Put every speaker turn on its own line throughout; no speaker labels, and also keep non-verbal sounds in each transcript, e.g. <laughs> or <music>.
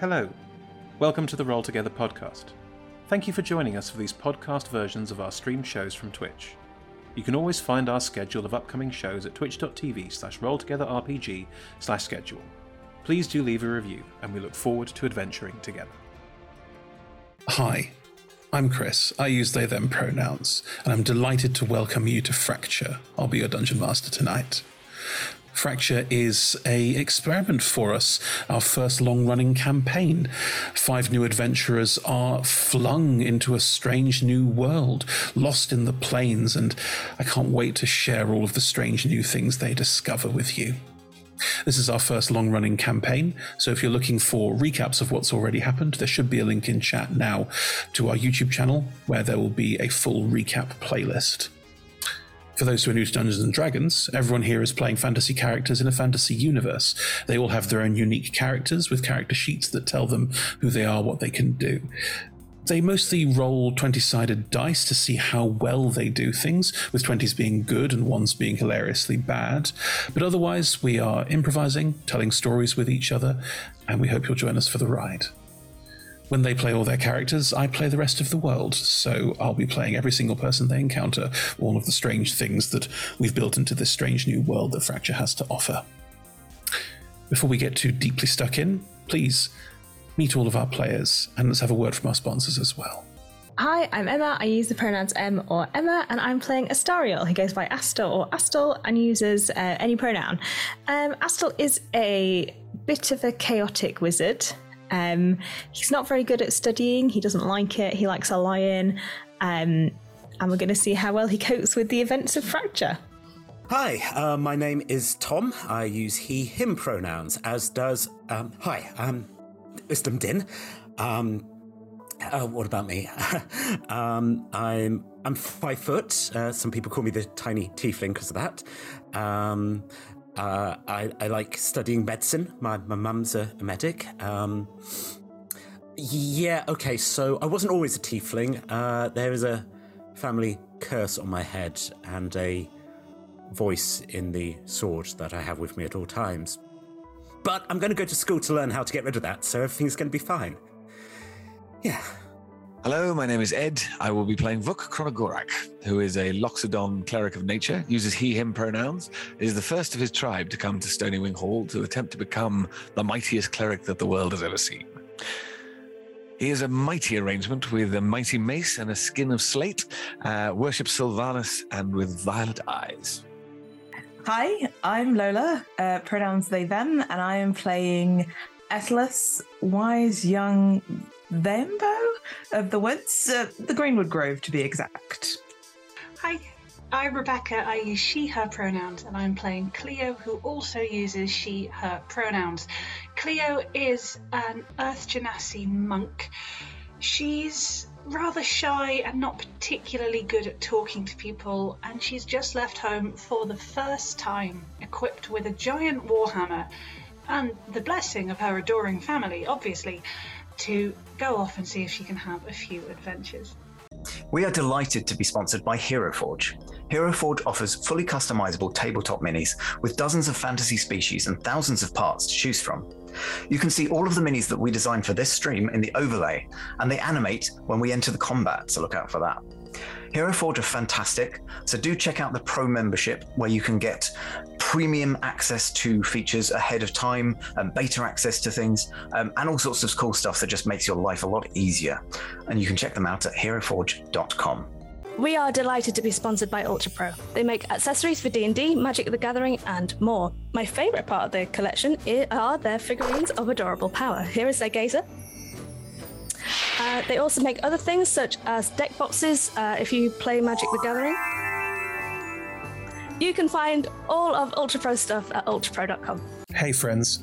Hello. Welcome to the Roll Together podcast. Thank you for joining us for these podcast versions of our stream shows from Twitch. You can always find our schedule of upcoming shows at twitch.tv slash rolltogetherrpg slash schedule. Please do leave a review, and we look forward to adventuring together.
Hi, I'm Chris. I use they them pronouns, and I'm delighted to welcome you to Fracture. I'll be your dungeon master tonight. Fracture is a experiment for us, our first long-running campaign. Five new adventurers are flung into a strange new world, lost in the plains, and I can't wait to share all of the strange new things they discover with you. This is our first long running campaign, so if you're looking for recaps of what's already happened, there should be a link in chat now to our YouTube channel where there will be a full recap playlist. For those who are new to Dungeons and Dragons, everyone here is playing fantasy characters in a fantasy universe. They all have their own unique characters with character sheets that tell them who they are, what they can do. They mostly roll 20 sided dice to see how well they do things, with 20s being good and 1s being hilariously bad. But otherwise, we are improvising, telling stories with each other, and we hope you'll join us for the ride. When they play all their characters, I play the rest of the world, so I'll be playing every single person they encounter, all of the strange things that we've built into this strange new world that Fracture has to offer. Before we get too deeply stuck in, please meet all of our players and let's have a word from our sponsors as well.
Hi, I'm Emma. I use the pronouns M or Emma, and I'm playing Astariel. He goes by Astel or Astel and uses uh, any pronoun. Um, Astel is a bit of a chaotic wizard. Um, he's not very good at studying. He doesn't like it. He likes a lion. Um, and we're going to see how well he copes with the events of Fracture.
Hi, uh, my name is Tom. I use he, him pronouns, as does, um, hi, um, Islam Din. Um, uh, what about me? <laughs> um, I'm I'm five foot. Uh, some people call me the tiny tiefling because of that. Um, uh, I, I like studying medicine. My my mum's a, a medic. Um, yeah, okay. So I wasn't always a tiefling. Uh, there is a family curse on my head and a voice in the sword that I have with me at all times. But I'm going to go to school to learn how to get rid of that, so everything's going to be fine. Yeah.
Hello, my name is Ed. I will be playing Vuk Kronogorak, who is a Loxodon cleric of nature, uses he, him pronouns, is the first of his tribe to come to Stony Wing Hall to attempt to become the mightiest cleric that the world has ever seen. He is a mighty arrangement with a mighty mace and a skin of slate, uh, worships Sylvanus and with violet eyes.
Hi, I'm Lola, uh, pronouns they, them, and I am playing Ethelus, wise young Vambo of the woods, uh, the Greenwood Grove to be exact.
Hi, I'm Rebecca. I use she, her pronouns, and I'm playing Cleo, who also uses she, her pronouns. Cleo is an Earth Genasi monk. She's rather shy and not particularly good at talking to people, and she's just left home for the first time equipped with a giant warhammer and the blessing of her adoring family, obviously, to go off and see if she can have a few adventures.
We are delighted to be sponsored by HeroForge. HeroForge offers fully customizable tabletop minis with dozens of fantasy species and thousands of parts to choose from. You can see all of the minis that we designed for this stream in the overlay, and they animate when we enter the combat, so look out for that. HeroForge are fantastic, so do check out the pro membership where you can get premium access to features ahead of time and beta access to things um, and all sorts of cool stuff that just makes your life a lot easier. And you can check them out at heroforge.com.
We are delighted to be sponsored by Ultra Pro. They make accessories for D&D, Magic the Gathering, and more. My favorite part of their collection i- are their figurines of adorable power. Here is their gazer. Uh, they also make other things such as deck boxes uh, if you play Magic the Gathering. You can find all of Ultra Pro stuff at ultrapro.com.
Hey, friends,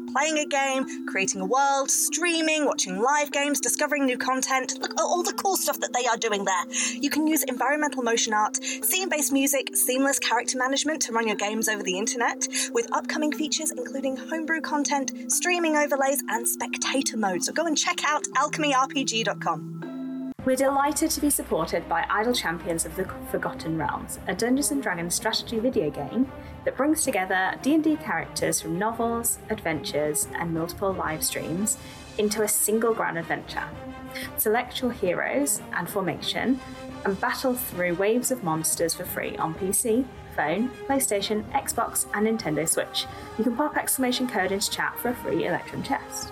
Playing a game, creating a world, streaming, watching live games, discovering new content. Look at all the cool stuff that they are doing there. You can use environmental motion art, scene based music, seamless character management to run your games over the internet, with upcoming features including homebrew content, streaming overlays, and spectator mode. So go and check out alchemyrpg.com.
We're delighted to be supported by Idle Champions of the Forgotten Realms, a Dungeons and Dragons strategy video game that brings together D&D characters from novels, adventures, and multiple live streams into a single grand adventure. Select your heroes and formation and battle through waves of monsters for free on PC, phone, PlayStation, Xbox, and Nintendo Switch. You can pop exclamation code into chat for a free Electrum chest.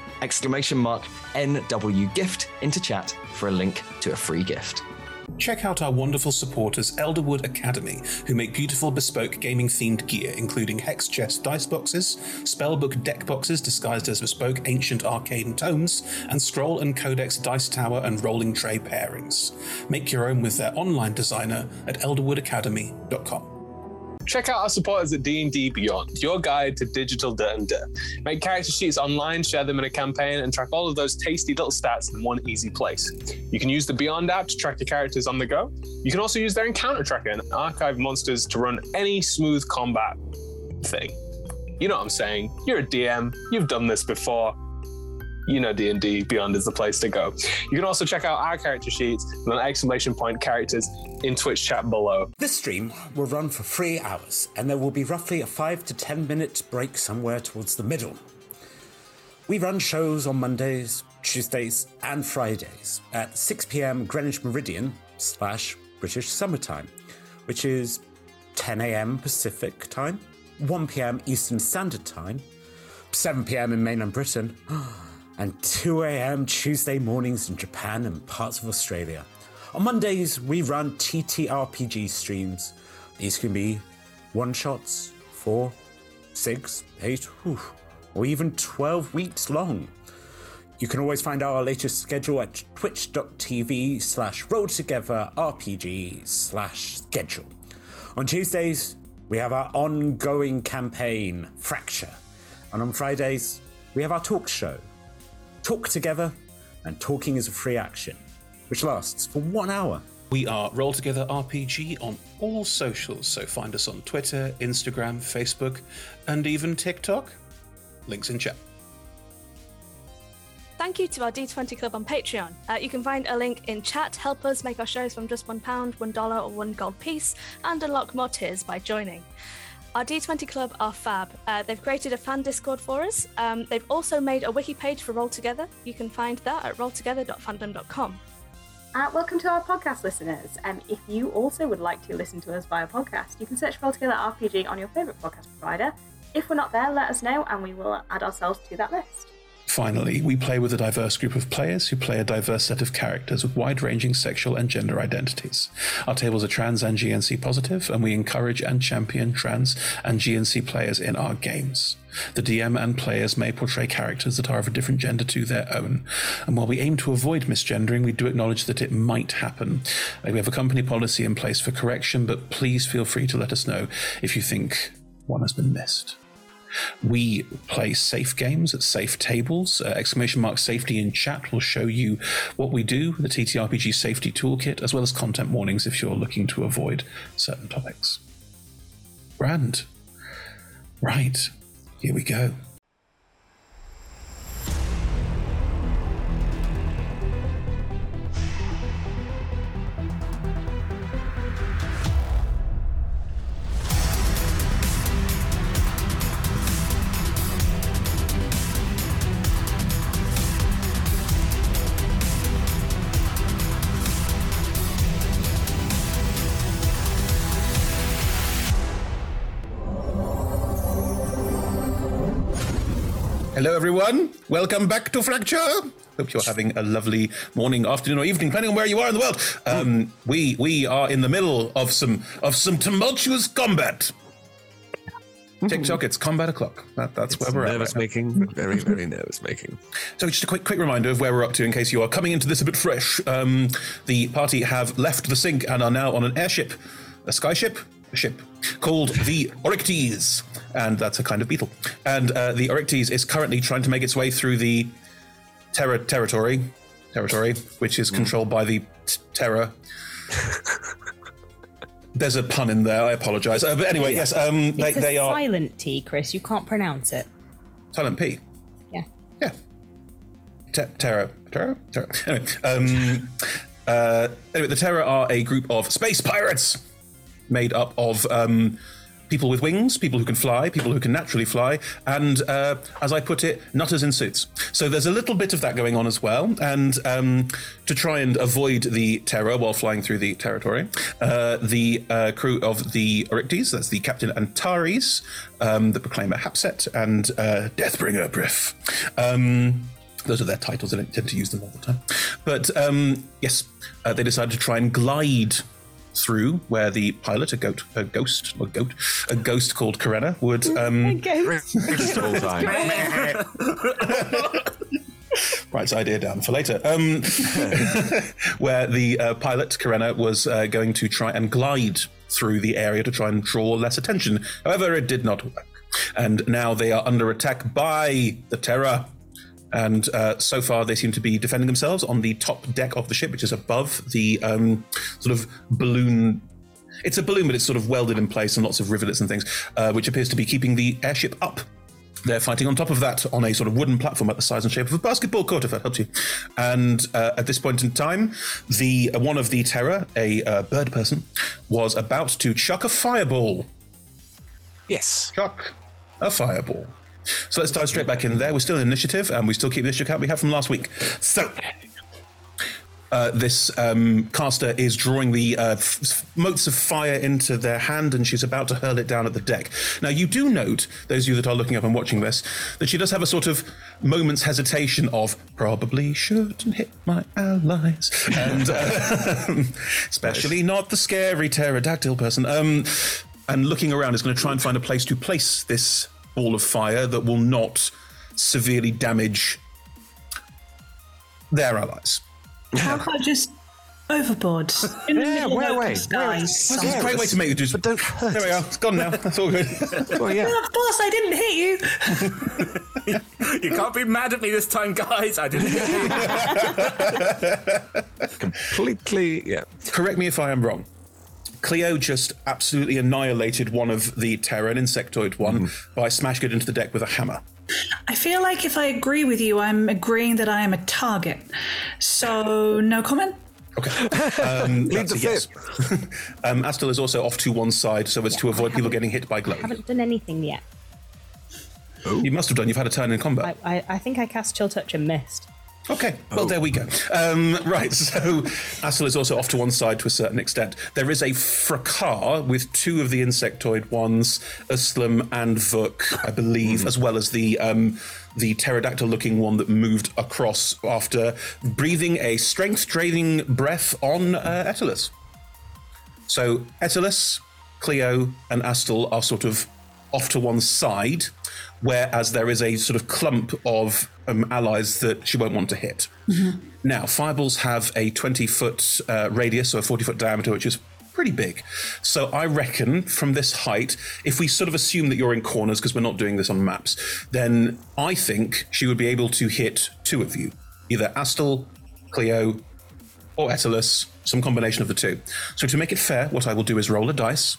exclamation mark NW gift into chat for a link to a free gift.
Check out our wonderful supporters, Elderwood Academy, who make beautiful bespoke gaming themed gear, including hex chess dice boxes, spellbook deck boxes disguised as bespoke ancient arcane tomes, and scroll and codex dice tower and rolling tray pairings. Make your own with their online designer at elderwoodacademy.com.
Check out our supporters at D&D Beyond, your guide to digital dirt and dirt. Make character sheets online, share them in a campaign, and track all of those tasty little stats in one easy place. You can use the Beyond app to track your characters on the go. You can also use their encounter tracker and archive monsters to run any smooth combat thing. You know what I'm saying? You're a DM, you've done this before. You know D&D Beyond is the place to go. You can also check out our character sheets and an exclamation point characters in Twitch chat below.
This stream will run for three hours, and there will be roughly a five to ten minute break somewhere towards the middle. We run shows on Mondays, Tuesdays, and Fridays at 6 pm Greenwich Meridian slash British Summertime, which is 10 am Pacific Time, 1 pm Eastern Standard Time, 7 pm in mainland Britain, <gasps> and 2 am Tuesday mornings in Japan and parts of Australia. On Mondays, we run TTRPG streams. These can be one shots, four, six, eight, whew, or even 12 weeks long. You can always find our latest schedule at twitch.tv slash rolltogetherrpg slash schedule. On Tuesdays, we have our ongoing campaign, Fracture. And on Fridays, we have our talk show, Talk Together and Talking is a Free Action, which lasts for one hour.
We are Roll Together RPG on all socials, so find us on Twitter, Instagram, Facebook, and even TikTok. Links in chat.
Thank you to our D20 Club on Patreon. Uh, you can find a link in chat. Help us make our shows from just £1, $1, or 1 gold piece and unlock more tiers by joining. Our D20 Club are fab. Uh, they've created a fan Discord for us. Um, they've also made a wiki page for Roll Together. You can find that at rolltogether.fandom.com.
Uh, welcome to our podcast listeners. Um, if you also would like to listen to us via podcast, you can search Roll Together RPG on your favourite podcast provider. If we're not there, let us know and we will add ourselves to that list.
Finally, we play with a diverse group of players who play a diverse set of characters with wide ranging sexual and gender identities. Our tables are trans and GNC positive, and we encourage and champion trans and GNC players in our games. The DM and players may portray characters that are of a different gender to their own, and while we aim to avoid misgendering, we do acknowledge that it might happen. Uh, We have a company policy in place for correction, but please feel free to let us know if you think one has been missed. We play safe games at safe tables. Uh, exclamation mark safety in chat will show you what we do, the TTRPG safety toolkit, as well as content warnings if you're looking to avoid certain topics. Grand. Right. Here we go. Hello, everyone. Welcome back to Fracture. Hope you're having a lovely morning, afternoon, or evening, depending on where you are in the world. Um, we we are in the middle of some of some tumultuous combat. TikTok, it's combat o'clock. That, that's where we're at.
nervous
making,
very very nervous making.
So, just a quick quick reminder of where we're up to, in case you are coming into this a bit fresh. Um, the party have left the sink and are now on an airship, a skyship, a ship called the Oryctes, and that's a kind of beetle. And uh, the Oryctes is currently trying to make its way through the Terra territory, territory, which
Mm.
is controlled by the t-
<laughs>
Terra. There's a pun in there. I apologise. Uh, but anyway, yes, um, they,
it's a
they are
silent T, Chris. You can't pronounce it.
Silent P.
Yeah.
Yeah. Te- Terra. Terra? Terra. Anyway, <laughs> um, uh, anyway, the Terra are a group of space pirates made up of um, people with wings, people who can fly, people who can naturally fly, and uh, as I put it, nutters in suits. So there's a little bit of that going on as well. And um, to try and avoid the Terra while flying through the territory, uh, the uh, crew of the Oryctes, that's the Captain Antares, um, the Proclaimer Hapset, and uh, Deathbringer Briff. Um, those are their titles. I don't tend to use them all the time. But um, yes, uh, they decided to try and glide through where the pilot, a goat, a ghost, a goat, a ghost called Karena, would um, all time.
<laughs>
Writes idea down for later. Um, <laughs> where the uh, pilot, Karena, was uh, going to try and glide through the area to try and draw less attention. However, it did not work. And now they are under attack by the Terror. And uh, so far, they seem to be defending themselves on the top deck of the ship, which is above the um, sort of balloon. It's a balloon, but it's sort of welded in place and lots of rivulets and things, uh, which appears to be keeping the airship up. They're fighting on top of that on a sort of wooden platform at the size and shape of a basketball court, if that helps you. And uh, at this point in time, the uh, one of the terror, a uh, bird person, was about to chuck a fireball. Yes. Chuck a fireball. So let's dive straight back in there. We're still in initiative, and we still keep the issue count we had from last week. So uh, this um, caster is drawing the uh, f- f- motes of fire into their hand, and she's about to hurl it down at the deck. Now, you do note, those of you that are looking up and watching this, that she does have a sort of moment's hesitation of probably shouldn't hit my allies, and uh, <laughs> especially not the scary pterodactyl person. Um, and looking around is going to try and find a place to place this ball of fire that will not severely damage their allies.
How about just
<laughs>
overboard? In the middle of the sky?
That's a great way to make the juice. But don't hurt. There we are. It's gone now. That's all <laughs> good. Oh,
No, of course, I didn't hit you.
<laughs> You can't be mad at me this time, guys. I didn't.
Completely. Yeah. Correct me if I am wrong. Cleo just absolutely annihilated one of the Terra, an insectoid one, by smashing it into the deck with a hammer.
I feel like if I agree with you, I'm agreeing that I am a target. So, no comment.
<laughs> Um, that's a yes. <laughs> um, Astel is also off to one side so as to avoid people getting hit by glow.
haven't done anything yet.
You must have done. You've had a turn in combat.
I, I, I think I cast Chill Touch and missed.
Okay, well, there we go. Um, right, <laughs> so Assel is also off to one side to a certain extent. There is a fracas with two of the insectoid ones, Aslam and Vuk, I believe, as well as the um, the pterodactyl looking one that moved across after breathing a strength draining breath on uh, Etalus. So Etalus, Cleo, and Astel are sort of off to one side, whereas there is a sort of clump of um, allies that she won't want to hit. Now, fireballs have a 20 foot uh, radius, so a 40 foot diameter, which is pretty big. So I reckon from this height, if we sort of assume that you're in corners, because we're not doing this on maps, then I think she would be able to hit two of you either Astel, Cleo, or Etalus, some combination of the two. So to make it fair, what I will do is roll a dice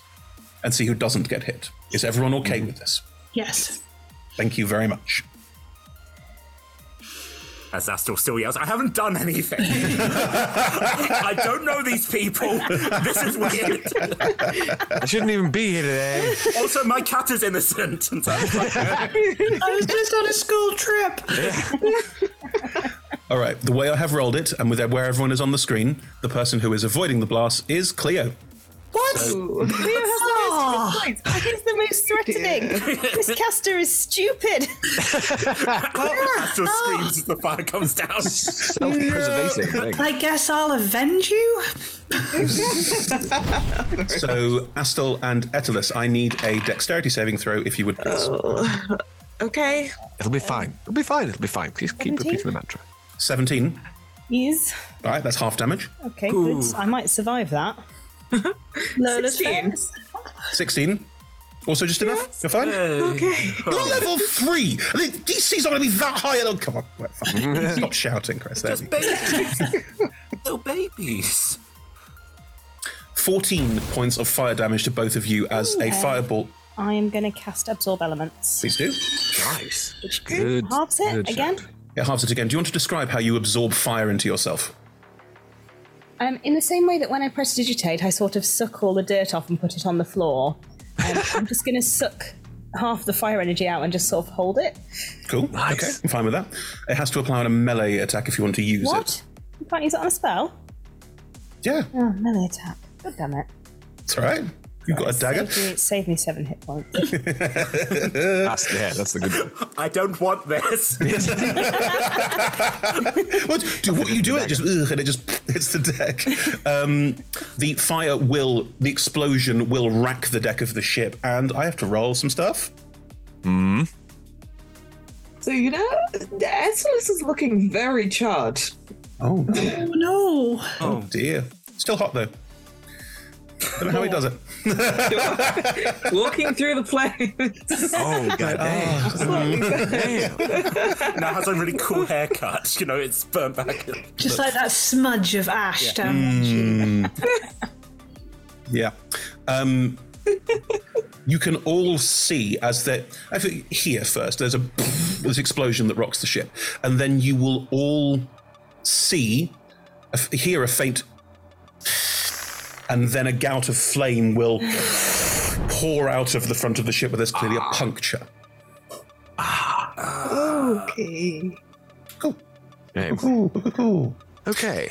and see who doesn't get hit. Is everyone okay with this?
Yes.
Thank you very much.
As Astor still yells, I haven't done anything. <laughs> I don't know these people. This is weird.
I shouldn't even be here today.
Also, my cat is innocent.
<laughs> I was just on a school trip.
All right, the way I have rolled it, and with where everyone is on the screen, the person who is avoiding the blast is Cleo.
What?
So-
Leo has the most hit points.
I think the
who's threatening. this caster is stupid.
Astro screams as the fire comes down.
Self-preservating.
I guess I'll avenge you.
So, Astel and Etalus, I need a dexterity saving throw if you would please.
Okay.
Oh. It'll be fine. It'll be fine. It'll be fine. Please keep repeating the mantra.
17.
Yes.
All right, that's half damage.
Okay,
Ooh.
good. I might survive that. Lola's
16. Also, just enough. You're fine.
Okay.
You're level three. I think DC's not going to be that high. Oh, come on. Well, fine.
<laughs>
Stop shouting, Chris. There we go.
Little babies.
14 points of fire damage to both of you as a
Okay.
fireball.
I am going to cast Absorb Elements.
Please do. Nice.
Which halves it again.
It halves it again. Do you want to describe how you absorb fire into yourself?
Um, in the same way that when I press digitate, I sort of suck all the dirt off and put it on the floor.
<laughs>
Um, I'm just going to suck half the fire energy out and just sort of hold it.
Cool. Okay, I'm fine with that. It has to apply on a melee attack if you want to use
what?
it.
You can't use it on a spell?
Yeah.
Oh, melee attack. God damn it.
It's all right. You've got a dagger.
Saved me, saved me seven hit
<laughs>
points.
that's, yeah, that's the good <laughs>
one. I don't want this.
what, do, what you do it just ugh, and it just <laughs> hits the deck. Um, the fire will, the explosion will rack the deck of the ship, and I have to roll some stuff. Hmm.
So you know, Aesolus is looking very charred.
Oh,
Oh no.
oh dear. Still hot though. Don't know how he does it.
<laughs> Walking through the flames.
Oh
god
damn.
now has a really cool haircut. You know, it's burnt back.
Just like that smudge of ash
Yeah.
down.
Mm. <laughs> yeah. Um, you can all see as that. I think here first. There's a <laughs> this explosion that rocks the ship, and then you will all see, hear a faint, and then a gout of flame will <laughs> pour out of the front of the ship where there's clearly a puncture.
okay.
Okay.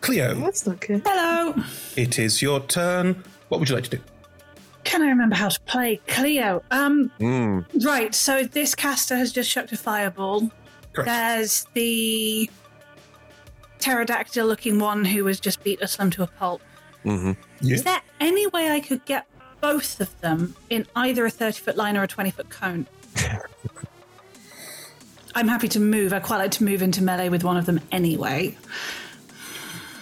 Cleo,
That's not good.
Hello.
it is your turn. What would you like to do?
Can I remember how to play Cleo? Um,
Mm.
Right, so this caster has just chucked a fireball.
Correct.
There's the pterodactyl looking one who has just beat us into a pulp.
Mm-hmm.
Is there any way I could get both of them in either a 30 foot line or a 20 foot <laughs> cone? I'm happy to move. I quite like to move into melee with one of them anyway.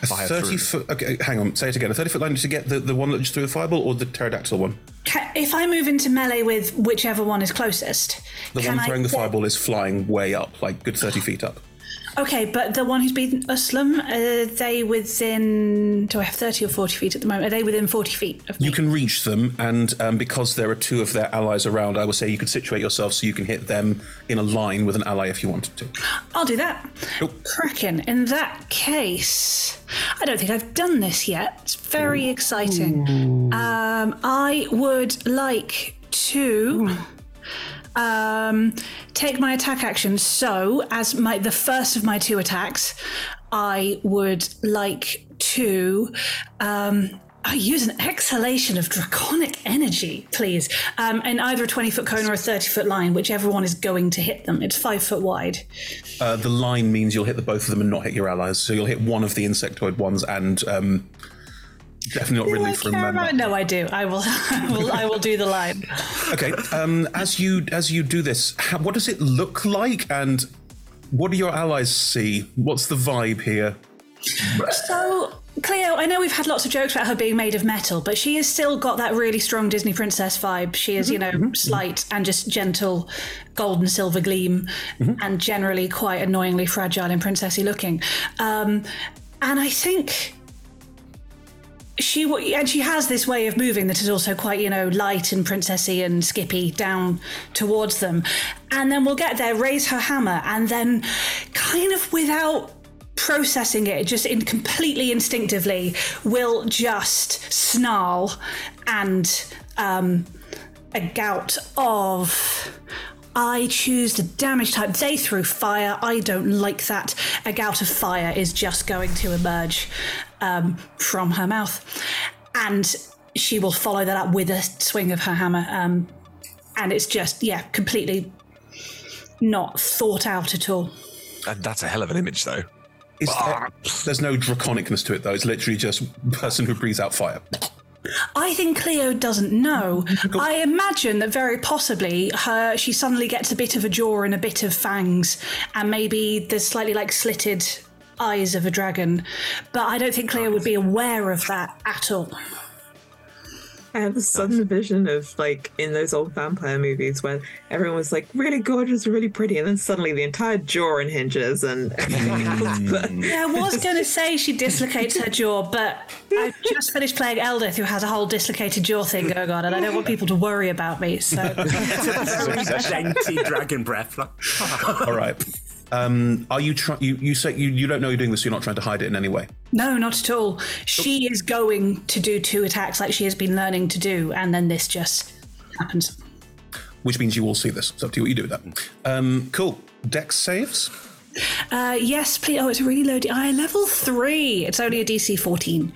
A thirty foot. Okay, hang on. Say it again. A thirty foot line to get the, the one that just threw the fireball, or the pterodactyl one.
Ca if I move into melee with whichever one is closest,
The
can
one throwing
I
the
get- Oh,
fireball is flying way up, like good thirty feet up.
Okay, but the one who's beaten Uslam, are they within? Do I have thirty or forty feet at the moment? Are they within forty feet of?
You can reach them, and um, because there are two of their allies around, I will say you could situate yourself so you can hit them in a line with an ally if you wanted to.
I'll do that. Kraken. In that case, I don't think I've done this yet. It's very exciting. Um, I would like to. Um, take my attack action. So, as my the first of my two attacks, I would like to um, I use an exhalation of draconic energy, please, um, in either a twenty foot cone or a thirty foot line, whichever one is going to hit them. It's five foot wide.
Uh, the line means you'll hit the both of them and not hit your allies, so you'll hit one of the insectoid ones, and um, definitely not Ridley from.
Care
Um,
about- No, I do. I will. <laughs> I will. I will do the line.
okay, um, as you as you do this, ha- what does it look like, and what do your allies see? What's the vibe here?
So, Cleo, I know we've had lots of jokes about her being made of metal, but she has still got that really strong Disney princess vibe. She is, you know, slight and just gentle, gold and silver gleam, and generally quite annoyingly fragile and princessy looking. Um, and I think she wa- and she has this way of moving that is also quite you know light and princessy and skippy down towards them and then we'll get there raise her hammer and then kind of without processing it just in completely instinctively will just snarl and um a gout of I choose the damage type. They threw fire. I don't like that. A gout of fire is just going to emerge um, from her mouth. And she will follow that up with a swing of her hammer. Um, and it's just, yeah, completely not thought out at all.
And Uh, that's a hell of an image, though. Ah.
Is there, there's no draconicness to it, though. It's literally just person who breathes out fire.
I think Cleo doesn't know. I imagine that very possibly her she suddenly gets a bit of a jaw and a bit of fangs, and maybe the slightly like slitted eyes of a dragon. But I don't think Cleo would be aware of that at all.
I have a sudden vision of like in those old vampire movies when everyone was like really gorgeous, really pretty, and then suddenly the entire jaw unhinges and <laughs> everything
Hmm.
else. But
Yeah, I was going to say she dislocates her jaw, but I just finished playing Eldith, who has a whole dislocated jaw thing going on, and I don't want people to worry about me. So,
Dainty dragon breath. Like,
<laughs> All right. Um, are you trying? You, you say you, you don't know you're doing this. You're not trying to hide it in any way.
no, not at all. She is going to do two attacks like she has been learning to do, and then this just happens.
which means you all see this. It's up to you what you do with
Mm.
that. Um, cool. Dex saves.
Uh, yes, please. Oh, it's a really low. D- I level three. It's only a DC 14.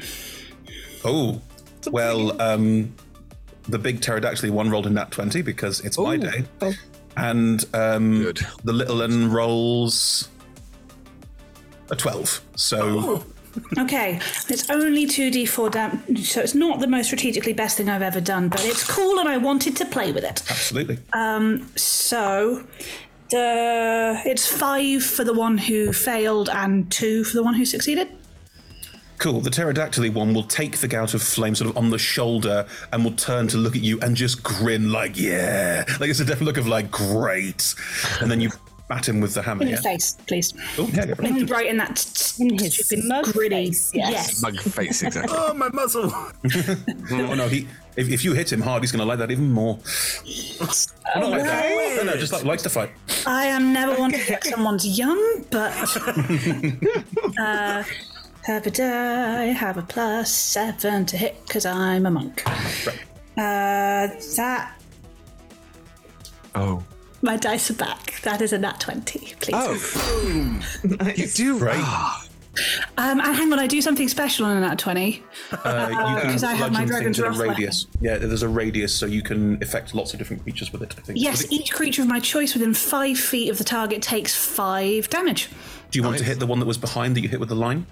Oh, well, um, the big pterodactyl one rolled a nat 20 because it's my day. And um, the little one rolls a 12.
Oh.
So
Okay, it's only 2d4 damage, so it's not the most strategically best thing I've ever done, but it's cool and I wanted to play with it.
absolutely.
Um, so the, it's five for the one who failed and two for the one who succeeded.
Cool. The pterodactyl one will take the gout of flame sort of on the shoulder and will turn to look at you and just grin like, yeah. Like it's a definite look of like, great. And then you <laughs> bat him with the hammer.
In your
yeah?
face, please.
Oh, yeah, go for it.
In- right in that in his gritty. yes.
Mug face, exactly.
oh, my muzzle.
oh no, he. If, if you hit him hard, he's going to like that even more. Oh, not like that. No, no, just like likes to <laughs> fight.
I am never one to hit someone's yum, but uh, have a die, have a plus seven to hit because I'm a monk. Uh, that
Oh.
my dice are back. That is a nat twenty, please.
Oh. you do right.
Um, and hang on, I do something special on a nat twenty.
Uh, you can
Because I have my
bludgeon things
dragon's
in a
wrath weapon.
radius. Yeah, there's a radius, so you can affect lots of different creatures with it. I think.
Yes, e-
Would it-
each creature of my choice within five feet of the target takes five damage.
Do you want to hit the one that was behind that you hit with the line?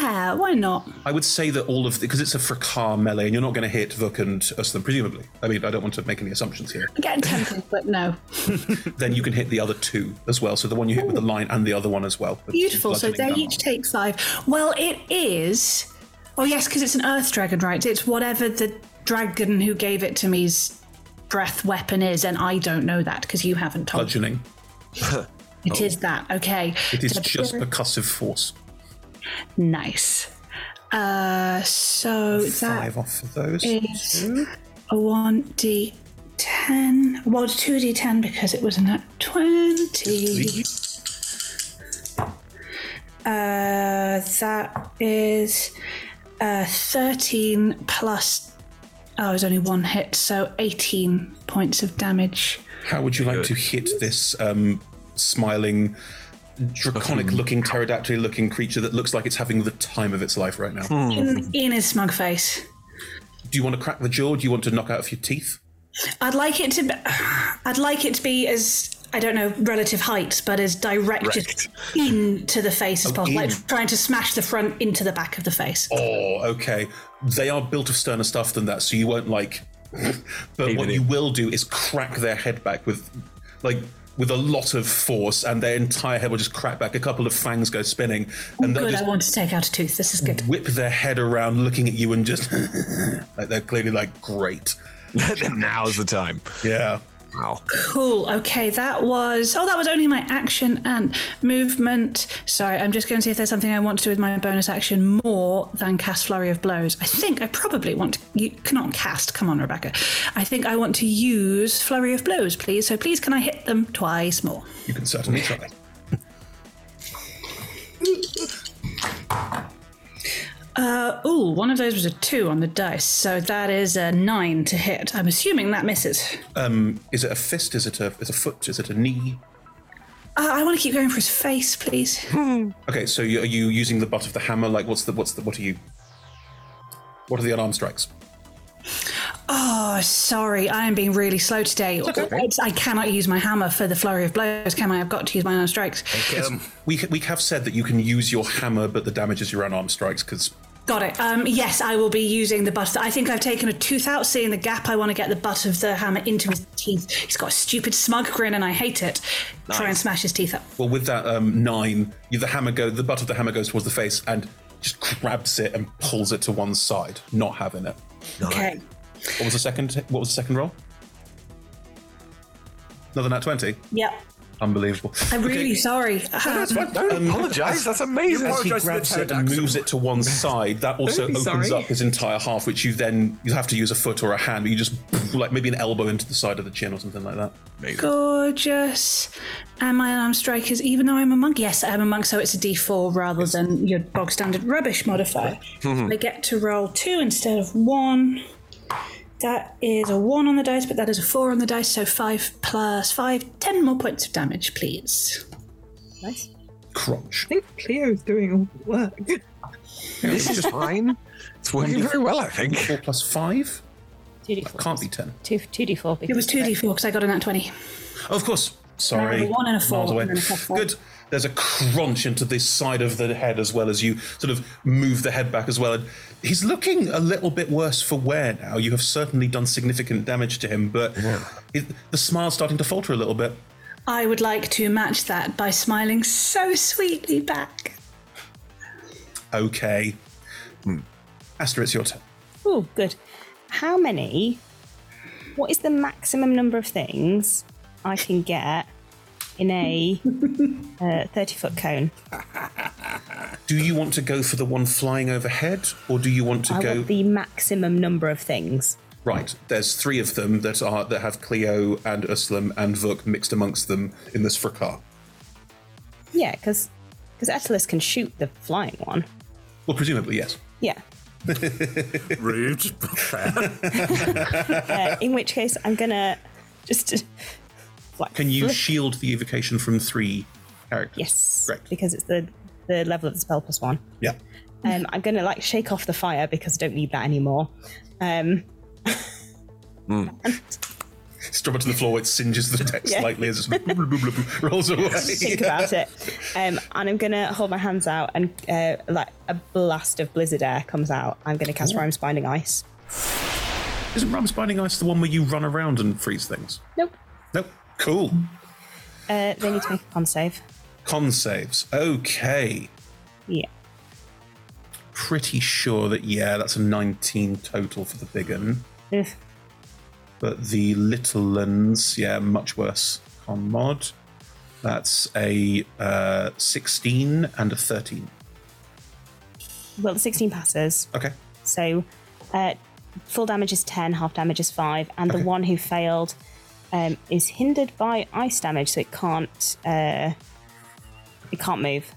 Yeah, why not?
I would say that all of because it's a fracas melee, and you're not going to hit Vuk and Uslan, presumably. I mean, I don't want to make any assumptions
<laughs>
here.
I'm getting tempted, but no.
then you can hit the other two as well. So the one you hit with the line and the other one as well. with
Beautiful. So
bludgeoning
they
damage.
each take five. Well, it is. Oh yes, because it's an earth dragon, right? It's whatever the dragon who gave it to me's breath weapon is, and I don't know that because you haven't told. me.
bludgeoning.
It
Oh,
is that. Okay.
It is
Da-
just percussive force.
Nice. Uh, so that
Five off of those.
is a one d ten. Well, two d ten because it was a nat twenty. Uh, that is uh, thirteen plus. Oh, it was only one hit, so eighteen points of damage.
How would you like to hit this um, smiling, draconic-looking, pterodactyl-looking creature that looks like it's having the time of its life right now? Hmm.
In, in his smug face.
Do you want to crack the jaw? Do you want to knock out a few teeth?
I'd like it to. Be, I'd like it to be as I don't know relative heights, but as directed
Direct.
into the face as
Oh,
possible,
in.
like trying to smash the front into the back of the face.
Oh, okay. They are built of sterner stuff than that, so you won't like. <laughs> but what you will do is crack their head back with, like, with a lot of force, and their entire head will just crack back. A couple of fangs go spinning, and they'll
Oh, good.
just
I want to take out a tooth. This is good.
whip their head around, looking at you, and just <laughs> like they're clearly like,
<laughs>
great.
Now's the time.
Yeah.
Wow.
Cool. Okay, that was. Oh, that was only my action and movement. Sorry, I'm just going to see if there's something I want to do with my bonus action more than cast flurry of blows. I think I probably want to. You cannot cast. Come on, Rebecca. I think I want to use flurry of blows, please. So please, can I hit them twice more?
You can certainly try.
Uh, ooh, one of those was a two on the dice, so that is a nine to hit. I'm assuming that misses.
Um, is it a fist? Is it a is a foot? Is it a knee?
Uh, I want to keep going for his face, please.
Okay, so you, are you using the butt of the hammer? Like, what's the what's the what are you? What are the unarmed strikes?
Oh, sorry, I am being really slow today. It's- I cannot use my hammer for the flurry of blows, can I? I've got to use my own strikes.
we, ca- we have said that you can use your hammer, but the damage is your unarmed strikes because
Got it. Um, yes, I will be using the butt. I think I've taken a tooth out, seeing the gap. I want to get the butt of the hammer into his teeth. He's got a stupid smug grin, and I hate it. Try and smash his teeth up.
Well, with that um, nine, you, the hammer go the butt of the hammer goes towards the face and just grabs it and pulls it to one side, not having it.
Okay.
What was the second? What was the second roll? Another nat twenty.
Yep.
Unbelievable.
I'm really sorry. Um,
that's fine. Don't apologise.
That's
Um, As
amazing.
he grabs it and moves it to <laughs> one side. That also
Don't be
opens
sorry.
up his entire half, which you then you have to use a foot or a hand. But you just like maybe an elbow into the side of the chin or something like that.
Gorgeous. And my unarmed strike is even though I'm a monk. Yes, I'm a monk, so it's a D4 rather than your bog standard rubbish modifier.
Mm-hmm.
I get to roll two instead of one. That is a one on the dice, but that is a four on the dice, so five plus five, ten more points of damage, please.
Nice.
Crunch.
I think Cleo's doing all the work.
<laughs>
This
<laughs>
is fine. It's working very well, I think.
Four plus five.
2d4.
That can't be ten.
Two, 2d4. It was 2d4 because I got a nat 20.
Of course. Sorry.
a one and a four,
Miles away.
and then a plus four.
Good. There's a crunch into the side of the head as well as you sort of move the head back as well. And he's looking a little bit worse for wear now. You have certainly done significant damage to him, but it, the smile's starting to falter a little bit.
I would like to match that by smiling so sweetly back.
Okay. Aster, it's your turn.
Oh, good. How many? What is the maximum number of things I can get in
<laughs>
a uh, thirty-foot cone?
Do you want to go for the one flying overhead, or do you want to
I
go?
want the maximum number of things.
Right. There's three of them that are that have Cleo and Uslam and Vuk mixed amongst them in this fracas.
Yeah, because because Atlas can shoot the flying one.
Well, presumably, yes.
Yeah.
Rude. <laughs>
Uh, in which case, I'm gonna just
Can you
flip-
shield the evocation from three characters?
yes, because it's the the level of the spell plus one.
Yeah.
Um, I'm gonna like shake off the fire because I don't need that anymore. Um,
<laughs> Just drop it to the floor. It singes the text
Yeah. <laughs>
slightly <laughs> as it rolls away.
think about it. Um, and I'm gonna hold my hands out, and uh, like a blast of blizzard air comes out. I'm gonna cast
Yeah.
Rhyme's Binding Ice.
Isn't Ram's Binding Ice the one where you run around and freeze things?
Nope.
Nope. Cool.
Uh, they need to make a con save.
Con saves. Okay.
Yeah.
Pretty sure that yeah, that's a 19 total for the big un.
Ugh.
But the little uns, yeah, much worse con mod. That's a uh, 16 and a 13.
Well, the 16 passes.
Okay.
So, uh, full damage is 10, half damage is 5, and the one who failed um, is hindered by ice damage, so it can't uh, it can't move.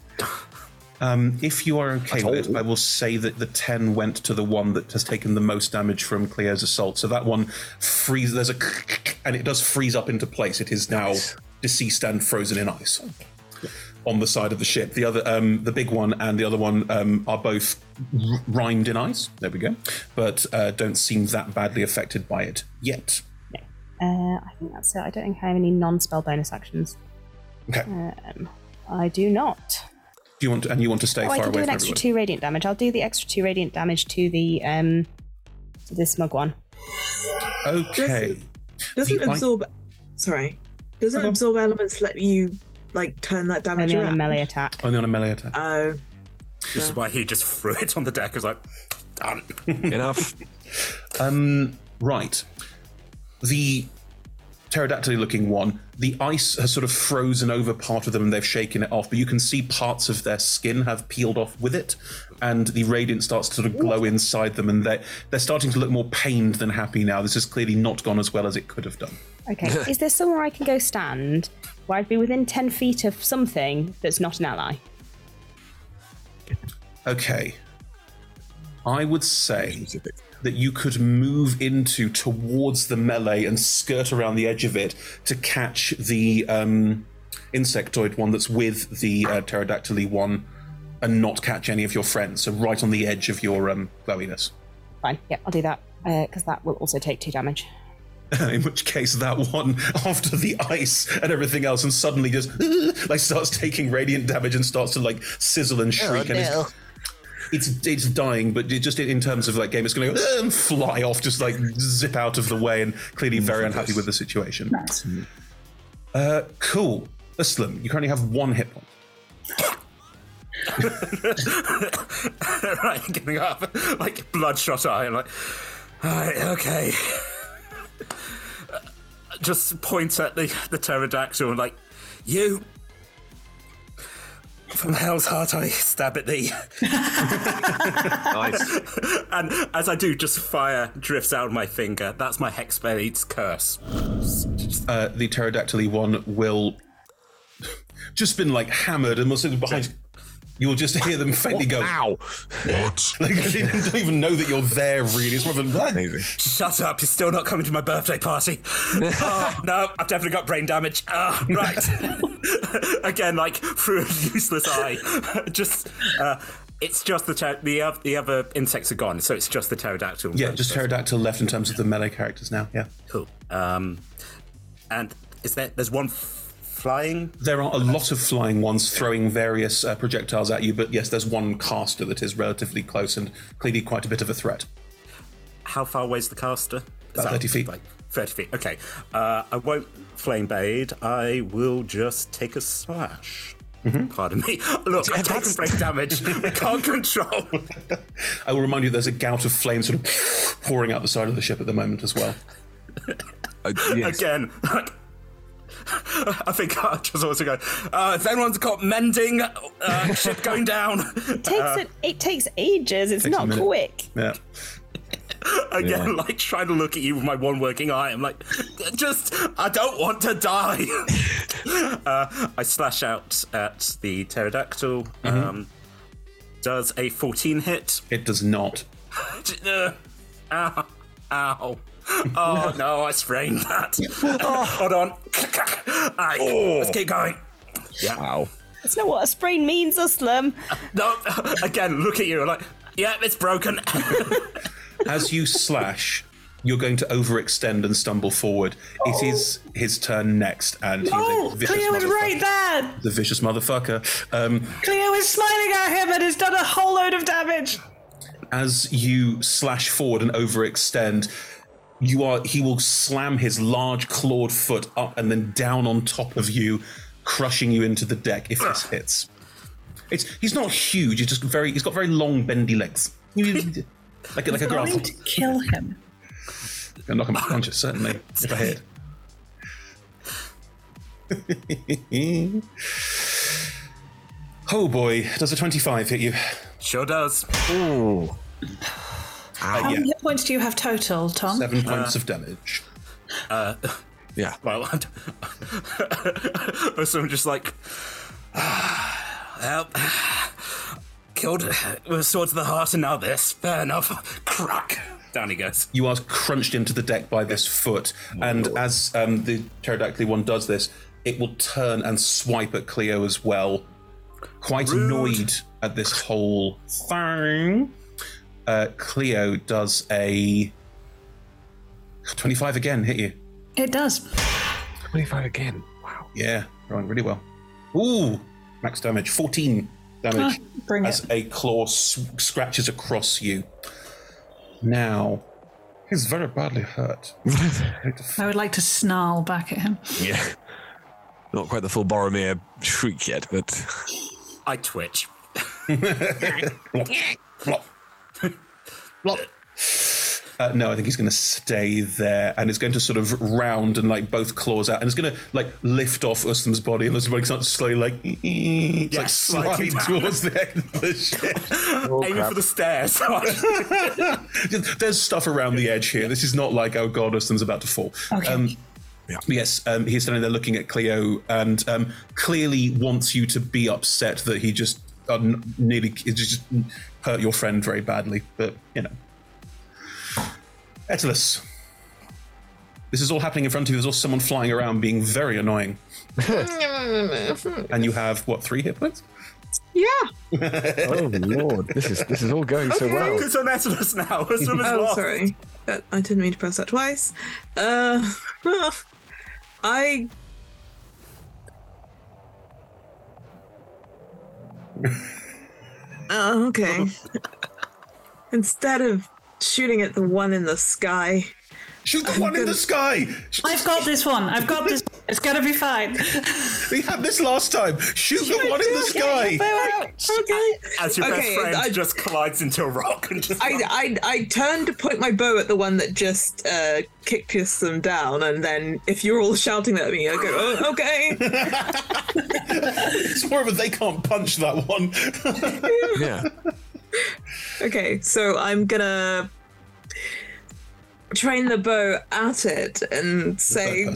Um, if you are okay with it, I will say that the 10 went to the one that has taken the most damage from Cleo's assault. So that one freezes, there's a <laughs> and it does freeze up into place. It is now deceased and frozen in ice on the side of the ship. The other, um, the big one and the other one um, are both r- rhymed in ice. There we go. But uh, don't seem that badly affected by it yet.
Uh, I think that's it. I don't think I have any non-spell bonus actions.
Okay.
Um, I do not.
Do you want and you want to stay
oh,
far
I can do
away
an
from
extra
everyone?
two radiant damage. I'll do the extra two radiant damage to the um, to the smug one.
Okay.
Doesn't
The i-
absorb. Sorry. Doesn't absorb elements let you like turn that damage
Only on a
around?
melee attack.
Only on a melee attack.
Oh.
This is why he just threw it on the deck. I was like, done.
Enough.
Um, right. The pterodactyl looking one, the ice has sort of frozen over part of them and they've shaken it off, but you can see parts of their skin have peeled off with it, and the radiant starts to sort of glow inside them, and they're, they're starting to look more pained than happy now. This has clearly not gone as well as it could have done.
Okay. Is there somewhere I can go stand where I'd be within ten feet of something that's not an ally?
Okay. I would say that you could move into towards the melee and skirt around the edge of it to catch the um, insectoid one that's with the uh, pterodactyly one and not catch any of your friends. So right on the edge of your um, glowiness.
Fine. Yeah, I'll do that. because that will also take two damage.
<laughs> In which case, that one <laughs> after the ice and everything else, and suddenly just <laughs> like starts taking radiant damage and starts to like sizzle and shriek. and
no.
it's, it's it's dying, but it just in terms of like game, it's going to and fly off, just like zip out of the way, and clearly very unhappy with the situation.
Nice.
Uh, cool, Islam. You currently have one hit point.
<laughs> right, getting up, like bloodshot eye, and like, all right, okay. <laughs> Just point at the, the pterodactyl and like, you. From hell's heart, I stab at thee.
Nice.
<laughs> and as I do, just fire drifts out of my finger. That's my hexblade's curse.
Uh, the pterodactyl one will just been like hammered and was sitting behind. you. You'll just hear
<laughs>
them faintly go. Ow! What? <laughs> like, they don't even know that you're there. Really, it's more than
Shut up! You're still not coming to my
<laughs>
birthday party. oh, no, I've definitely got brain damage. Ah, right. <laughs> Again, like through a useless eye. <laughs> just, uh, it's just the ter- the oth- the other insects are gone, so it's just the pterodactyl.
Yeah, just pterodactyl left in terms of the melee characters now. Yeah.
Cool. Um, and is there? There's one f- flying.
There are a lot of flying ones throwing various uh, projectiles at you, but yes, there's one caster that is relatively close and clearly quite a bit of a threat.
How far away is the caster? Is
About 30 feet.
Like thirty feet. Okay. Uh, I won't flame bade. I will just take a slash.
Mm-hmm.
Pardon me. <laughs> Look, I'm taking break damage.
<laughs>
I can't control.
I will remind you, there's a gout of flame sort of pouring out the side of the ship at the moment as well.
<laughs>
Again, like, <laughs> I think I just also go. Uh, if anyone's got mending, uh, ship going down.
It takes
Uh,
it. It takes ages. It's
takes a
not
minute.
quick.
Yeah.
<laughs> Again,
Yeah.
like trying to look at you with my one working eye. I'm like, just, I don't want to die. <laughs> uh, I slash out at the pterodactyl. Um, does a 14 hit?
Mm-hmm. It does not.
uh, ow. <laughs> Ow.
<laughs>
Oh, no, I sprained that. <laughs> Hold on. Aye,
Oh.
Let's keep going. Yeah.
Wow.
That's not what a sprain means, Aslam.
<laughs> No, again, look at you. Like, yeah, it's broken.
As you slash, you're going to overextend and stumble forward. It is his turn next, and he's
No,
a
Oh,
vicious
Cleo is
motherfucker.
right there.
The vicious motherfucker. Um,
Cleo is smiling at him and has done a whole load of damage.
as you slash forward and overextend, you are he will slam his large clawed foot up and then down on top of you, crushing you into the deck if this hits. It's he's not huge, he's just very he's got very long bendy legs. like
<laughs>
a- like a
Trying
giraffe.
to kill him.
Gonna knock him unconscious, certainly. If I hit. <laughs> oh boy, does a 25 hit you?
Sure does.
Ooh.
<sighs>
How
Oh, yeah.
many hit points do you have total, Tom?
<laughs> Seven points of damage.
Uh,
yeah.
<laughs> Well, or someone just like, <sighs> well, <sighs> killed with a sword to the heart, and now this. Fair enough. <laughs> Crack. Down he goes.
You are crunched into the deck by this foot, and as um, the pterodactyl one does this, it will turn and swipe at Cleo as well. Quite annoyed at this whole thing. Uh, Cleo does a 25 again, hit you.
It does.
25 again.
Yeah, rolling really well. Ooh, max damage, 14 damage.
Ah, bring
as a claw s- scratches across you. Now, he's very badly
<laughs>
hurt.
I would like to snarl back at him.
Yeah. Not quite the full Boromir shriek yet, but.
I twitch.
Plop. Plop. Uh, no, I think he's going to stay there, and it's going to sort of round and like both claws out, and it's going to like lift off Ustam's body, and Ustam's body starts slowly like, <laughs> it's like
Yes, like
sliding
that.
towards the end of the ship.
<laughs> Aiming for the stairs.
<laughs>
<laughs>
<laughs>
Just- There's stuff around the edge here. This is not like oh god, Ustam's about to fall. Um, Yes, um, he's standing there looking at Cleo, and um, clearly wants you to be upset that he just uh, n- nearly he just hurt your friend very badly. But you know, Etalus. This is all happening in front of you. There's also someone flying around being very annoying. and you have, what, three hit points? <laughs>
Yeah.
oh lord, this is this is all going so well.
Focus on Esmus now. <laughs> Esmus
oh,
lost.
sorry. That- I didn't mean to press that twice. Uh, <laughs>
<laughs>
I. Oh, okay. <laughs> Instead of shooting at the one in the sky.
Shoot the one in the sky!
I've got this one. I've got this. It's gonna be fine.
<laughs> We had this last time. Shoot the one in the sky.
Okay.
As your
Okay,
best friend
I-
just collides into a rock and just.
I, I, I turned to point my bow at the one that just uh, kicked them down, and then if you're all shouting at me, I go, oh, okay.
<laughs> it's more of a they can't punch that one.
<laughs> yeah.
Okay, so I'm gonna train the bow at it and say.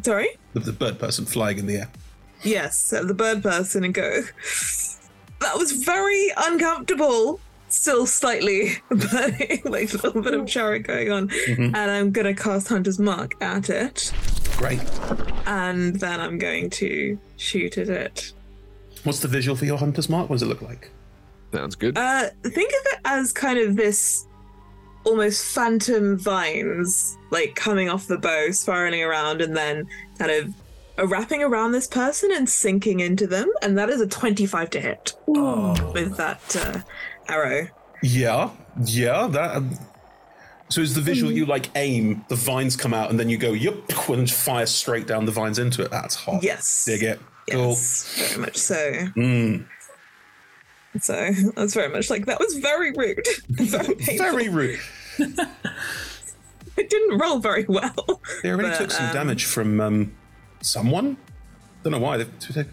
Sorry?
The, the bird person flying in the air.
Yes, at the bird person and go. That was very uncomfortable. Still slightly, <laughs> but like a little bit of chariot going on.
Mhm.
And I'm gonna cast Hunter's Mark at it.
Great.
And then I'm going to shoot at it.
What's the visual for your hunter's mark? What does it look like?
Sounds good.
Uh, think of it as kind of this almost phantom vines, like coming off the bow, spiraling around, and then kind of uh, wrapping around this person and sinking into them. And that is a 25 to hit Um,
Oh.
with that uh, arrow.
Yeah, yeah. That. Um, so is the visual you like aim, the vines come out, and then you go yep, and fire straight down the vines into it. That's hot.
Yes.
Dig it.
Yes. Very much so.
Cool. Mm.
So that's very much like that was very rude. <laughs>
<laughs>
very,
Very rude.
It didn't roll very well.
They already
But,
took some
um,
damage from um, someone. Don't know why. They've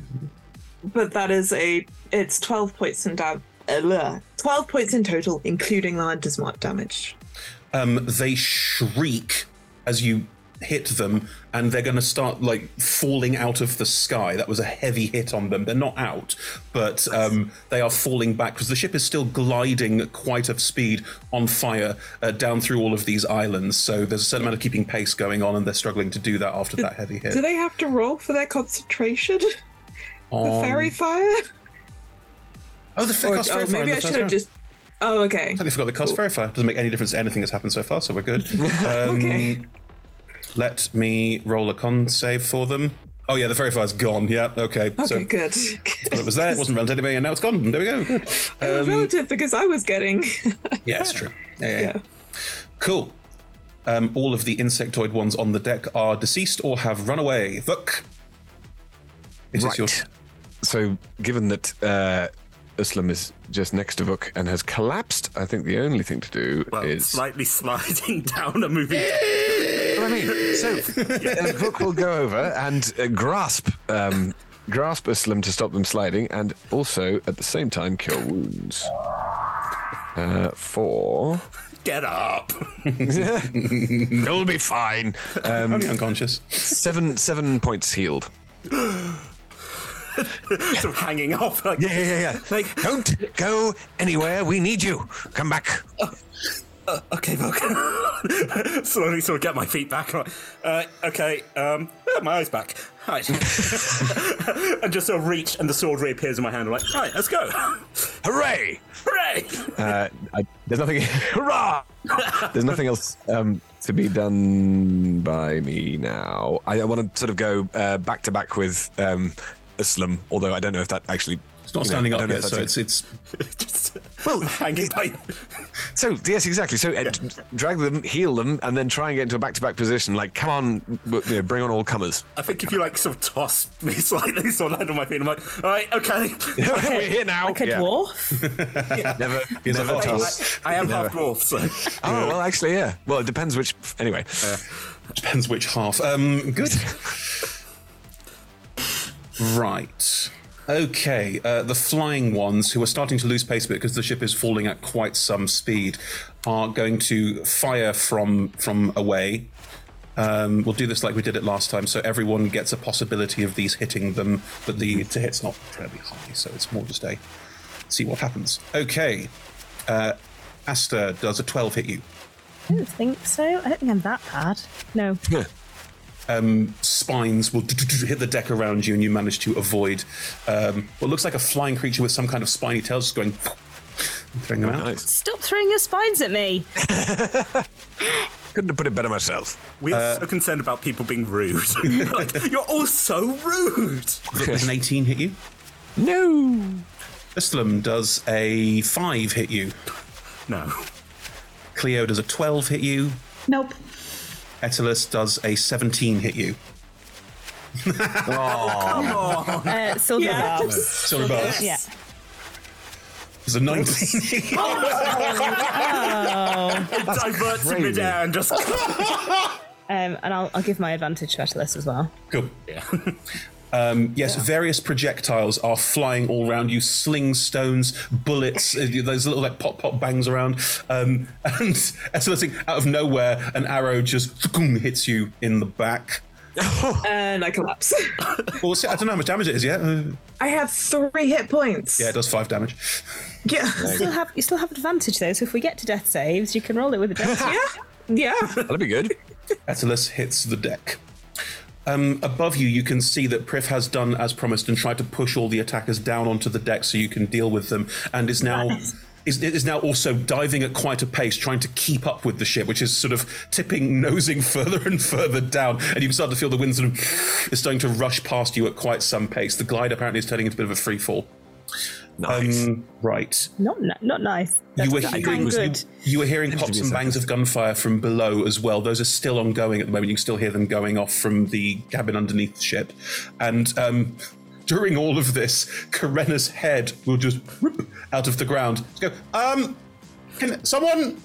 But that is a it's twelve points in dam- uh, bleh. twelve points in total, including the hunter's mark damage.
um, they shriek as you hit them, and they're going to start like falling out of the sky. That was a heavy hit on them. They're not out, but um, they are falling back because the ship is still gliding at quite a speed on fire uh, down through all of these islands. So there's a certain amount of keeping pace going on, and they're struggling to do that after that heavy hit.
Do they have to roll for their concentration? the
On-
fairy fire?
Um, Oh, the fa-
Or-
cost
oh,
verifier in
Maybe
the
I
first
should have
round.
just. Oh, okay.
Totally forgot the cost verifier. Doesn't make any difference to anything that's happened so far, so we're good. Um,
Okay.
Let me roll a con save for them. Oh yeah, the verifier's gone. Yeah, okay. Okay, so,
good. <laughs>
Well, it was there. It wasn't relevant anyway, and now it's gone. There we go. Good. Um,
Relative, because I was getting. <laughs>
yeah, it's true. Yeah, yeah, yeah. Cool. Um, all of the insectoid ones on the deck are deceased or have run away. Look. Is this your
So, given that uh, Islam is just next to Vuk and has collapsed, I think the only thing to do is
slightly sliding <laughs> down
<laughs>
a moving.
I mean, so uh, Vuk will go over and uh, grasp um, grasp Islam to stop them sliding, and also at the same time kill wounds. Uh, four.
Get up.
<laughs> You'll be fine. Um,
Only unconscious.
Seven seven points healed.
<gasps> sort of hanging off. Like,
yeah, yeah, yeah.
Like,
don't go anywhere. We need you. Come back.
Uh, okay, Vulcan. <laughs> Slowly sort of get my feet back. I'm like, Uh, okay, um, oh, my eyes back. Right. <laughs> and just sort of reach, and the sword reappears in my hand. I'm like, right, let's go. <laughs>
Hooray!
Hooray!
Uh, I, there's
<laughs>
nothing. hurrah! There's nothing else um, to be done by me now. I, I want to sort of go uh, back to back with um, Islam, although I don't know if that actually.
It's not standing up yet, so it's it's
well hanging by.
So yes, exactly. So uh, d- drag them, heal them, and then try and get into a back-to-back position. Like, come on, w- you know, bring on all comers.
I think if you like sort of toss me <laughs> slightly, sort of land on my feet, I'm like, all right, okay.
<laughs> We're here now. Like a Yeah.
<laughs>
dwarf?
<laughs> Never,
He's a
never
half-
toss.
I- I am
Never.
half dwarf, so.
Oh well, actually, yeah. Well, it depends which. Anyway,
<laughs> depends which half. Um, good. Right. Okay, uh, the flying ones who are starting to lose pace a bit because the ship is falling at quite some speed are going to fire from from away. Um, we'll do this like we did it last time, so everyone gets a possibility of these hitting them, but the to hit's not terribly high, so it's more just a see what happens. Okay, uh, Asta does a twelve hit you.
I don't think so. I don't think I'm that bad. No.
<laughs> um, spines will hit the deck around you, and you manage to avoid um, what looks like a flying creature with some kind of spiny tail just going <laughs> and throwing them out.
Stop throwing your spines at me.
Couldn't have put it better myself.
We are
Uh,
so concerned about people being rude. <laughs> Like, You're all so rude.
Does an 18 hit you?
No.
Islam does a 5 hit you?
No.
Cleo does a 12 hit you?
Nope.
Etalus does a 17 hit you?
oh,
<laughs>
Uh, silver
Yeah.
barbs.
<laughs>
Silver barbs. <laughs>
Yeah.
There's a 19.
<laughs> Diverts in midair and just.
Um, and I'll, I'll give my advantage to Atlas as well.
Cool. <laughs> Um, yes, various projectiles are flying all around you, slings, stones, bullets, uh, those little like pop pop bangs around. Um, <laughs> and as well as out of nowhere, an arrow just hits you in the back.
and I collapse.
Well, see, I don't know how much damage it
<laughs>
is yet. Uh,
I have three hit points.
yeah, it does five damage.
<laughs>
Yeah.
You still have you still have advantage though, so if we get to death saves, you can roll it with
<laughs>
advantage.
yeah.
That'll be good.
Attalus hits the deck. Um, above you, you can see that Prif has done as promised and tried to push all the attackers down onto the deck so you can deal with them, and is now is, is now also diving at quite a pace, trying to keep up with the ship, which is sort of tipping, nosing <laughs> further and further down, and you start to feel the wind sort of is starting to rush past you at quite some pace. The glide apparently is turning into a bit of a free fall. Nice. Um, right.
Not ni- not nice.
You
That's
were,
not
hearing, you,
good.
you were hearing pops and bangs of gunfire from below as well. Those are still ongoing at the moment. You can still hear them going off from the cabin underneath the ship. And um, during all of this, Karena's head will just whoop out of the ground. Go, um, can someone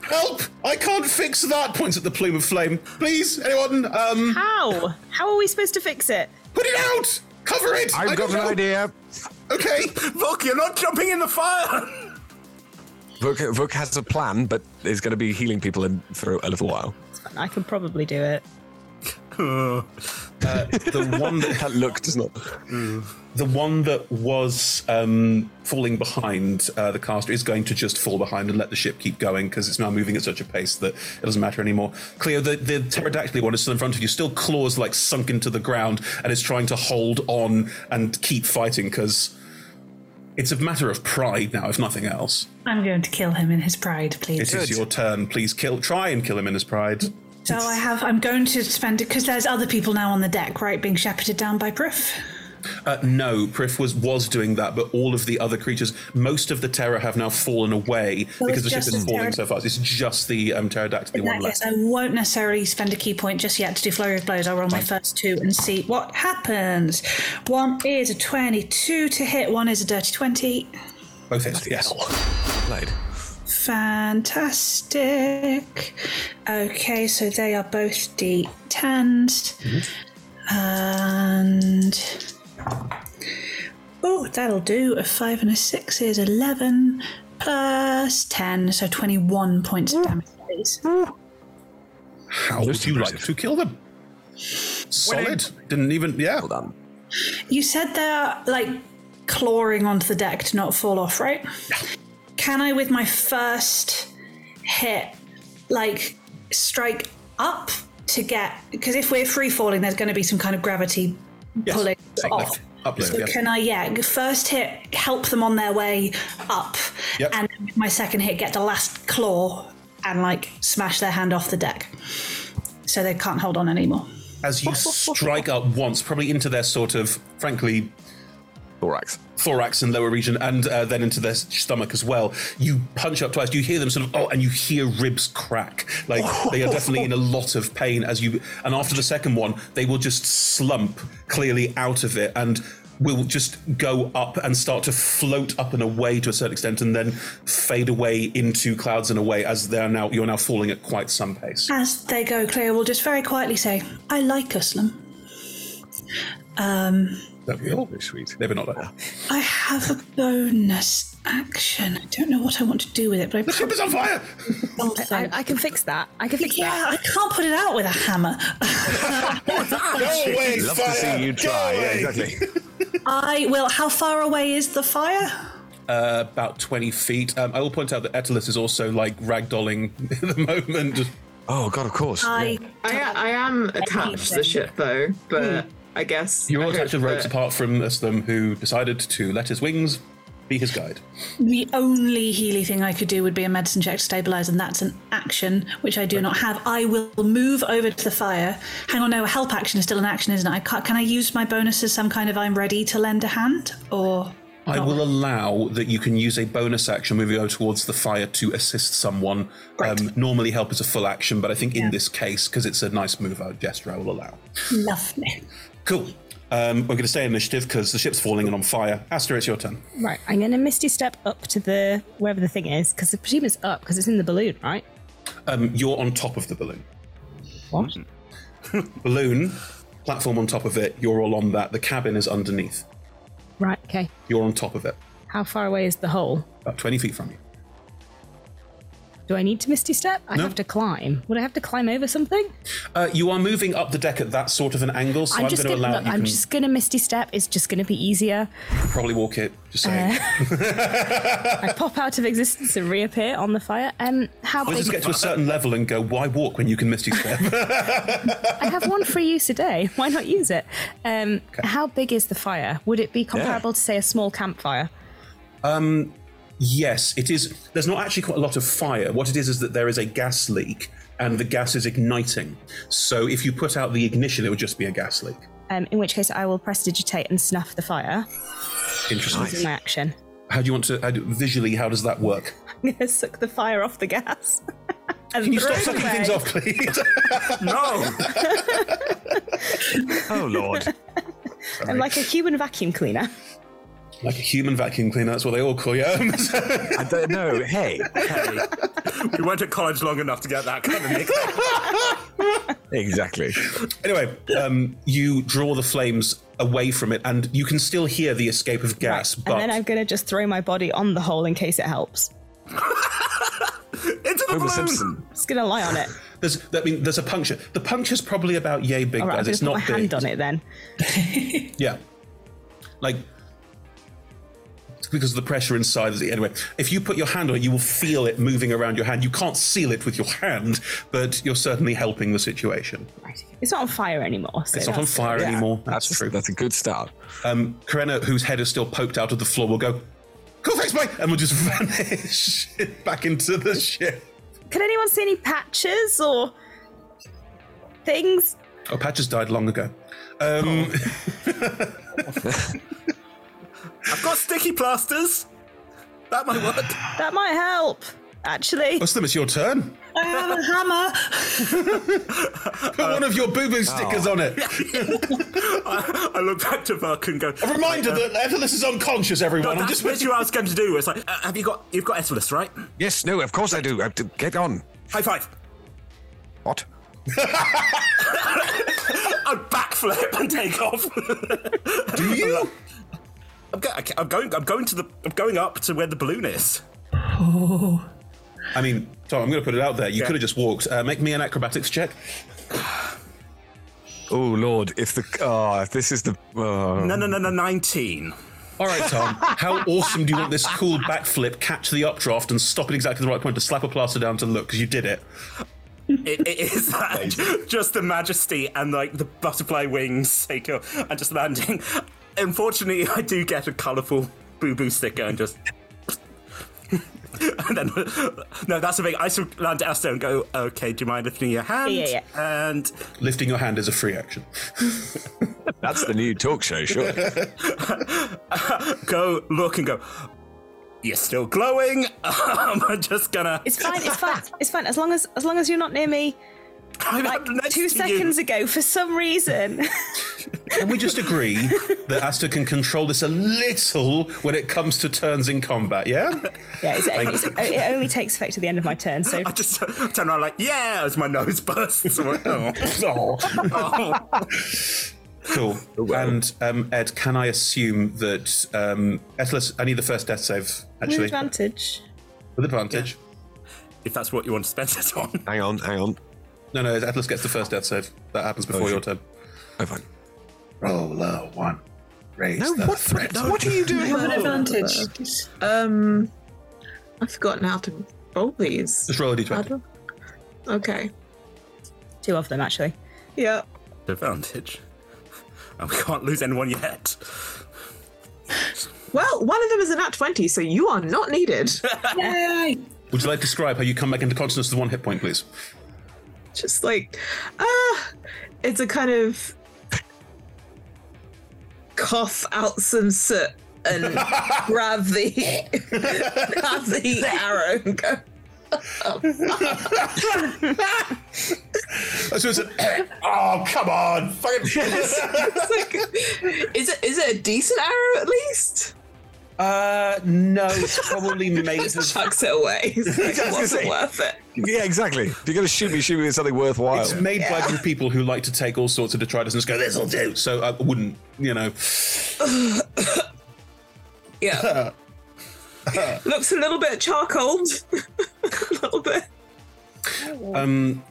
help? I can't fix that. Points at the plume of flame. Please, anyone? Um,
How? How are we supposed to fix it?
Put it out. Cover it.
I've
I
got
don't
an
know.
idea.
Okay.
Look, you're not jumping in the fire. <laughs>
Vuk, Vuk has a plan, but is going to be healing people in, for a little while.
I can probably do
<laughs>
it.
Uh, the one that, Mm.
look does not.
The one that was um, falling behind uh, the caster is going to just fall behind and let the ship keep going because it's now moving at such a pace that it doesn't matter anymore. Cleo, the, the pterodactyl one is still in front of you, still claws like sunk into the ground and is trying to hold on and keep fighting because it's a matter of pride now, if nothing else.
I'm going to kill him in his pride, please.
It is your turn. Please kill. Try and kill him in his pride.
So I have. I'm going to spend it because there's other people now on the deck, right, being shepherded down by Prif.
Uh, no, Prif was was doing that, but all of the other creatures, most of the Terra have now fallen away
So
because
it's
the ship
just
is
the
falling
pterod-
so fast. It's just the um, pterodactyl
In
one
that
left.
case, I won't necessarily spend a key point just yet to do flurry of blows. I'll roll my first two and see what happens. One is a twenty-two to hit. One is a dirty twenty.
Both hits, yes.
Blade.
Fantastic. Okay, so they are both d10s. And. Oh, that'll do. A 5 and a 6 is 11 plus 10, so 21 points of damage, please.
How would you like to kill them? Solid. Didn't even. Yeah. Well done.
You said they're like clawing onto the deck to not fall off, right? Can I, with my first hit, like strike up to get? Because if we're free falling, there's going to be some kind of gravity pulling us off.
Uplift,
so
yeah.
can I, yeah, first hit help them on their way up, and with my second hit get the last claw and like smash their hand off the deck, so they can't hold on anymore.
As you strike up once, probably into their sort of, frankly,
thorax,
thorax and lower region, and uh, then into their stomach as well. You punch up twice. You hear them sort of, oh, and you hear ribs crack. <laughs> Like they are definitely in a lot of pain as you. And after the second one, they will just slump clearly out of it and will just go up and start to float up and away to a certain extent, and then fade away into clouds and away as they are now. You're now falling at quite some pace.
As they go, Cleo will just very quietly say, I like Uslam. Um,
That'd be all very sweet. Maybe not like that.
I have a bonus action. I don't know what I want to do with it, but I the
ship is on fire.
I, I can fix that. I can fix
yeah, I can't put it out with
<laughs>
a hammer.
I'd Love to see you try. Yeah, exactly.
I will. How far away is the fire?
<laughs> uh, about 20 feet. Um, I will point out that Etalus is also like ragdolling <laughs> at the moment. Just-
oh, God, of course.
I, I am attached to the ship though, but I guess
You're
I
all attached to
hope
the ropes
that-
apart from Islam, who decided to let his wings be his guide.
The only Healy thing I could do would be a medicine check to stabilize, and that's an action, which I do not have. I will move over to the fire. Hang on, no, a help action is still an action, isn't it? I can't, can I use my bonus as some kind of I'm ready to lend a hand? Or.
I will allow that you can use a bonus action moving over towards the fire to assist someone. Um, normally, help is a full action, but I think in this case, because it's a nice move out gesture, I will allow.
Lovely.
Cool. Um, we're going to stay initiative because the ship's falling and on fire. Aster, it's your turn.
Right, I'm going to misty step up to the wherever the thing is because I presume it's up because it's in the balloon, right?
Um, you're on top of the balloon. What? <laughs> balloon, platform on top of it. You're all on that. The cabin is underneath.
Right. Okay.
You're on top of it,
How far away is the hole?
about 20 feet from you.
Do I need to misty step? I
No.
have to climb. Would I have to climb over something?
Uh, you are moving up the deck at that sort of an angle, so I'm,
just
going to allow
look,
you
I'm
can
just gonna misty step. It's just gonna be easier.
probably walk it. Just saying.
Uh, I pop out of existence and reappear on the fire. Um, how
Let's
big?
just get to a certain level and go, why walk when you can
<laughs>
misty step?
I have one free use a day. <laughs> Why not use it? Um, how big is the fire? Would it be comparable to say a small campfire?
um, yes, it is. There's not actually quite a lot of fire. What it is is that there is a gas leak and the gas is igniting. So if you put out the ignition, it would just be a gas leak.
Um, in which case, I will prestidigitate and snuff the fire.
Interesting.
Using my action. <laughs>
How do you want to, how do, visually, how does that work?
I'm gonna suck the fire off the gas. <laughs> and
Can you
throw
stop
it
sucking
away.
things off, please? no! oh, Lord.
I'm like a human vacuum cleaner.
Like a human vacuum cleaner, that's what they all call you. <laughs> I
don't know. Hey,
we weren't at college long enough to get that kind of nick.
Exactly.
Anyway, um, you draw the flames away from it, and you can still hear the escape of gas, but
and then I'm gonna just throw my body on the hole in case it helps.
<laughs> into the balloon. Simpson.
Just gonna lie on it.
<sighs> There's, I mean, there's a puncture. The puncture's probably about yay big,
All right, I'm
guys.
gonna
It's
put
not
my
big.
hand on it then.
Yeah, like it's because of the pressure inside. Of the, anyway, if you put your hand on it, you will feel it moving around your hand. You can't seal it with your hand, but you're certainly helping the situation.
It's not on fire anymore. So
it's not on
that's-
fire
yeah.
anymore. That's, true.
That's a good start.
Um, Karenna, whose head is still poked out of the floor, will go, "Cool, thanks, mate," and will just <laughs> vanish back into the ship.
Can anyone see any patches or things?
Oh, Patches died long ago. Um,
I've got sticky plasters. That might work.
That might help, actually.
Muslim, it's your turn.
I have a hammer!
Put one of your boo boo stickers on it.
Oh. <laughs> I, I look back to Burke and go. uh,
A reminder that Ethelus is unconscious, everyone.
No,
I'm
that's
just
what you asked him to do. It's like, uh, have you got? You've got Ethelus, right?
Yes, no, of course I do. I have to get on.
High five. <laughs>
What?
I backflip and take off.
<laughs> Do you?
I'm, go- I'm going. I'm going to the. I'm going up to where the balloon is.
Oh. I mean, Tom, I'm going to put it out there. You
Yeah.
could have just walked. Uh, make me an acrobatics check.
Oh, Lord. If the. Oh, if this is the. Oh.
No, no, no, no. Nineteen.
All right, <laughs> Tom. How awesome do you want this cool backflip, catch the updraft, and stop at exactly the right point to slap a plaster down to look because you did it?
It, it is that. just the majesty and like the butterfly wings take off and just landing. Unfortunately, I do get a colourful boo boo sticker and just. <laughs> and then, no, that's the thing. I sort of land at Esther and go, okay, do you mind lifting your hand?
Yeah, yeah,
And
Lifting your hand is a free action.
<laughs> That's the new talk show, sure.
<laughs> go look and go, you're still glowing. <laughs> I'm just gonna.
It's fine. It's
<laughs>
fine. It's fine. As long as as long as you're not near me.
like
two seconds ago, for some
<laughs>
reason.
Can we just agree that Asta can control this a little when it comes to turns in combat, yeah?
yeah, it's,
Thank
it's,
you.
it only takes effect at the end of my turn.
<laughs>
So
I just turn around like, yeah, as my nose bursts. <laughs> I'm like, oh.
Cool. And um, Ed, can I assume that um, Etalus, I need the first death save
with
actually
advantage.
with advantage.
If that's what you want to spend it on.
Hang on, hang on.
No, no, Atlas gets the first death save. That happens before your turn.
Oh, fine.
Roll a one. raise
No,
the
what-
threat.
no, what are you doing?
Of-
What advantage? Um, I've forgotten how to roll these.
Just roll a
How
d20.
do- Okay.
Two of them, actually.
Yeah.
Advantage. And we can't lose anyone yet.
Well, one of them is an at 20, so you are not needed.
Yay!
Would you like to describe how you come back into consciousness with one hit point, please?
Just like, ah, it's a kind of cough out some soot
<laughs>
and grab the grab the arrow and go.
So it's an, oh, come on.
<laughs> It's like- is it is it a decent arrow at least?
Uh, no, it's
<laughs>
probably made of.
Chucks it
<laughs>
away. It's like,
I was gonna
wasn't
say.
worth it.
Yeah, exactly. If you're going to shoot me, shoot me with something worthwhile.
It's made by a group of people who like to take all sorts of detritus and just go, this'll do. So uh, I wouldn't, you know.
<coughs>
<laughs>
Yeah. Looks a little bit charcoaled. <laughs> a little bit.
Um,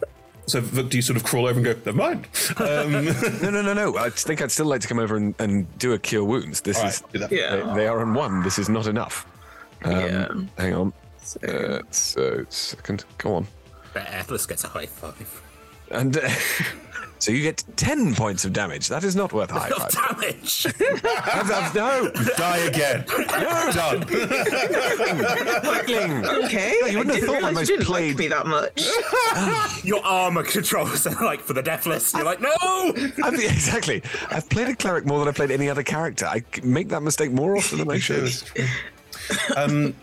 so Vuk, do you sort of crawl over and go, never mind? Um,
<laughs> no, no, no, no. I think I'd still like to come over and, and do a cure wounds. This is
Yeah.
they, they are on one. This is not enough. Um, Hang on.
So,
uh, so second, go on.
But Atlas gets a high five.
And <laughs> uh, so you get ten points of damage. That is not worth a
<laughs>
high five.
Damage!
I've- I've- no,
die again.
No, done.
Okay.
you wouldn't have thought I most played
me that much.
<laughs>
Your armor controls are like for the deathless. You're like, no!
I've, exactly. I've played a cleric more than I've played any other character. I c- make that mistake more often than I should.
um,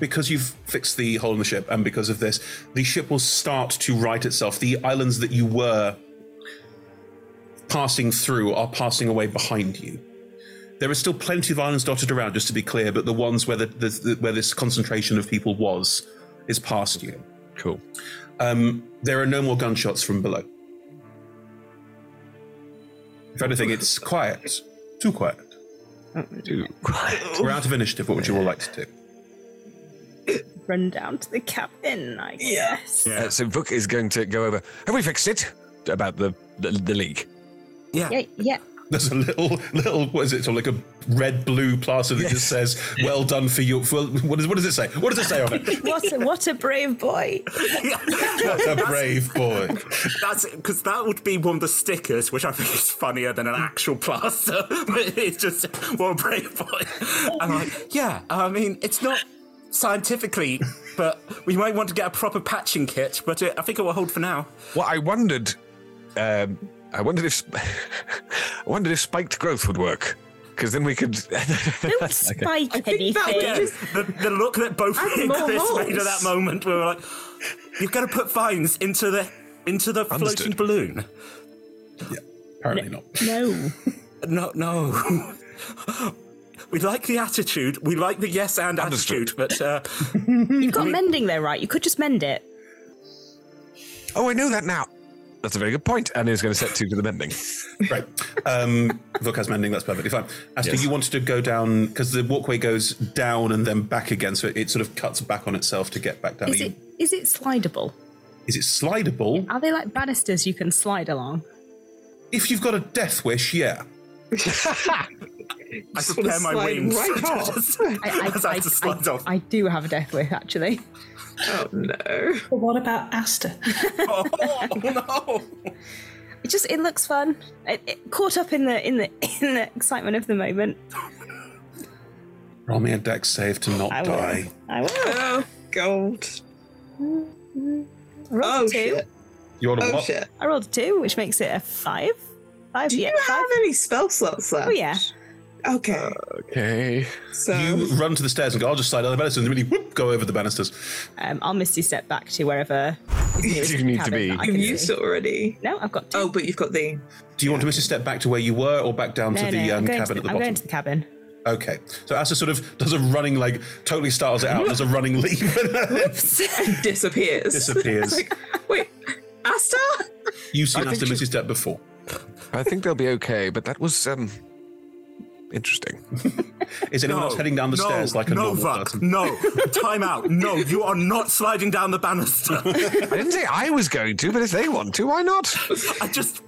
because you've fixed the hole in the ship, and because of this, the ship will start to right itself. The islands that you were passing through are passing away behind you. There are still plenty of islands dotted around, just to be clear, but the ones where the, the, the- where this concentration of people was is past you.
Cool.
Um, there are no more gunshots from below. If anything, it's quiet. Too quiet.
Too quiet.
We're out of initiative. What would you all like to do?
Run down to the cabin, I guess.
Uh, so Book is going to go over. Have we fixed it? About the the, the leak.
Yeah.
Yeah. yeah.
There's a little, little, what is it? Sort of like a red blue plaster that just says, well done for your, for, what, is, what does it say? What does it say on
<laughs>
it?
<laughs> what, a, what a brave boy.
what
<laughs>
a brave boy.
That's because that would be one of the stickers, which I think is funnier than an actual plaster. <laughs> But it's just one brave boy. I'm like, yeah. I mean, it's not scientifically, but we might want to get a proper patching kit. But uh, I think it will hold for now.
Well, I wondered. Um, I wondered if sp- <laughs> I wondered if spiked growth would work because then we could. <laughs> Don't
I think that was just- the, the look that both
Add
me <laughs> and
more
Chris
holes.
made at that moment. We were like, you've got to put vines into the into the floating
Understood.
balloon.
Apparently not.
No.
<laughs> No, no. <laughs> we like the attitude. We like the yes and attitude, but uh,
You've
<laughs>
got mending there, right? You could just mend it.
Oh, I know that now. That's a very good point. And he's going to set two to the mending.
Right. Um, Vuk has mending, that's perfectly fine. As
Yes.
you wanted to go down, because the walkway goes down and then back again, so it, it sort of cuts back on itself to get back down.
Is
Are you-
it is it slidable?
is it slidable?
Are they like banisters you can slide along?
If you've got a death
<laughs>
wish, yeah.
I
Just wanna
prepare my
slide
wings.
right
<laughs>
off. I, I,
As I have to slide
I-
off.
I do have a death wish, actually.
Oh no!
But what about Asta?
oh no!
It just it looks fun. It, it caught up in the <laughs> in the in the excitement of the moment.
Roll me a dex save to not
will.
die.
I will.
Oh, <laughs> gold.
Rolled
Oh,
a two.
shit.
You want
a Oh, what? shit.
I rolled a two, which makes it a five. Five.
Do
yeah,
you
five.
have any spell slots left?
Oh yeah. Uh,
Okay.
Okay.
So
you run to the stairs and go, I'll just slide down the banisters and really whoop, go over the banisters.
Um,
<laughs>
I'll misty step back to wherever. is nearest
You
the
need to
cabin
be.
that I
You've
can
used
see.
it
already.
No, I've got two.
Oh, but you've got the.
Do you want to miss a step back to where you were or back down
No,
to the
no, I'm
um,
going
cabin
to the-
at the
I'm
bottom?
going to the cabin.
Okay. So Asa sort of does a running, like, totally startles it
<laughs>
out and does a running leap.
disappears.
Disappears.
<laughs> Like, Wait, Asta?
You've seen
I
Asa
think
miss a step before.
I think they'll be okay, but that was um, interesting.
<laughs> Is anyone
No,
else heading down the
no,
stairs like a
no,
normal
Vuk,
person? <laughs>
No, time out. No, you are not sliding down the banister.
<laughs> I didn't say I was going to, but if they want to, why not?
I just,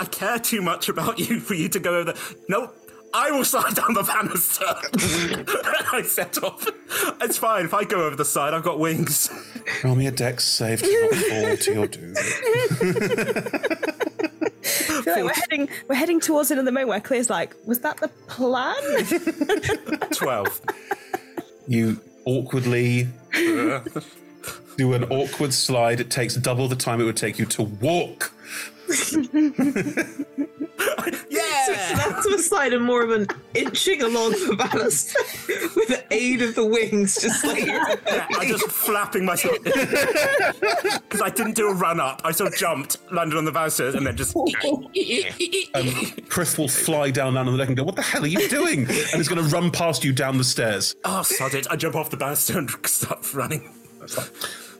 I care too much about you for you to go over there. No, I will slide down the banister. <laughs> I set off. It's fine. If I go over the side, I've got wings.
<laughs>
<laughs>
Roll me a dex save to not fall to your <laughs> doom.
<laughs>
I feel like we're heading we're heading towards another moment where Claire's like, was that the plan?
12.
You <laughs> awkwardly do an awkward slide. It takes double the time it would take you to walk.
Yeah. So it's less of a slide and more of an inching along the ballast with the aid of the wings, just like
<laughs> I'm just flapping myself because I didn't do a run up. I sort of jumped, landed on the bouncers, and
<laughs>
then just. oh,
Um, Prith will fly down down on the deck and go, "What the hell are you doing?" And is going to run past you down the stairs.
oh, sod it! I jump off the banister and <laughs> start running.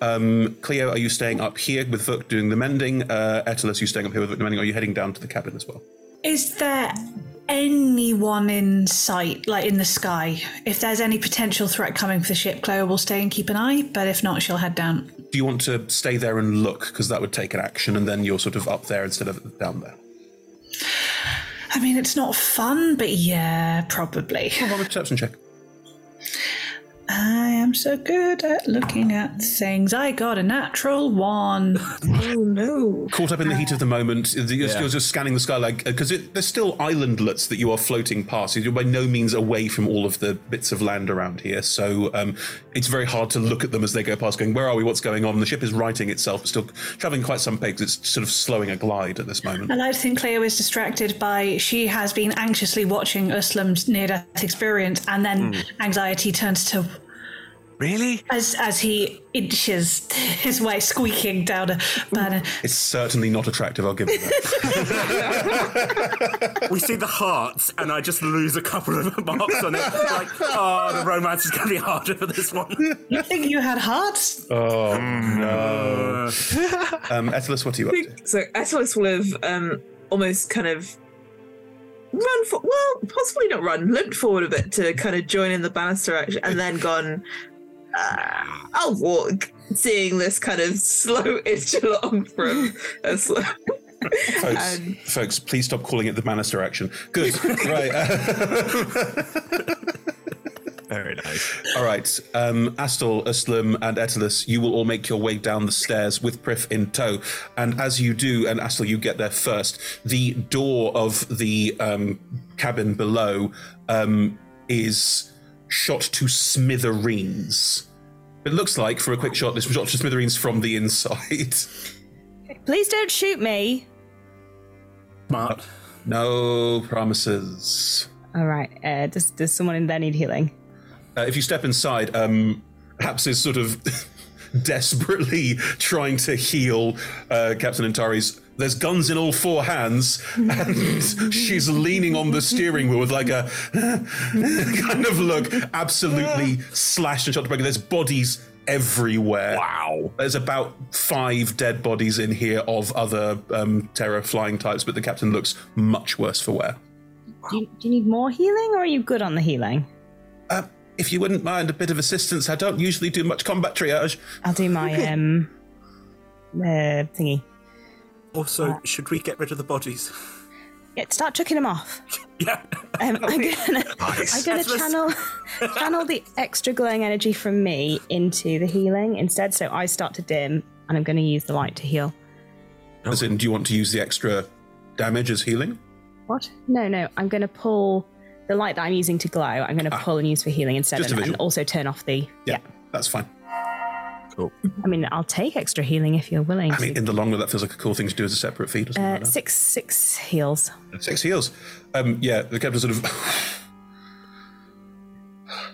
Um, Cleo, are you staying up here with Vuk doing the mending? Uh, Etalus, you staying up here with Vuk doing the mending? Are you heading down to the cabin as well?
<laughs> Is there anyone in sight, like in the sky? If there's any potential threat coming for the ship, Chloe will stay and keep an eye, but if not, she'll head down.
Do you want to stay there and look because that would take an action, and then you're sort of up there instead of down there?
I mean, it's not fun, but yeah, probably.
Roll a perception check.
I am so good at looking at things. I got a natural one. <laughs> oh no.
Caught up in the heat of the moment, you're, you're just scanning the sky like because there's still islandlets that you are floating past. You're by no means away from all of the bits of land around here, so um, it's very hard to look at them as they go past, going, "Where are we? What's going on?" The ship is righting itself, but still traveling quite some pace. It's sort of slowing a glide at this moment.
I like to think Cleo is distracted by she has been anxiously watching Uslam's near death experience, and
Hmm.
then
Mm.
anxiety turns to
really
as as he inches <laughs> his way, squeaking down a banner.
It's certainly not attractive. I'll give you that.
<laughs>
we see the hearts, and I just lose a couple of <laughs> marks on it. Like, oh, the romance is going to be harder for this one.
You think you had hearts?
<laughs> oh no! um, Etalus, what are you up to?
So Etalus will have um, almost kind of run for well, possibly not run, limped forward a bit to kind of join in the banister action, and then gone. "Ah, I'll walk, seeing this kind of slow <laughs> inch along from a slow.
folks, folks, please stop calling it the banister action. Good, right.
Very nice.
All right, um, Astal, Uslam, and Etalus, you will all make your way down the stairs with Prif in tow. And as you do, and Astal, you get there first. The door of the um, cabin below um, is shot to smithereens. It looks like, for a quick shot, this was shot to smithereens from the inside. <laughs>
Please don't shoot me.
Mark.
No promises.
All right. Uh, does does someone in there need healing?
Uh, if you step inside, um, Haps is sort of <laughs> desperately trying to heal uh, Captain Antares. There's guns in all four hands, and she's leaning on the steering wheel with like a <laughs> kind of look, absolutely slashed and shot to break. There's bodies everywhere. Wow. There's about five dead bodies in here of other um, terror flying types, but the captain looks much worse for wear.
Do you, do you need more healing, or are you good on the healing?
Uh, if you wouldn't mind a bit of assistance, I don't usually do much combat triage.
I'll do my um uh, thingy.
Also, should we get rid of the bodies?
Yeah, start chucking them off.
Yeah.
<laughs> Um, I'm gonna, I'm gonna channel channel the extra glowing energy from me into the healing instead. So I start to dim, and I'm gonna use the light to heal.
As in, do you want to use the extra damage as healing?
What? No, no. I'm gonna pull the light that I'm using to glow. I'm gonna pull and use for healing instead,
Ah. Just a
and, and
visual.
also turn off the.
Yeah, that's fine. Cool.
I mean, I'll take extra healing if you're willing.
Mm-hmm. I mean, in the long run, that feels like a cool thing to do as a separate feed
to.
or something
Uh,
like that.
six six heals.
Six heals. Um, yeah, the captain sort of.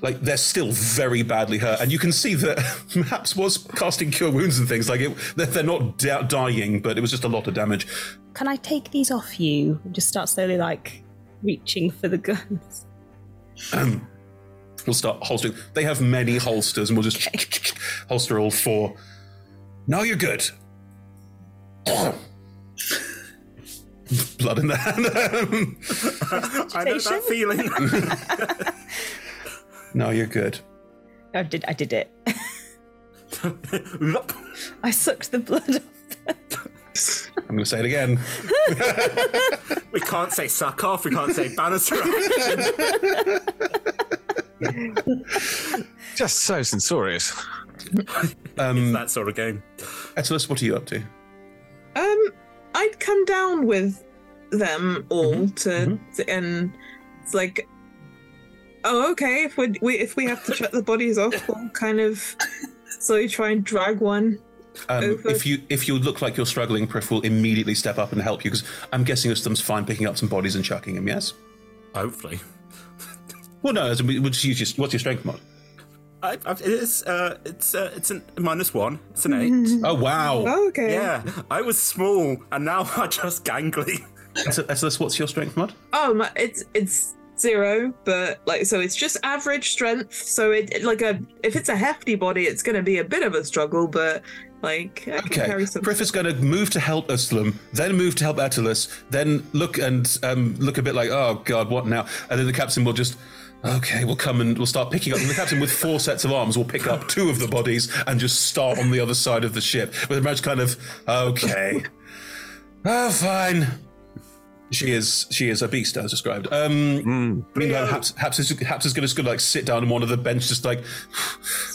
Like they're still very badly hurt, and you can see that <laughs> Maps was casting cure wounds and things. Like it, they're- they're not da- dying, but it was just a lot of damage.
Can I take these off you? And just start slowly like reaching for the
<laughs>
guns.
Um, we'll start holstering. They have many holsters, and we'll just <laughs> holster all four. Now you're good. Blood in the hand. <laughs>
I know that feeling.
now you're good.
<laughs> I did. I did
<laughs>
it. I sucked the blood.
I'm going to say it again.
<laughs> We can't say suck off. We can't say Bannister.
Just so censorious.
Um,
that sort of game.
Atlas, what are you up to?
Um, I'd come down with them all to, to- and it's like, oh, okay. If we, we if we have to shut the bodies off, we'll kind of slowly try and drag one.
Um,
Over.
if you if you look like you're struggling, Priff will immediately step up and help you because I'm guessing Ustam's fine picking up some bodies and chucking them. Yes.
Hopefully.
Well, no. As in, we- we'll just use your, what's your strength mod?
<laughs> I, I, it's uh, it's uh, it's an minus one. It's an eight.
Mhm. Oh, wow. Oh, okay.
Yeah, I was small, and now <laughs> I'm just gangly.
So, Atlas, what's your strength mod?
Oh, my, it's it's zero, but like so it's just average strength. So it it- like a if it's a hefty body, it's going to be a bit of a struggle, but like I can
Okay.
carry some.
Priff is going to move to help Ustam, then move to help Atlas, then look and um, look a bit like, oh god, what now? And then the captain will just, okay, we'll come and we'll start picking up. And the captain with four sets of arms will pick up two of the bodies and just start on the other side of the ship with a much kind of, okay, oh fine. She is she is a beast as described. Um, Meanwhile, Haps, Haps is Haps is going to like sit down on one of the bench, just like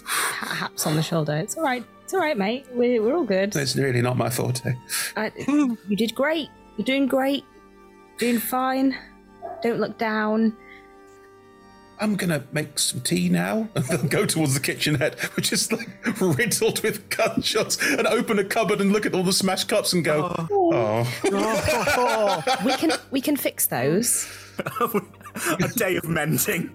Haps on the shoulder. It's all right. It's all right, mate. We're, we're all good.
it's really not my forte.
Uh, you did great. You're doing great. Doing fine. Don't look down.
I'm gonna make some tea now. <laughs> And they'll go towards the kitchen head, which is like riddled with gunshots, and open a cupboard and look at all the smashed cups and go,
<laughs>
oh.
we can we can fix those.
a day of mending.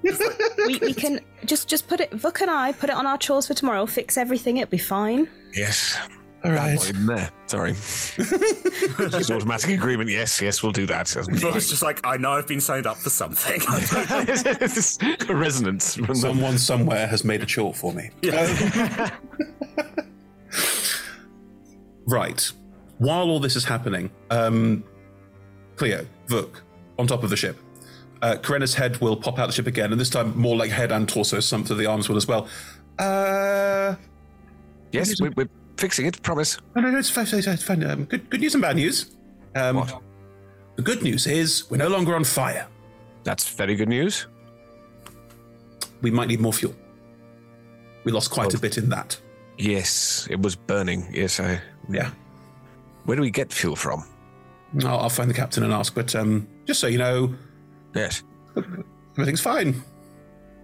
We, we can just just put it. Vuk and I put it on our chores for tomorrow. Fix everything. It'll be fine.
Yes.
All
right. there. Sorry. Just automatic agreement. Yes, yes, we'll do that.
It's just like I know I've been signed up for <laughs> something.
a resonance. From
Someone somewhere has made a chore for me. Right. While all this is happening, um, Cleo, Vuk, on top of the ship. Uh, Karena's head will pop out the ship again, and this time more like head and torso, some through the arms will as well. Uh,
yes, we're, we're fixing it. Promise.
No, no, no, it's fine. It's fine, it's fine. Um, good, good news and bad news. Um, The good news is we're no longer on fire.
That's very good news.
We might need more fuel. We lost quite a bit in that.
Yes, it was burning. Yes, I.
Yeah.
Where do we get fuel from?
Oh, I'll, I'll find the captain and ask, but um, just so you know,
yes,
everything's fine.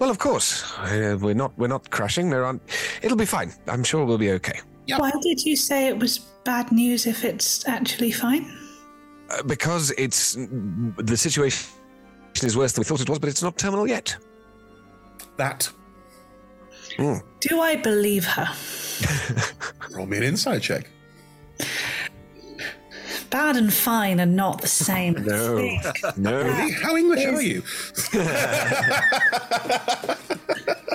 Well, of course, uh, we're not we're not crashing. There aren't. It'll be fine. I'm sure we'll be okay.
Why did you say it was bad news if it's actually fine?
Uh, because it's the situation is worse than we thought it was, but it's not terminal yet.
That.
Mm.
Do I believe her?
Roll me an insight
<laughs>
check.
Bad and fine are not the same.
No.
No.
How English are
Is-
<laughs>
you?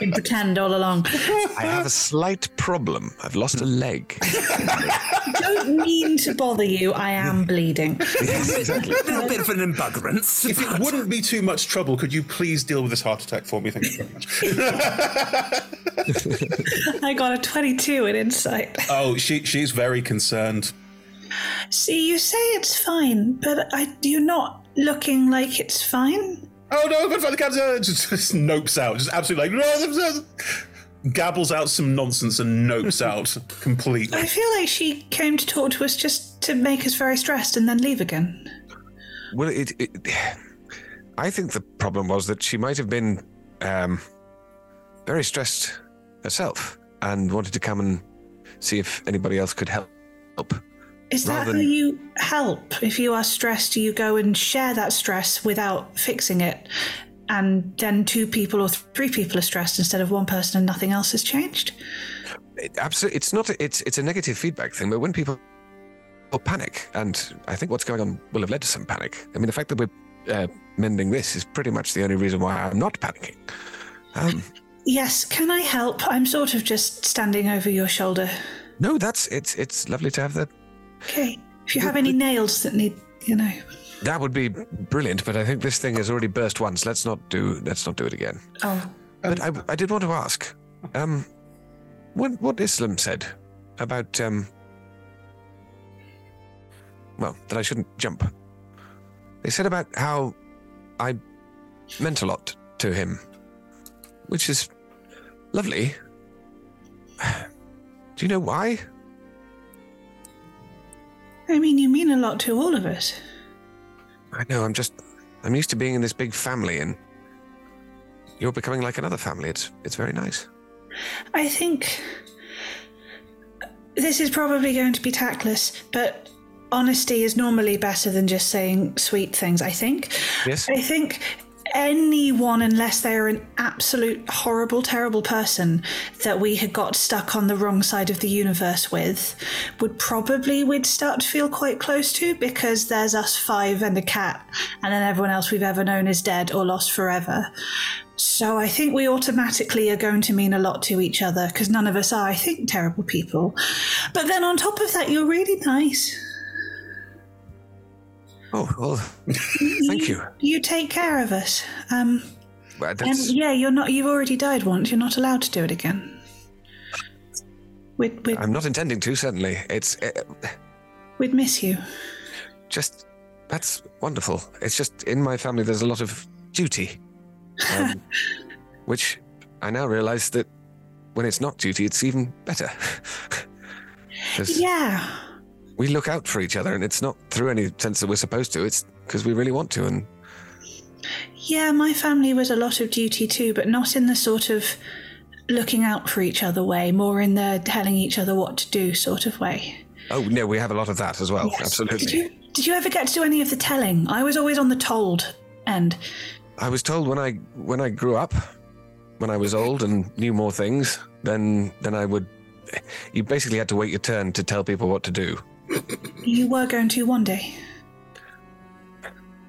You pretend all along.
I have a slight problem. I've lost a leg.
I don't mean to bother you. I am bleeding.
exactly.
A <laughs> little bit of an embuggerance.
If it wouldn't be too much trouble, could you please deal with this heart attack for me? Thank you
<laughs>
very much.
<laughs> I got a 22 in insight.
oh, she she's very concerned.
See, you say it's fine, but I, you're not looking like it's fine.
Oh no, I'm gonna find the captain! Just, just nopes out, just absolutely like uh, gabbles out some nonsense and nopes out completely.
I feel like she came to talk to us just to make us very stressed and then leave again.
Well, it, it. I think the problem was that she might have been um, very stressed herself and wanted to come and see if anybody else could help.
Is that
Rather
how
than-
you help? If you are stressed, you go and share that stress without fixing it. And then two people or three people are stressed instead of one person and nothing else has changed.
It, absolutely, it's not. It's it's a negative feedback thing. But when people will panic, and I think what's going on will have led to some panic. I mean, the fact that we're uh, mending this is pretty much the only reason why I'm not panicking. Um,
Yes, can I help? I'm sort of just standing over your shoulder.
no, that's it's it's lovely to have the
Okay. If you have any nails that need, you know.
That would be brilliant, but I think this thing has already burst once. Let's not do let's not do it again.
Oh,
But I, I did want to ask, um, what what Islam said about um, well that I shouldn't jump. They said about how I meant a lot to him, which is lovely. Do you know why?
I mean, you mean a lot to all of us.
I know, I'm just I'm used to being in this big family and you're becoming like another family. It's it's very nice.
I think this is probably going to be tactless, but honesty is normally better than just saying sweet things, I think.
Yes.
I think anyone, unless they're an absolute horrible, terrible person that we had got stuck on the wrong side of the universe with, would probably we'd start to feel quite close to because there's us five and a cat, and then everyone else we've ever known is dead or lost forever. So I think we automatically are going to mean a lot to each other because none of us are, I think, terrible people. But then on top of that, you're really nice.
Oh well, <laughs> thank you.
You take care of us. Um,
Well,
and
that's-
yeah, you're not. You've already died once. You're not allowed to do it again. We'd we'd,
I'm not intending to. Certainly, it's uh,
we'd miss you.
just that's wonderful. It's just in my family there's a lot of duty, um, which I now realise that when it's not duty, it's even better. <laughs> 'Cause
Yeah.
we look out for each other, and it's not through any sense that we're supposed to. It's because we really want to, and
Yeah, my family was a lot of duty too, but not in the sort of looking out for each other way, more in the telling each other what to do sort of way.
oh no, we have a lot of that as well.
Did
Oh, Absolutely.
you did you ever get to do any of the telling? I was always on the told end.
I was told when I when I grew up, when I was old and knew more things, then then I would. You basically had to wait your turn to tell people what to do.
You were going to one day.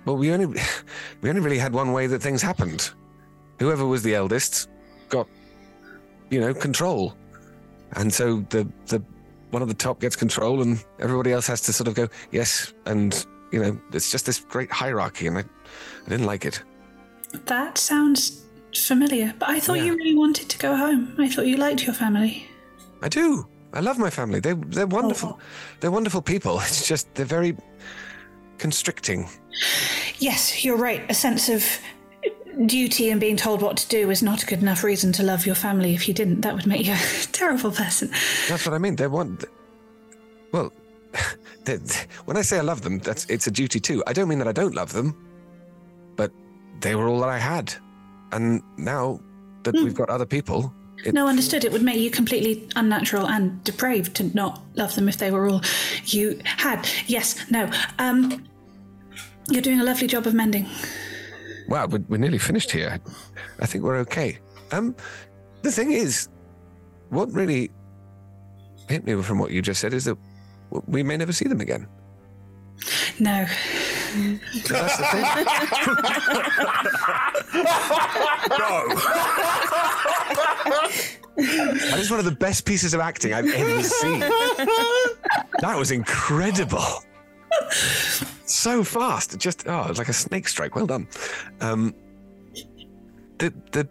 Well, we only <laughs> we only really had one way that things happened. Whoever was the eldest got, you know, control, and so the the one at the top gets control, and everybody else has to sort of go yes, and you know, it's just this great hierarchy, and I, I didn't like it.
That sounds familiar, but I thought you really wanted to go home. I thought you liked your family.
I do. I love my family. They they're wonderful. They're wonderful people. <laughs> It's just they're very constricting.
Yes, you're right. A sense of duty and being told what to do is not a good enough reason to love your family. If you didn't, that would make you <laughs> a terrible person.
That's what I mean. They want. Well, <laughs> they when I say I love them, that's it's a duty too. I don't mean that I don't love them, but they were all that I had, and now that we've got other people, it,
no, understood. It would make you completely unnatural and depraved to not love them if they were all you had. Yes, no. Um, you're doing a lovely job of mending.
Wow, we're, we're nearly finished here. I think we're okay. Um, the thing is, what really hit me from what you just said is that w- we may never see them again.
No.
That's the thing. <laughs> That is one of the best pieces of acting I've ever seen. That was incredible. So fast, it just oh, it's like a snake strike. Well done. Um, the the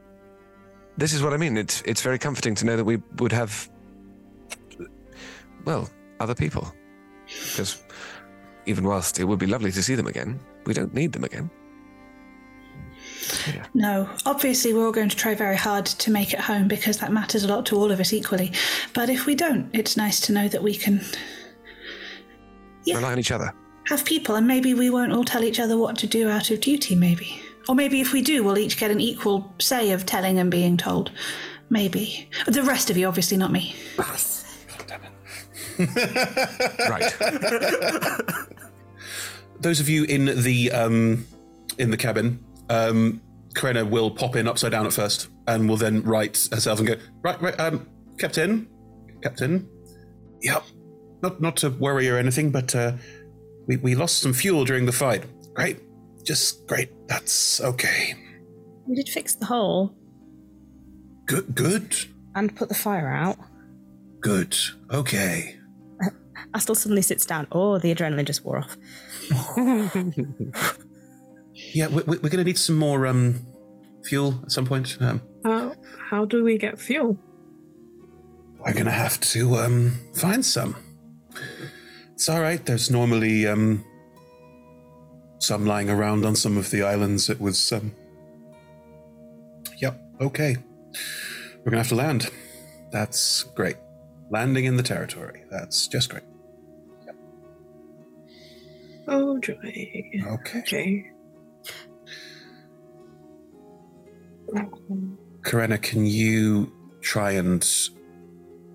this is what I mean. It's it's very comforting to know that we would have well other people because even whilst it would be lovely to see them again, we don't need them again.
No, obviously, we're all going to try very hard to make it home because that matters a lot to all of us equally. But if we don't, it's nice to know that we can
Rely on each other.
have people and maybe we won't all tell each other what to do out of duty, maybe. Or maybe if we do, we'll each get an equal say of telling and being told. Maybe. The rest of you, obviously, not me.
right.
Those of you in the um, in the cabin, um, Krenna will pop in upside down at first, and will then right herself and go right, right, um, Captain, Captain. Yep. Not not to worry or anything, but uh, we we lost some fuel during the fight. Great, just great. That's okay.
We did fix the hole
Good, good,
and put the fire out.
good. Okay.
Astle suddenly sits down. Oh, the adrenaline just wore off.
Yeah, we, we- we're going to need some more um, fuel at some point. Um,
How, how do we get fuel?
We're gonna have to um, find some. It's all right. There's normally um, some lying around on some of the islands. It was. Um, yep, okay. We're going to have to land. That's great. Landing in the territory. That's just great.
Oh joy.
Okay.
Okay.
Karenna, can you try and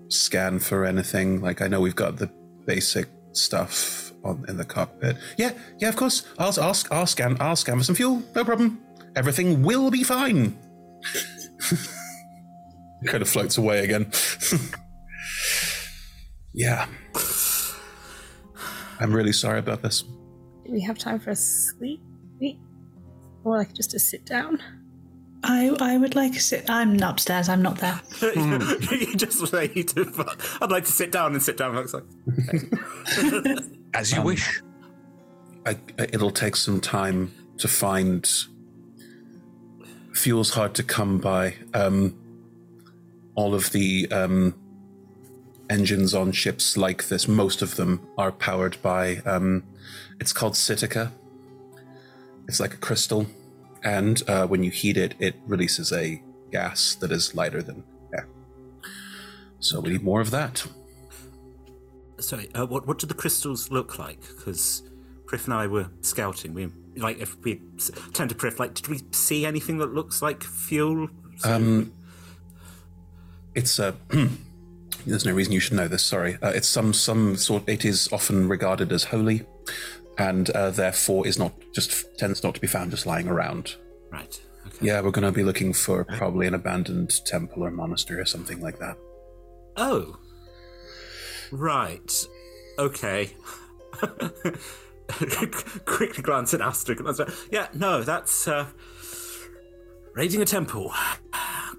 scan for anything? Like, I know we've got the basic stuff on in the cockpit. Yeah, yeah, of course. I'll, I'll, I'll scan. I'll scan for some fuel. No problem. Everything will be fine. kind of floats away again. <laughs> yeah. I'm really sorry about this.
Do we have time for a sleep? Or like just a sit down?
I, I would like to sit. I'm not upstairs. I'm not there.
<laughs> you just say to. I'd like to sit down and sit down. Looks like.
As you wish.
Um, I, I- it'll take some time to find. Fuel's hard to come by. Um, all of the um, engines on ships like this, most of them are powered by. Um, it's called Sitica. It's like a crystal, and uh, when you heat it, it releases a gas that is lighter than air. So we need more of that.
Sorry, uh, what what do the crystals look like? Because Priff and I were scouting. We like if we s- turned to Priff, like, did we see anything that looks like fuel?
Um, it's a. <clears throat> there's no reason you should know this. Sorry, uh, it's some some sort. It is often regarded as holy, and uh, therefore is not just tends not to be found just lying around.
Right.
Yeah, we're going to be looking for probably an abandoned temple or monastery or something like that.
Oh. Right. Okay. <laughs> Quickly glance at Astra. glance at- Yeah, no, that's uh, raiding a temple.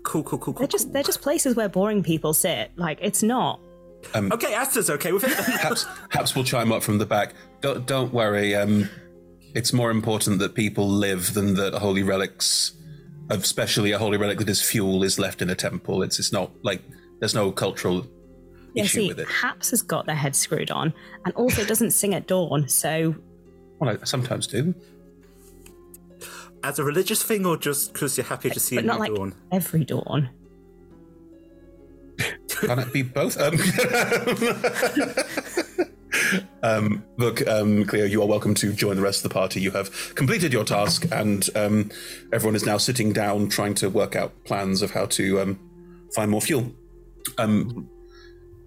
Cool, cool, cool,
They're
cool.
just they're just places where boring people sit. Like it's not.
Um,
okay, Astra's okay with it. <laughs>
Haps, Haps will chime up from the back. Don't, don't worry. Um, it's more important that people live than that holy relics, especially a holy relic that is fuel, is left in a temple. It's it's not like there's no cultural
Yeah,
issue
see,
with it.
Haps has got their head screwed on, and also doesn't sing at dawn. So
Well, I sometimes do.
As a religious thing, or just because you're happy to see
but
a
not
new
like
dawn?
every dawn.
Can it be both?
<laughs>
Um, um, look, um, Cleo, you are welcome to join the rest of the party. You have completed your task, and um, everyone is now sitting down trying to work out plans of how to um, find more fuel. Um,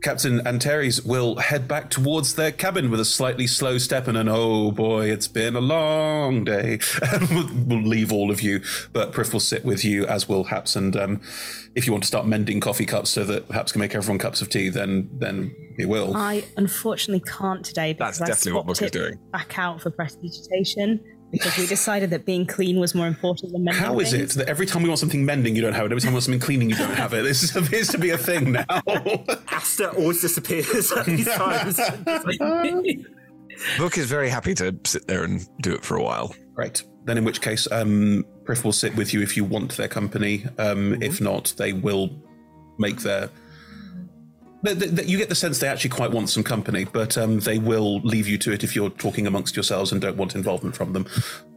Captain Antares will head back towards their cabin with a slightly slow step and an oh boy, it's been a long day. <laughs> And we'll leave all of you, but Priff will sit with you, as will Haps. And um, if you want to start mending coffee cups so that Haps can make everyone cups of tea, then then he will.
I unfortunately can't today because
Oh. That's
I
definitely what
swapped
Booker's
it
doing.
back out for prestidigitation because we decided that being clean was more important than mental
How is it that every time we want something mending, you don't have it? Every time we want something cleaning, you don't have it. This appears to be a thing now.
Asta always disappears at these times.
Book is very happy to sit there and do it for a while.
Right. Then, in which case, um, Priff will sit with you if you want their company. Um, If not, they will make their. th th- th- you get the sense they actually quite want some company, but um, they will leave you to it if you're talking amongst yourselves and don't want involvement from them.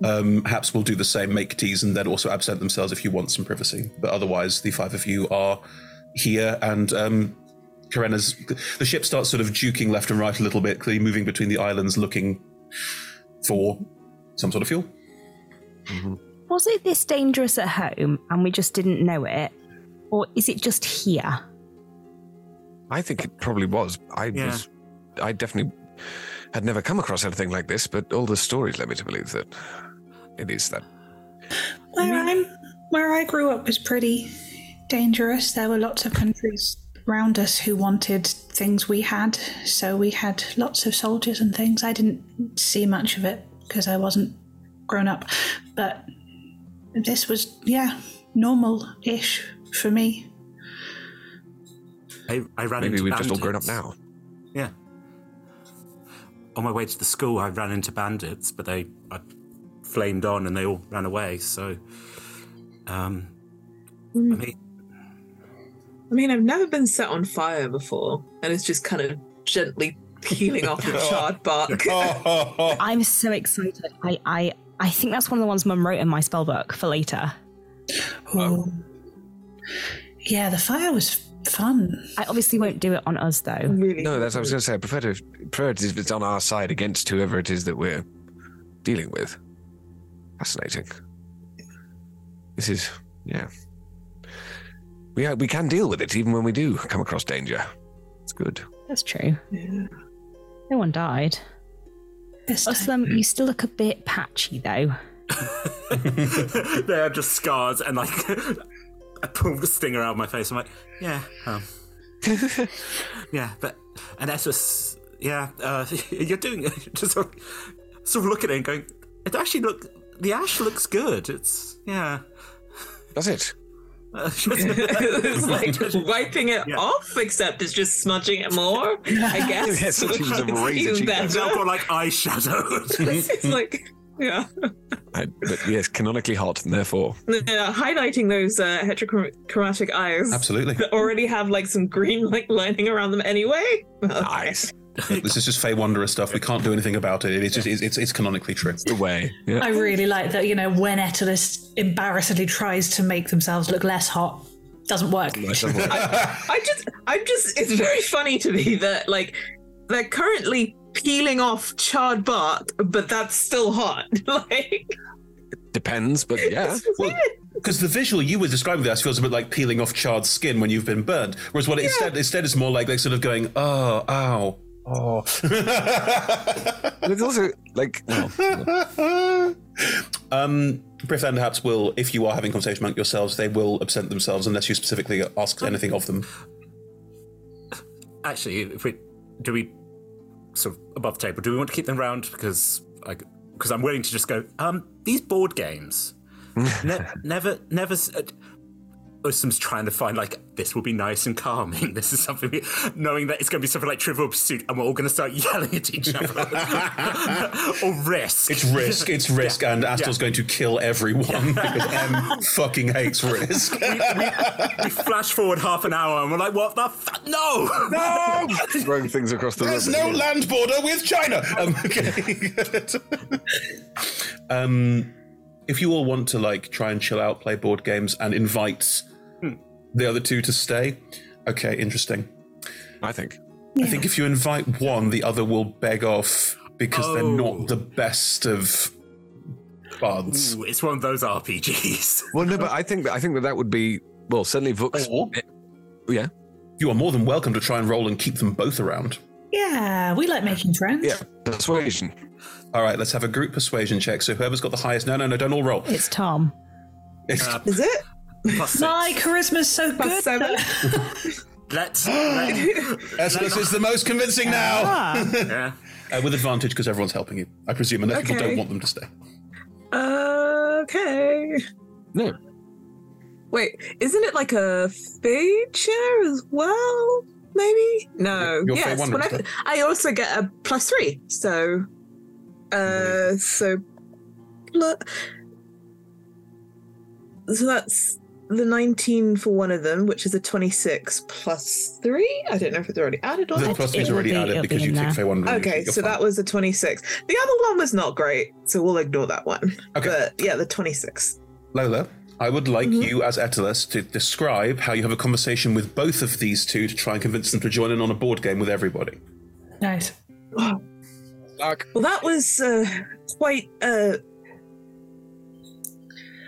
Um, Haps will do the same, make teas, and then also absent themselves if you want some privacy. But otherwise, the five of you are here, and um, Karena's. The ship starts sort of juking left and right a little bit, clearly moving between the islands looking for some sort of fuel.
Was it this dangerous at home and we just didn't know it? Or is it just here?
I think it probably was. I
Yeah.
was. I definitely had never come across anything like this, but all the stories led me to believe that it is that.
Where I'm, where I grew up was pretty dangerous. There were lots of countries around us who wanted things we had, so we had lots of soldiers and things. I didn't see much of it because I wasn't grown up, but this was yeah normal-ish for me.
I, I ran
Maybe
into
we've just all grown up
bandits. Yeah. On my way to the school, I ran into bandits, but they I flamed on and they all ran away. So, um,
<laughs>
I mean, <laughs>
I mean, I've never been set on fire before, and it's just kind of
Oh. <laughs>
gently peeling off the charred bark.
I'm so excited. I, I I think that's one of the ones Mum wrote in my spellbook for later.
Yeah, the fire was fun.
I obviously won't do it on us though.
No, that's what I was going to say. I prefer to prefer it if it's on our side against whoever it is that we're dealing with. Fascinating. This is yeah. We are, we can deal with it even when we do come across danger. It's good.
That's true. No one died. Aslam, you still look a bit patchy though.
they are just scars, and like <laughs> I pulled the stinger out of my face. I'm like, yeah, um, <laughs> yeah, but and that's just yeah. Uh, <laughs> you're doing just sort of, sort of looking at it and going. It actually look the ash looks good. It's yeah.
Does it?
it's like just wiping it off, except it's just smudging it more. <laughs> I guess.
<laughs>
<laughs>
Yes, it seems a
It's
razor
even
cheek.
better.
It's now got, like eyeshadow.
it's like yeah,
I, but yes, canonically hot, and therefore
yeah, highlighting those uh, heterochromatic eyes.
Absolutely.
That already have like some green like lining around them anyway.
Nice.
this is just Fey Wanderer stuff. We can't do anything about it. It's just it's it's, it's canonically true. It's
the way.
I really like that, you know, when Etalus embarrassedly tries to make themselves look less hot, doesn't work.
I just, I'm just, it's very funny to me that, like, they're currently peeling off charred bark, but that's still hot. <laughs> like,
depends, but yeah.
Because the visual you were describing there feels a bit like peeling off charred skin when you've been burned, whereas what it instead instead is more like like sort of going oh ow
<laughs>
oh.
But it's also like
<laughs> Uh-uh. um, Brith and Haps will, if you are having conversation among yourselves, they will absent themselves unless you specifically ask anything of them.
actually, if we do we sort of above the table, do we want to keep them round? Because I because I'm willing to just go. Um, these
<laughs>
board games, ne- never, never. s- Uh, Ustam's trying to find like this will be nice and calming. <laughs> This is something we, knowing that it's going to be something like Trivial Pursuit, and we're all going to start <laughs> yelling at each
<laughs>
other <laughs> or risk.
It's risk.
<laughs>
<laughs>
It's risk, and Astor's going to kill everyone because M fucking hates risk.
we, we, we flash forward half an hour, and we're like, "What the fuck? No, <laughs>
no!" throwing things across the
There's
river.
no
<laughs>
land border with China. Um, <laughs> okay. good. um, if you all want to like try and chill out, play board games, and invite
Hmm.
the other two to stay, okay, interesting.
I think.
I think if you invite one, the other will beg off because they're not the best of bards.
Oh. Ooh, it's one of those RPGs.
<laughs> Well, no, but I think that I think that that would be well certainly Vux.
Oh,
Oh, yeah,
you are more than welcome to try and roll and keep them both around.
<laughs> Yeah, we like making friends. Yeah.
Persuasion.
All right, let's have a group persuasion check. So whoever's got the highest, no, no, no, don't all roll.
It's Tom.
Uh,
<laughs> Is
it?
My charisma's so good. though.
Let's.
<gasps>
<laughs>
Esmus is the most convincing now.
Ah.
<laughs> Uh, with advantage because everyone's helping you, I presume, unless people
Okay.
don't want them to stay.
okay.
No.
Wait, isn't it like a feature as well? Maybe? No.
Your fair
yes.
one
When I,
instead.
I also get a plus three. So, uh, so, look. So that's the 19 for one of them, which is a 26 plus three. I don't know if it's already added or
The
not.
plus three's It'll already be- added it'll be because in you took there. fair one room, so
Okay,
you're
so that was a 26. The other one was not great, so we'll ignore that one. Okay. But yeah, the 26.
Lola, I would like
Mm-hmm.
you, as Etalus, to describe how you have a conversation with both of these two to try and convince them to join in on a board game with everybody.
Nice.
Well, that was uh, quite. Uh,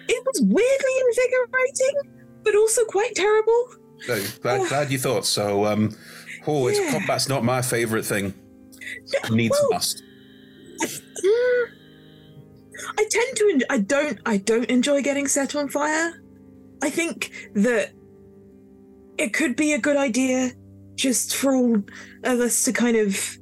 it was weirdly invigorating, but also quite terrible.
So, glad, glad you thought so. Um, oh, it's
Oh. Yeah.
combat's not my favorite thing. Needs must.
Mm. I tend to. En- I don't. I don't enjoy getting set on fire. I think that it could be a good idea just for all of us to kind of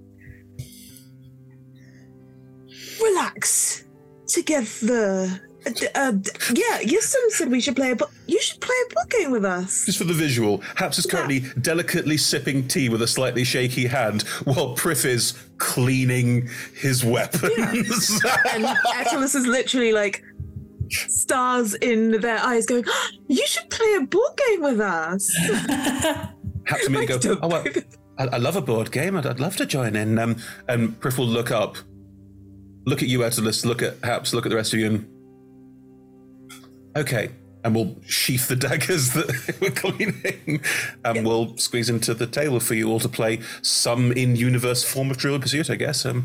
relax together. Uh, d- uh, d- yeah, Yusum said we should play a. Bo- you should play a board game with us.
Just for the visual, Haps is currently delicately sipping tea with a slightly shaky hand while Prif is cleaning his weapon.
and Attalus is literally like stars in their eyes, going, <gasps> "Oh, "You should play a board game with us."
Haps and me to go, oh, well, I, I love a board game. I'd, I'd love to join in. Um, and Prif will look up. look at you, Attalus, look at Haps, look at the rest of you, and. Okay. And we'll sheath the <laughs> daggers that <laughs> we're cleaning, and we'll squeeze into the table for you all to play some in universe form of Trivial Pursuit, I guess. Um,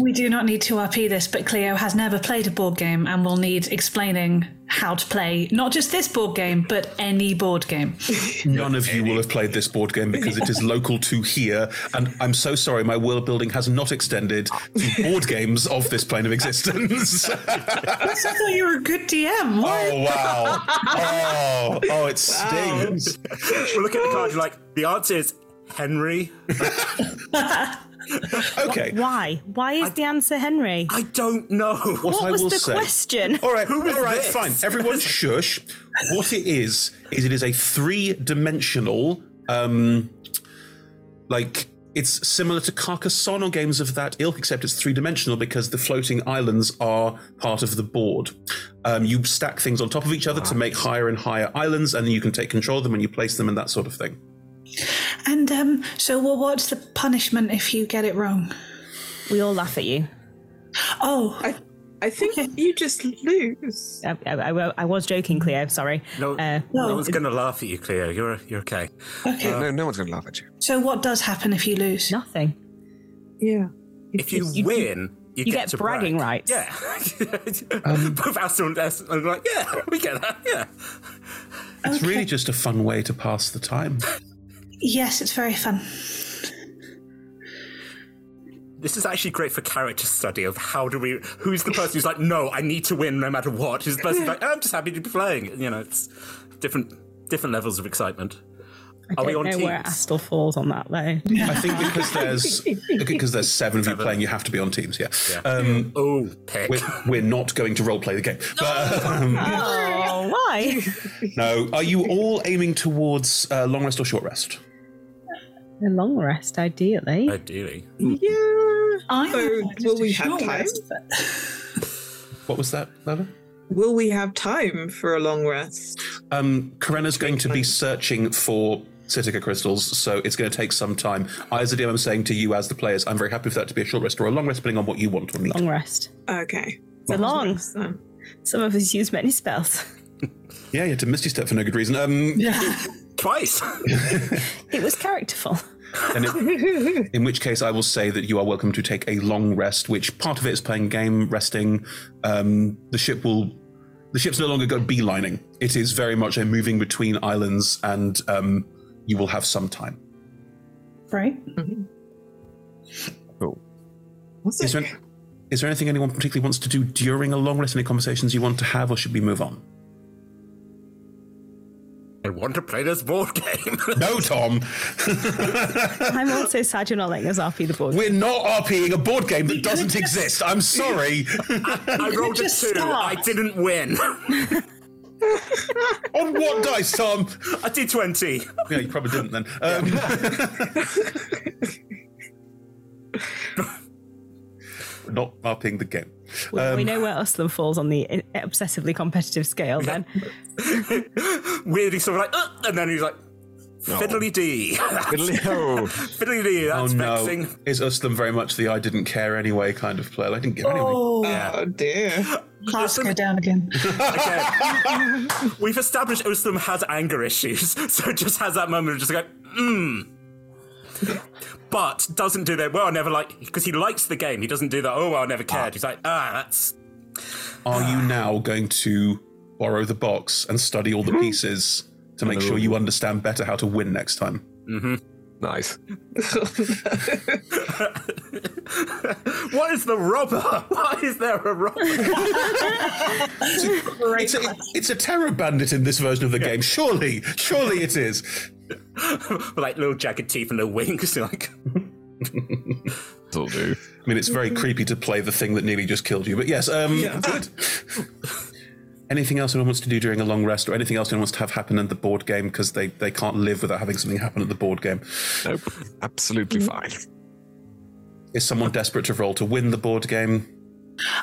We do not need to RP this, but Cleo has never played a board game and will need explaining how to play not just this board game, but any
<laughs>
board game.
None of you will have played this board game because it is local to here, and I'm so sorry, my world building has not extended to board games of this plane of existence.
I thought you were a good DM. What?
Oh, wow. Oh, oh, it stings.
We're looking at the card, you're like, the answer is Henry.
okay.
Why? Why is the answer Henry?
I don't know.
What, was the question?
All right, all right, fine. Everyone, shush. What it is is it is a three-dimensional, um, like it's similar to Carcassonne or games of that ilk, except it's three-dimensional because the floating islands are part of the board. Um, you stack things on top of each other to make higher and higher islands, and then you can take control of them when you place them and that sort of thing.
And um, so, well, what's the punishment if you get it wrong?
We all laugh at you.
Oh, I,
I think you just lose.
I, I, I wa- I was joking, Cleo. Sorry.
No,
Uh,
no one's going to laugh at you, Cleo. You're, you're okay. Uh,
Okay.
no, no one's going to laugh at you.
So, what does happen if you lose?
Nothing.
Yeah.
If you, win,
you
you, get,
get
to
bragging
brag.
rights.
Yeah. <laughs>
Um,
Both Astor and Esther are like, yeah, we get that. Yeah.
It's really just a fun way to pass the time.
Yes, it's very fun.
This is actually great for character study of how do we, who's the person who's like, no, I need to win no matter what. Who's the person who's like, "Oh, I'm just happy to be playing. You know, it's different different levels of excitement.
I
Are we
don't
on
know where
teams?
Astor falls on that though.
I think because there's because there's seven of you playing, you have to be on teams. Yeah. Um,
oh,
We're, we're not going to roleplay the game. But, um,
Oh, why?
no. Are you all aiming towards uh, long rest or short rest?
A long rest, ideally.
Ideally.
Yeah.
I
so, will we have
short
time?
rest,
What was that, Leva?
Will we have time for a long rest?
Um, Karena's going to be searching for Citica crystals, so it's going to take some time. I, as a DM, am saying to you, as the players, I'm very happy for that to be a short rest or a long rest, depending on what you want or need.
Long rest.
Okay. um,
So long. Some of us use many spells.
Yeah, you had to misty step for no good reason. Um,
<laughs> Twice.
<laughs> it was characterful.
And it, in which case, I will say that you are welcome to take a long rest, which part of it is playing game, resting. Um, the ship will, the ship's no longer go beelining. It is very much a moving between islands, and um, you will have some time.
Right.
Cool. Is there, is there anything anyone particularly wants to do during a long rest? Any conversations you want to have, or should we move on?
I want to play this board game.
<laughs> no, Tom.
I'm also sad you're not letting us RP the board.
We're not RPing a board game that doesn't exist. I'm sorry.
I rolled a two. I didn't win.
<laughs> On what dice, Tom?
A d20.
Yeah, you probably didn't then. Um, <laughs> not RPing the game.
We, we
Um,
know where Uslan falls on the i- obsessively competitive scale then.
Weirdly, sort of like, uh, and then he's like, fiddly
<laughs>
D.
Fiddly-
<laughs>
oh.
Fiddly D, that's
oh no,
vexing.
is Uslam very much the I didn't care anyway kind of player? I didn't give anyway.
Oh.
Oh, dear.
Class go down again.
okay. <laughs> We've established Oslam has anger issues, <laughs> so just has that moment of just going, mmm. But doesn't do that. Well, I never like because he likes the game. He doesn't do that. Oh, well, I never cared. He's like, ah, that's
Are you now going to borrow the box and study all the pieces to make sure you understand better how to win next time?
Mm-hmm.
Nice.
what is the robber? <laughs> Why is there a robber?
It's a, it's a terror bandit in this version of the game. Surely, surely it is.
With, <laughs> like little jagged teeth and little wings. <laughs> you're Like,
Will do.
I mean, it's very creepy to play the thing that nearly just killed you, but yes. Um, good. <laughs> anything else anyone wants to do during a long rest, or anything else anyone wants to have happen at the board game because they, they can't live without having something happen at the board game?
Nope. Absolutely fine.
Is someone desperate to roll to win the board game?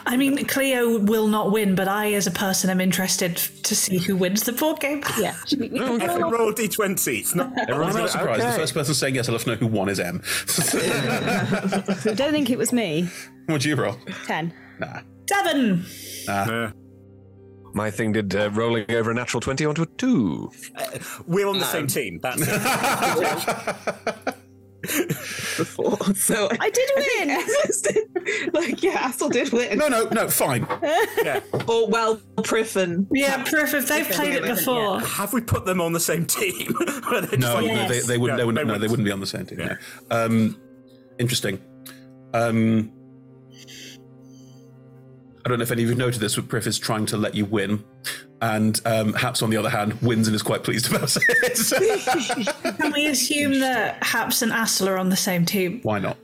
I mean, Cleo will not win, but I, as a person, am interested f- to see who wins the board game. Yeah.
<laughs>
<laughs>
roll d20. It's not.
Everyone's
I'm
not surprised.
okay.
The first person saying yes, I'll have to know who won is M. <laughs>
I don't think it was me.
What'd you roll?
Ten.
Nah.
Seven.
Nah. My thing did uh, rolling over a natural 20 onto a Um, 2.
Uh,
we're on the same team.
<laughs>
That's
<laughs>
Before, <laughs> so I
did
win. <laughs> like yeah, Astle did win.
No, no,
<laughs>
no. Fine.
Or Oh, well, Priffin.
Yeah, Priffin. They've played it before.
Have we put them on the same team? <laughs> Where they're just
No,
like-
no, they, they wouldn't.
Yeah,
they wouldn't. no, they wouldn't be on the same team. no. Um, interesting. Um, I don't know if any of you have noted this, but Priff is trying to let you win, and um, Haps, on the other hand, wins and is quite pleased about it.
Can we assume that Haps and Astle are on the same team?
Why not?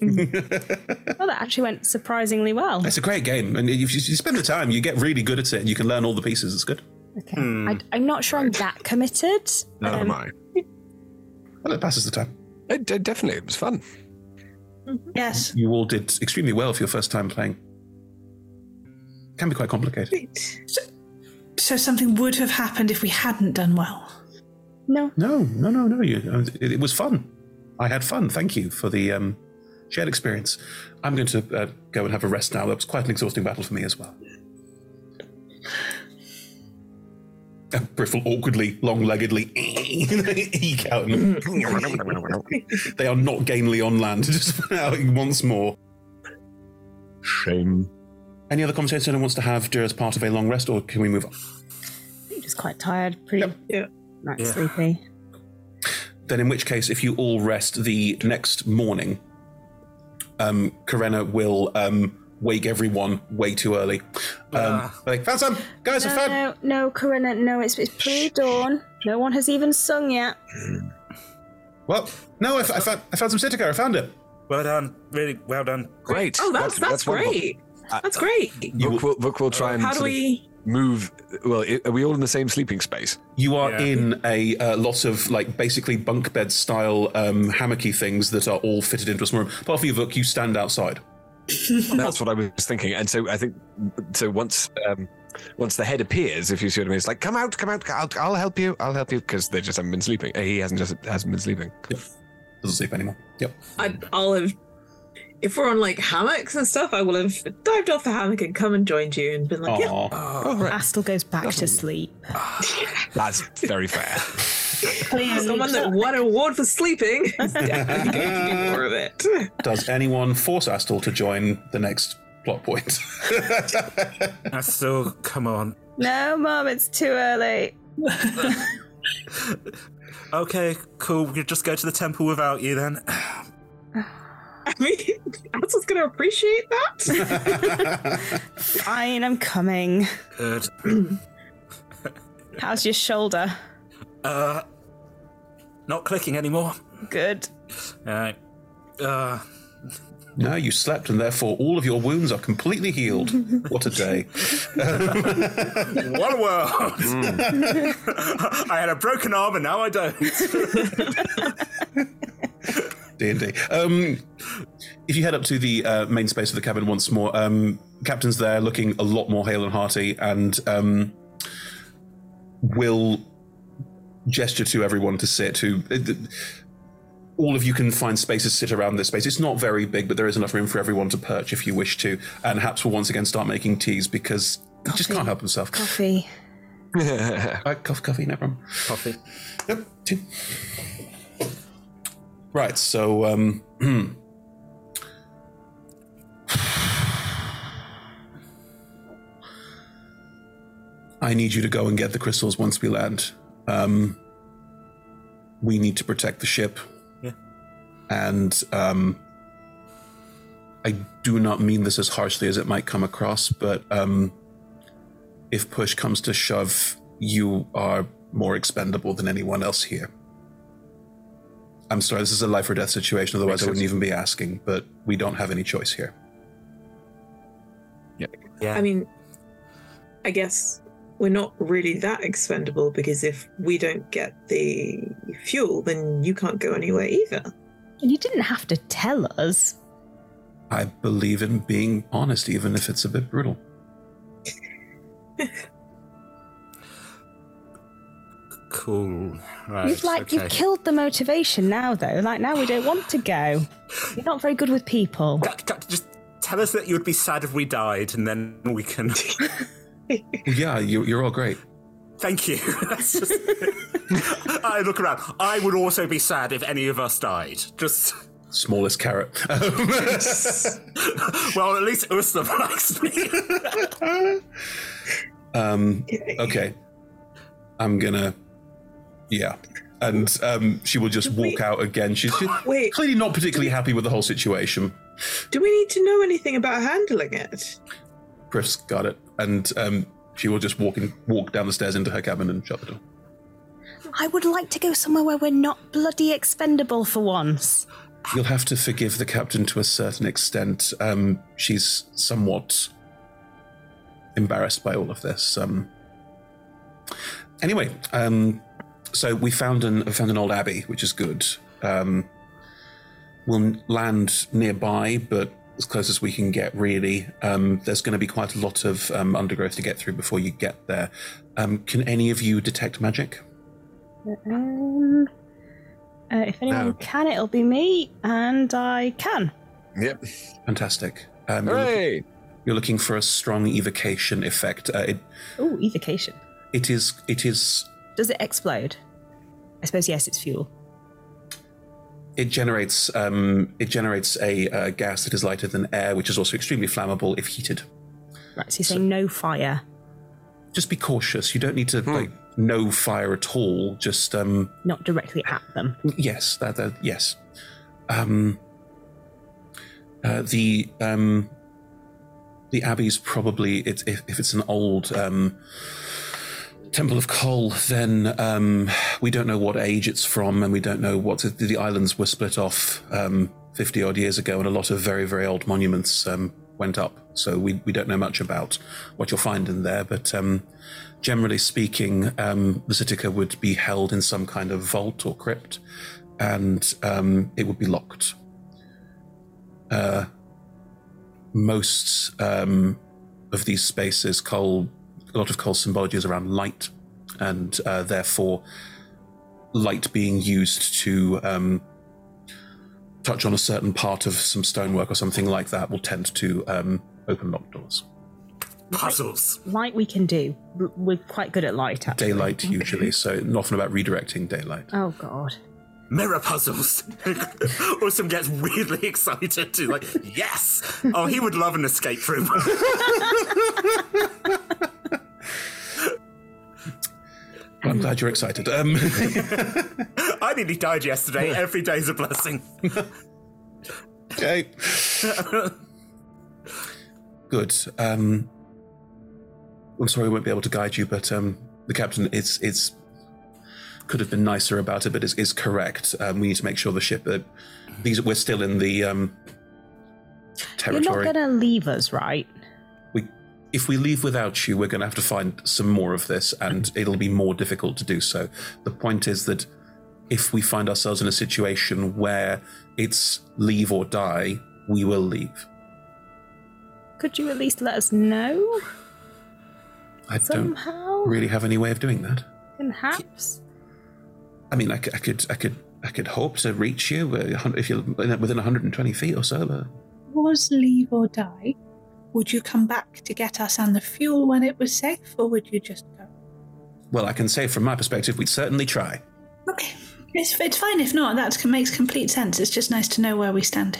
Well, that actually went surprisingly well.
It's a great game, and if you you spend the time, you get really good at it, and you can learn all the pieces. It's good.
Okay.
mm.
I, I'm not sure I'm that committed.
Neither am I.
Well, it passes the time.
It, it definitely, it was fun.
Yes.
You all did extremely well for your first time playing. Can be quite complicated.
So something would have happened if we hadn't done well.
No.
No, no, no, no. You, um, it, it was fun. I had fun. Thank you for the um, shared experience. I'm going to uh, go and have a rest now. That was quite an exhausting battle for me as well. And Briff will awkwardly, long-leggedly <laughs> eke out. and- <laughs> they are not gainly on land. <laughs> Just once more.
Shame.
Any other conversation anyone wants to have during as part of a long rest, or can we move on?
I'm just quite tired. Pretty. Not
Yeah.
sleepy.
Then, in which case, if you all rest the next morning, um, Karenna will um, wake everyone way too early. Um,
Ah.
like, found some guys
no,
are fun.
No, no, Corinna, no, it's, it's pre-dawn. No one has even sung yet.
Well, no, I, f- I, found, I found some Citica. I found it.
Well done. Really well done.
Great.
Oh, that's that's,
wonderful.
great.
Uh,
That's great.
Book will, Book will try and
How do
sort of
we-
move. Well, i- are we all in the same sleeping space?
You are in a uh, lot of like basically bunk bed style um, hammocky things that are all fitted into a small room. Apart from you, Vuk, you stand outside.
That's what I was thinking. And so I think so. Once um, once the head appears, if you see what I mean, it's like come out, come out. I'll, I'll help you. I'll help you because they just haven't been sleeping. Uh, He hasn't just hasn't been sleeping.
Doesn't sleep anymore. Yep.
<laughs>
I, I'll have. If we're on like hammocks and stuff, I will have dived off the hammock and come and joined you and been like,
Aw.
yeah. Oh,
Astle goes back to sleep.
That's very fair.
Someone that won an award for
<laughs>
sleeping <laughs> is definitely going to do more of it.
Does anyone force Astle to join the next plot point? <laughs>
Astle, come on.
No, Mum, it's too early.
Okay, cool. We'll just go to the temple without you then. <clears throat>
I mean, <laughs> Astle's going to appreciate that.
<laughs> Fine, I'm coming.
Good.
How's your shoulder?
Uh, not clicking anymore.
Good.
Alright. Uh,
No, you slept, and therefore all of your wounds are completely healed. what a day!
<laughs> what a world!
Mm.
<laughs> I had a broken arm and now I don't.
<laughs> D and D. Um, If you head up to the uh, main space of the cabin once more, um, Captain's there, looking a lot more hale and hearty, and um, will gesture to everyone to sit. Who uh, th- all of you can find spaces to sit around this space. It's not very big, but there is enough room for everyone to perch if you wish to. And Haps will once again start making teas because he just can't help himself.
Coffee.
uh, cough, coffee, no problem.
Coffee.
Yep. tea. Right. So, um, <clears throat> hmm. I need you to go and get the crystals once we land. Um, we need to protect the ship.
Yeah.
And um, I do not mean this as harshly as it might come across, but um, if push comes to shove, you are more expendable than anyone else here. I'm sorry, this is a life or death situation, otherwise, I wouldn't even be asking, but we don't have any choice here.
Yeah.
yeah.
I mean, I guess we're not really that expendable because if we don't get the fuel, then you can't go anywhere either.
And you didn't have to tell us.
I believe in being honest, even if it's a bit brutal.
Cool. Right.
you've like
okay.
you've killed the motivation now though. Like now we don't want to go. You're not very good with people.
Tell us that you would be sad if we died, and then we can.
<laughs> yeah, you, you're all great.
Thank you. <laughs> That's just. I look around. I would also be sad if any of us died.
<laughs>
Just. <laughs>
Smallest carrot.
well, at least Ursula likes me.
<laughs>
<laughs> Um, okay. I'm gonna. Yeah. And um, she will just walk out again. She's she's
<gasps> Wait.
clearly not particularly happy with the whole situation.
Do we need to know anything about handling it?
Chris got it, and um, she will just walk in, walk down the stairs into her cabin and shut the door.
I would like to go somewhere where we're not bloody expendable for once.
You'll have to forgive the captain to a certain extent. Um, she's somewhat embarrassed by all of this. Um, anyway, um, so we found an we found an old abbey, which is good. Um, we'll land nearby, but as close as we can get, really. Um, there's going to be quite a lot of um, undergrowth to get through before you get there. Um, can any of you detect magic?
Um, uh, if anyone
No.
can, it'll be me, and I can.
Yep. Fantastic. Um, you're
Hooray!
looking- You're looking for a strong evocation effect. Uh, it,
Oh, evocation.
it is. It is.
Does it explode? I suppose yes, it's fuel.
It generates. Um, it generates a uh, gas that is lighter than air, which is also extremely flammable if heated.
Right, so you're saying no fire.
Just be cautious. You don't need to like no fire at all. Just um,
not directly at them.
Yes, that, that yes. Um, uh, the um, the abbey's probably it's if, if it's an old um, temple of coal, then um, we don't know what age it's from, and we don't know what the, the islands were split off um, fifty odd years ago, and a lot of very very old monuments um, went up. So we we don't know much about what you'll find in there, but. Um, generally speaking, um, the Sitica would be held in some kind of vault or crypt, and um, it would be locked. Uh, most um, of these spaces, coal, a lot of coal symbology is around light, and uh, therefore, light being used to um, touch on a certain part of some stonework or something like that will tend to um, open locked doors.
Puzzles.
Light we can do. W- We're quite good at light. Actually.
Daylight usually, so often about redirecting daylight.
Oh god.
Mirror puzzles. <laughs> Awesome gets really excited too. Like, yes. Oh, he would love an escape room. <laughs>
Well, I'm glad you're excited. Um, <laughs>
I nearly died yesterday. Every day's a blessing.
okay. Good. Um, I'm sorry we won't be able to guide you, but um, the captain it's it's could have been nicer about it, but is is correct. Um, we need to make sure the ship. Uh, these we're still in the um, territory.
You're not gonna leave us, right?
we, if we leave without you, we're going to have to find some more of this, and
Mm-hmm.
it'll be more difficult to do so. The point is that if we find ourselves in a situation where it's leave or die, we will leave.
Could you at least let us know?
I
Somehow?
don't really have any way of doing that.
Perhaps.
I mean, I, c- I could, I could, I could hope to reach you uh, hun- if you're within 120 feet or so. But
Was leave or die? Would you come back to get us and the fuel when it was safe, or would you just go?
well, I can say from my perspective, we'd certainly try.
It's, it's fine if not. That makes complete sense. It's just nice to know where we stand.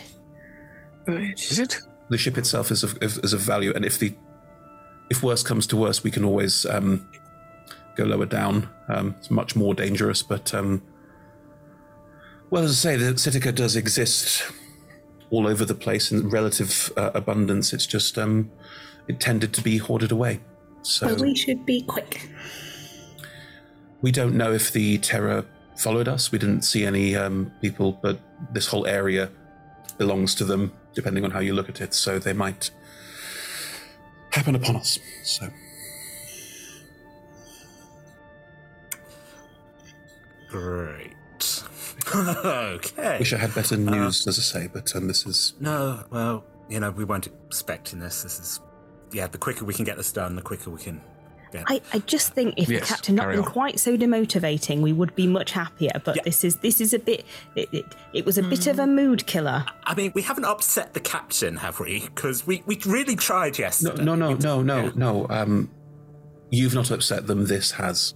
Is it? The ship itself is of, of- is of value, and if the if worse comes to worse, we can always um, go lower down. Um, it's much more dangerous, but um, well, as I say, the Sitica does exist all over the place in relative uh, abundance. It's just um, it tended to be hoarded away. So
But we should be quick.
We don't know if the terror followed us. We didn't see any um, people, but this whole area belongs to them, depending on how you look at it. So they might happen upon us. So
Great. okay.
wish I had better news, as I say, but um, this is
Uh, No, well, you know, we weren't expecting this. This is, yeah, the quicker we can get this done, the quicker we can get.
I, I just think if
Yes,
the captain not
carry
been
on.
quite so demotivating, we would be much happier. But this is this is a bit. It, it, it was a bit of a mood killer.
I mean, we haven't upset the captain, have we? Because we, we really tried
No,
yesterday.
no, no, no, no, no. Um, you've not upset them. This has.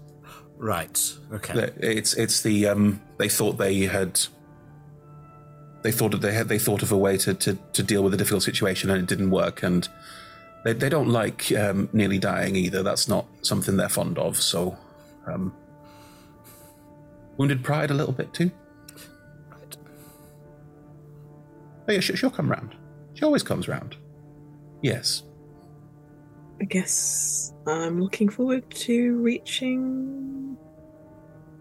Right. Okay.
It's it's the um. They thought they had. They thought that they had. They thought of a way to to, to deal with a difficult situation, and it didn't work. And they they don't like um, nearly dying either. That's not something they're fond of. So, um, wounded pride a little bit too. Oh yeah, she, she'll come round. She always comes round. Yes.
I guess I'm looking forward to reaching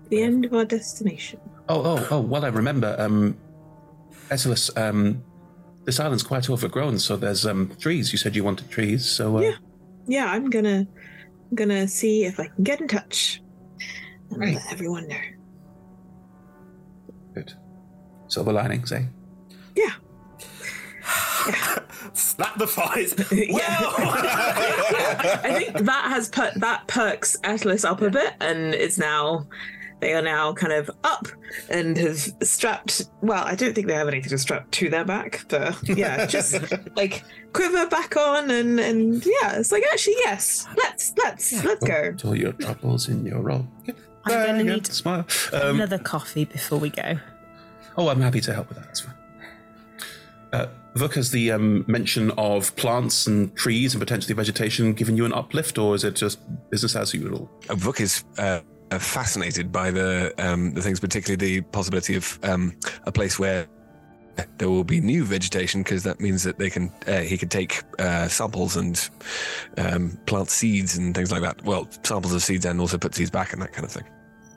the end of our destination.
Oh, oh, oh! Well, I remember. Um, Etalus, um, this island's quite overgrown, so there's um trees. You said you wanted trees, so uh,
Yeah, I'm gonna I'm gonna see if I can get in touch and let everyone know.
good. Silver linings, eh?
Snap
<laughs>
the fight.
I think that has put that perks Atlas up a bit, and is now they are now kind of up and have strapped. Well, I don't think they have anything to strap to their back, but yeah, just like quiver back on, and and yeah, it's like actually yes, let's let's let's go.
Put all your troubles in your roll.
I'm gonna need
smile. Um,
another coffee before we
<laughs>
go.
Oh, I'm happy to help with that. That's fine. Uh, Vuk, has the um, mention of plants and trees and potentially vegetation given you an uplift, or is it just business as usual?
Uh, Vuk is uh, uh, fascinated by the um, the things, particularly the possibility of um, a place where there will be new vegetation, because that means that they can uh, he can take uh, samples and um, plant seeds and things like that. Well, samples of seeds and also put seeds back and that kind of thing.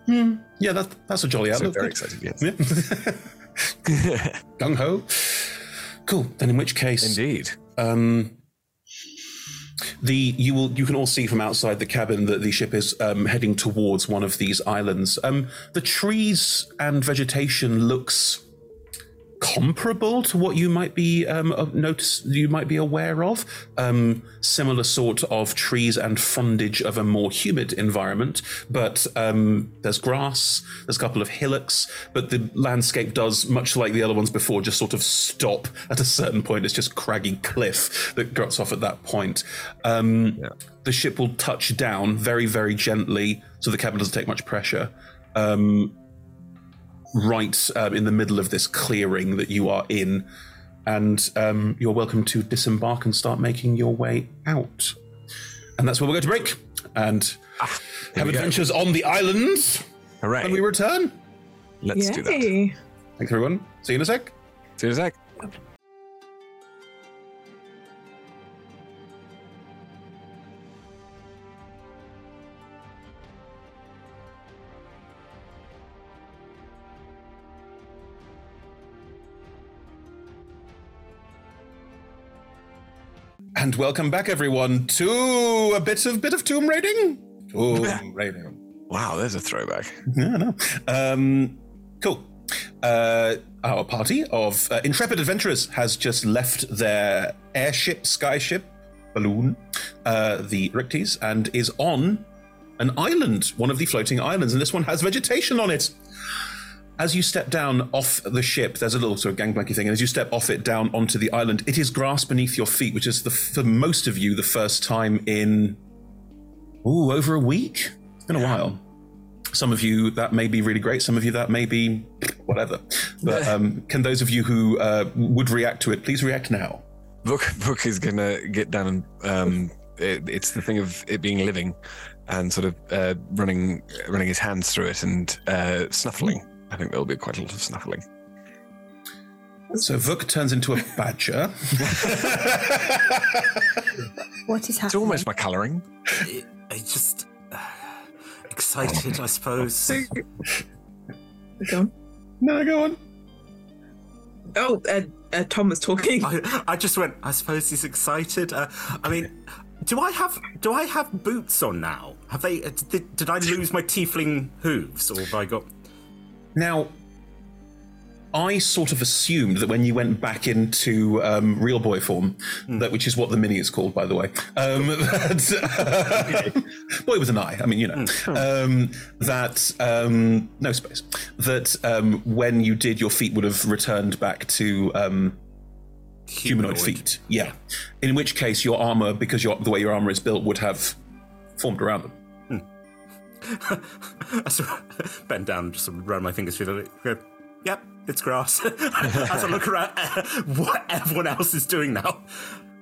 Hmm.
Yeah, that, that's a jolly
So
outlook.
very
excited, <laughs> yes. Gung ho. Cool. Then, in which case,
indeed,
um, the you will you can all see from outside the cabin that the ship is um, heading towards one of these islands. Um, the trees and vegetation looks comparable to what you might be um, of- notice you might be aware of um, similar sort of trees and frondage of a more humid environment but um, there's grass there's a couple of hillocks but the landscape does much like the other ones before just sort of stop at a certain point it's just craggy cliff that guts off at that point um, the ship will touch down very very gently so the cabin doesn't take much pressure um, right um, in the middle of this clearing that you are in, and um, you're welcome to disembark and start making your way out. And that's where we're going to break and have adventures on the islands.
Hooray!
When we return,
let's
do that. Yay.
Thanks, everyone. See you in a sec.
See you in a sec.
And welcome back, everyone, to a bit of bit of tomb
<laughs>
raiding. Tomb raiding.
Wow, there's a throwback.
Yeah, I know. Um, cool. Uh, our party of uh, intrepid adventurers has just left their airship, skyship, balloon, uh, the Rictes, and is on an island, one of the floating islands, and this one has vegetation on it. As you step down off the ship, there's a little sort of gangplanky thing, and as you step off it down onto the island, it is grass beneath your feet, which is the, for most of you the first time in ooh over a week. It's been a while. Some of you that may be really great. Some of you that may be whatever. But um, can those of you who uh, would react to it please react now?
Book Book is gonna get down and um, it, it's the thing of it being living, and sort of uh, running running his hands through it and uh, snuffling. I think there'll be quite a lot of snuffling.
So Vuk turns into a badger.
What is happening?
It's almost my colouring.
I just uh, excited, I suppose.
Go on.
No, go on.
<laughs> Oh, uh, uh, Tom was talking.
I, I just went. I suppose he's excited. Uh, I mean, do I have do I have boots on now? Have they? Uh, did, <laughs> did I lose my tiefling hooves, or have I got?
Now, I sort of assumed that when you went back into um, real boy form, that which is what the mini is called, by the way. Um, <laughs> that, boy with an eye. I mean, you know um, that um, no space. That um, when you did, your feet would have returned back to um, humanoid,
Humanoid.
feet. Yeah. In which case, your armor, because your, the way your armor is built, would have formed around them.
I sort of bend down, just sort of run my fingers through the. go, Yep, it's grass. <laughs> As I look around, <laughs> what everyone else is doing now.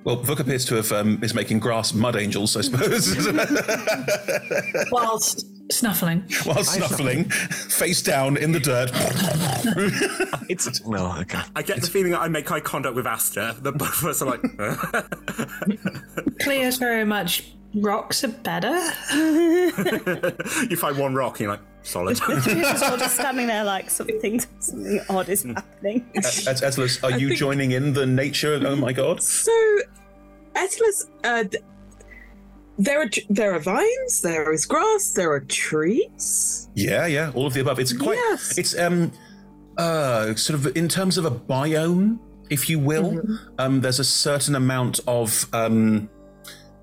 Well, Vuk appears to have um, is making grass mud angels, I suppose,
<laughs>
Whilst snuffling.
while snuffling, face down in the dirt.
it's well, okay.
I get the feeling that I make eye contact with Asta. The <laughs> both of us are like, "Uh."
Cleo's very much rocks are better.
<laughs> you find one rock, and you're like,
<laughs>
solid.
She's all just standing there like something, something odd is
Hmm.
happening.
<laughs>
<laughs>
Atlas, are
I
you
think-
joining in the nature? Oh my god!
So, Atlas, uh, th- there are tr- there are vines, there is grass, there are trees.
Yeah, yeah, all of the above. It's quite. It's um, uh, sort of in terms of a biome, if you will. Um, there's a certain amount of um,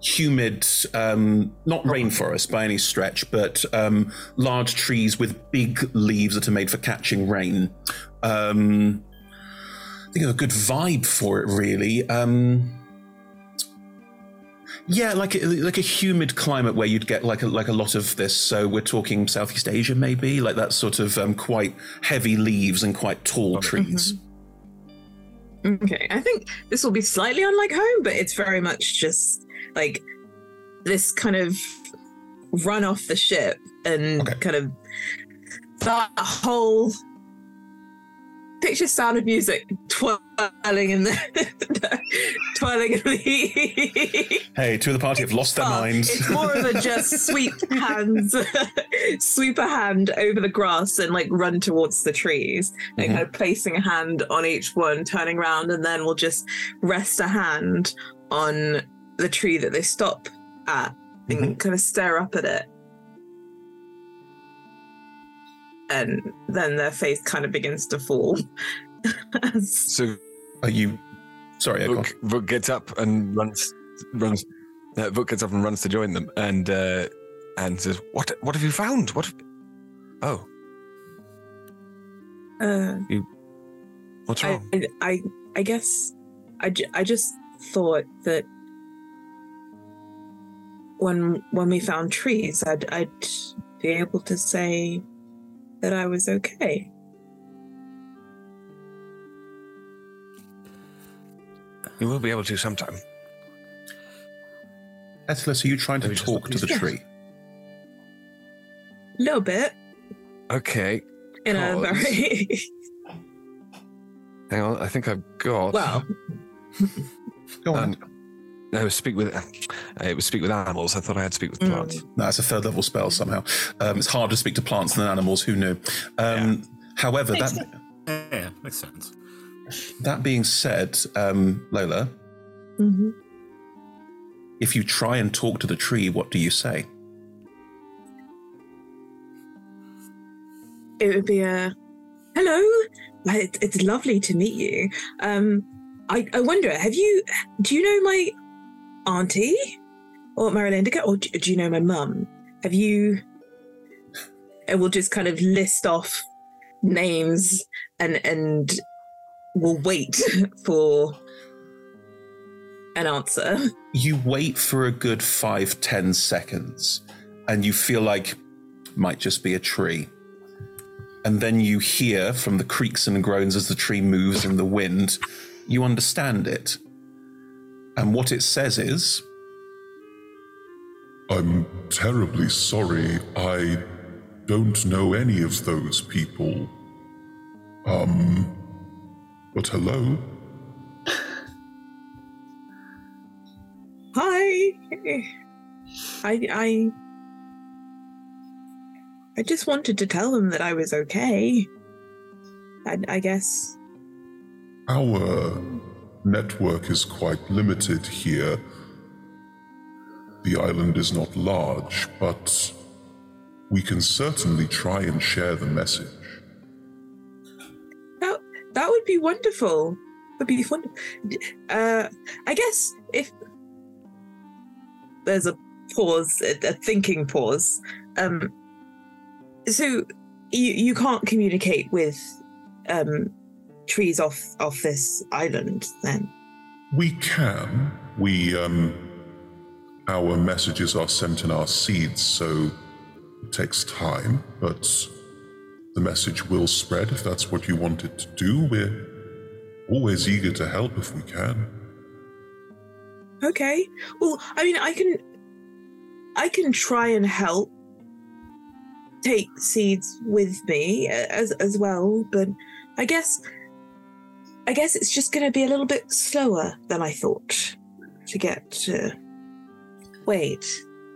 humid, um, not rainforest by any stretch, but um, large trees with big leaves that are made for catching rain. Um, I think of a good vibe for it, really. Um, yeah, like a, like a humid climate where you'd get like a, like a lot of this. So we're talking Southeast Asia, maybe like that sort of um, quite heavy leaves and quite tall trees.
Mm-hmm.
Okay, I think this will be slightly unlike home, but it's very much just like this kind of run off the ship and kind of that whole picture sound of music twirling in the <laughs> twirling in the
Hey, two of the party have lost their minds.
it's more
<laughs>
of a just sweep hands <laughs> sweep a hand over the grass and like run towards the trees like
Mhm.
kind of placing a hand on each one turning around and then we'll just rest a hand on the tree that they stop at and kind of stare up at it and then their face kind of begins to fall <laughs>
So,
are you? Sorry,
Vuk, Vuk gets up and runs. Runs. Uh, Vuk gets up and runs to join them, and uh, and says, "What? What have you found? What? have- oh,
uh,
you. What's
I,
wrong?
I, I, I guess I, ju- I just thought that when when we found trees, I'd, I'd be able to say that I was okay.
you will be able to sometime."
Atlas, are you trying to talk to the
Yeah.
tree?
A little bit,
Okay.
in a
Cause-
very <laughs>
Hang on, I think I've got.
well.
Go
on. no, speak with. It was speak with animals. I thought I had to speak with plants.
Mm.
No, it's a third level spell somehow. Um, it's harder to speak to plants than animals. Who knew? Um, <laughs> However,
Makes
that
sense. yeah, makes sense.
that being said, um, Lola,
Mm-hmm.
if you try and talk to the tree, what do you say?
it would be a hello it, it's lovely to meet you um I, I wonder have you do you know my auntie or marilyn indigo or do, do you know my mum have you and we'll just kind of list off names and and we'll wait <laughs> for an answer
You wait for a good five, ten seconds, and you feel like might just be a tree. And then you hear from the creaks and groans as the tree moves in the wind, you understand it. And what it says is
I'm terribly sorry. I don't know any of those people. Um, but hello.
Hi. I I I just wanted to tell them that I was okay. I, I guess.
Our network is quite limited here. The island is not large, but we can certainly try and share the message.
How would be wonderful. Would be wonderful. Uh, I guess if there's a pause, a, a thinking pause. Um, so you you can't communicate with um, trees off off this island then.
We can. We um our messages are sent in our seeds, so it takes time, but the message will spread if that's what you want it to do. We're always eager to help if we can.
Okay. Well, I mean, I can, I can try and help take seeds with me uh, as as well, but I guess, I guess it's just going to be a little bit slower than I thought to get. Uh, wait.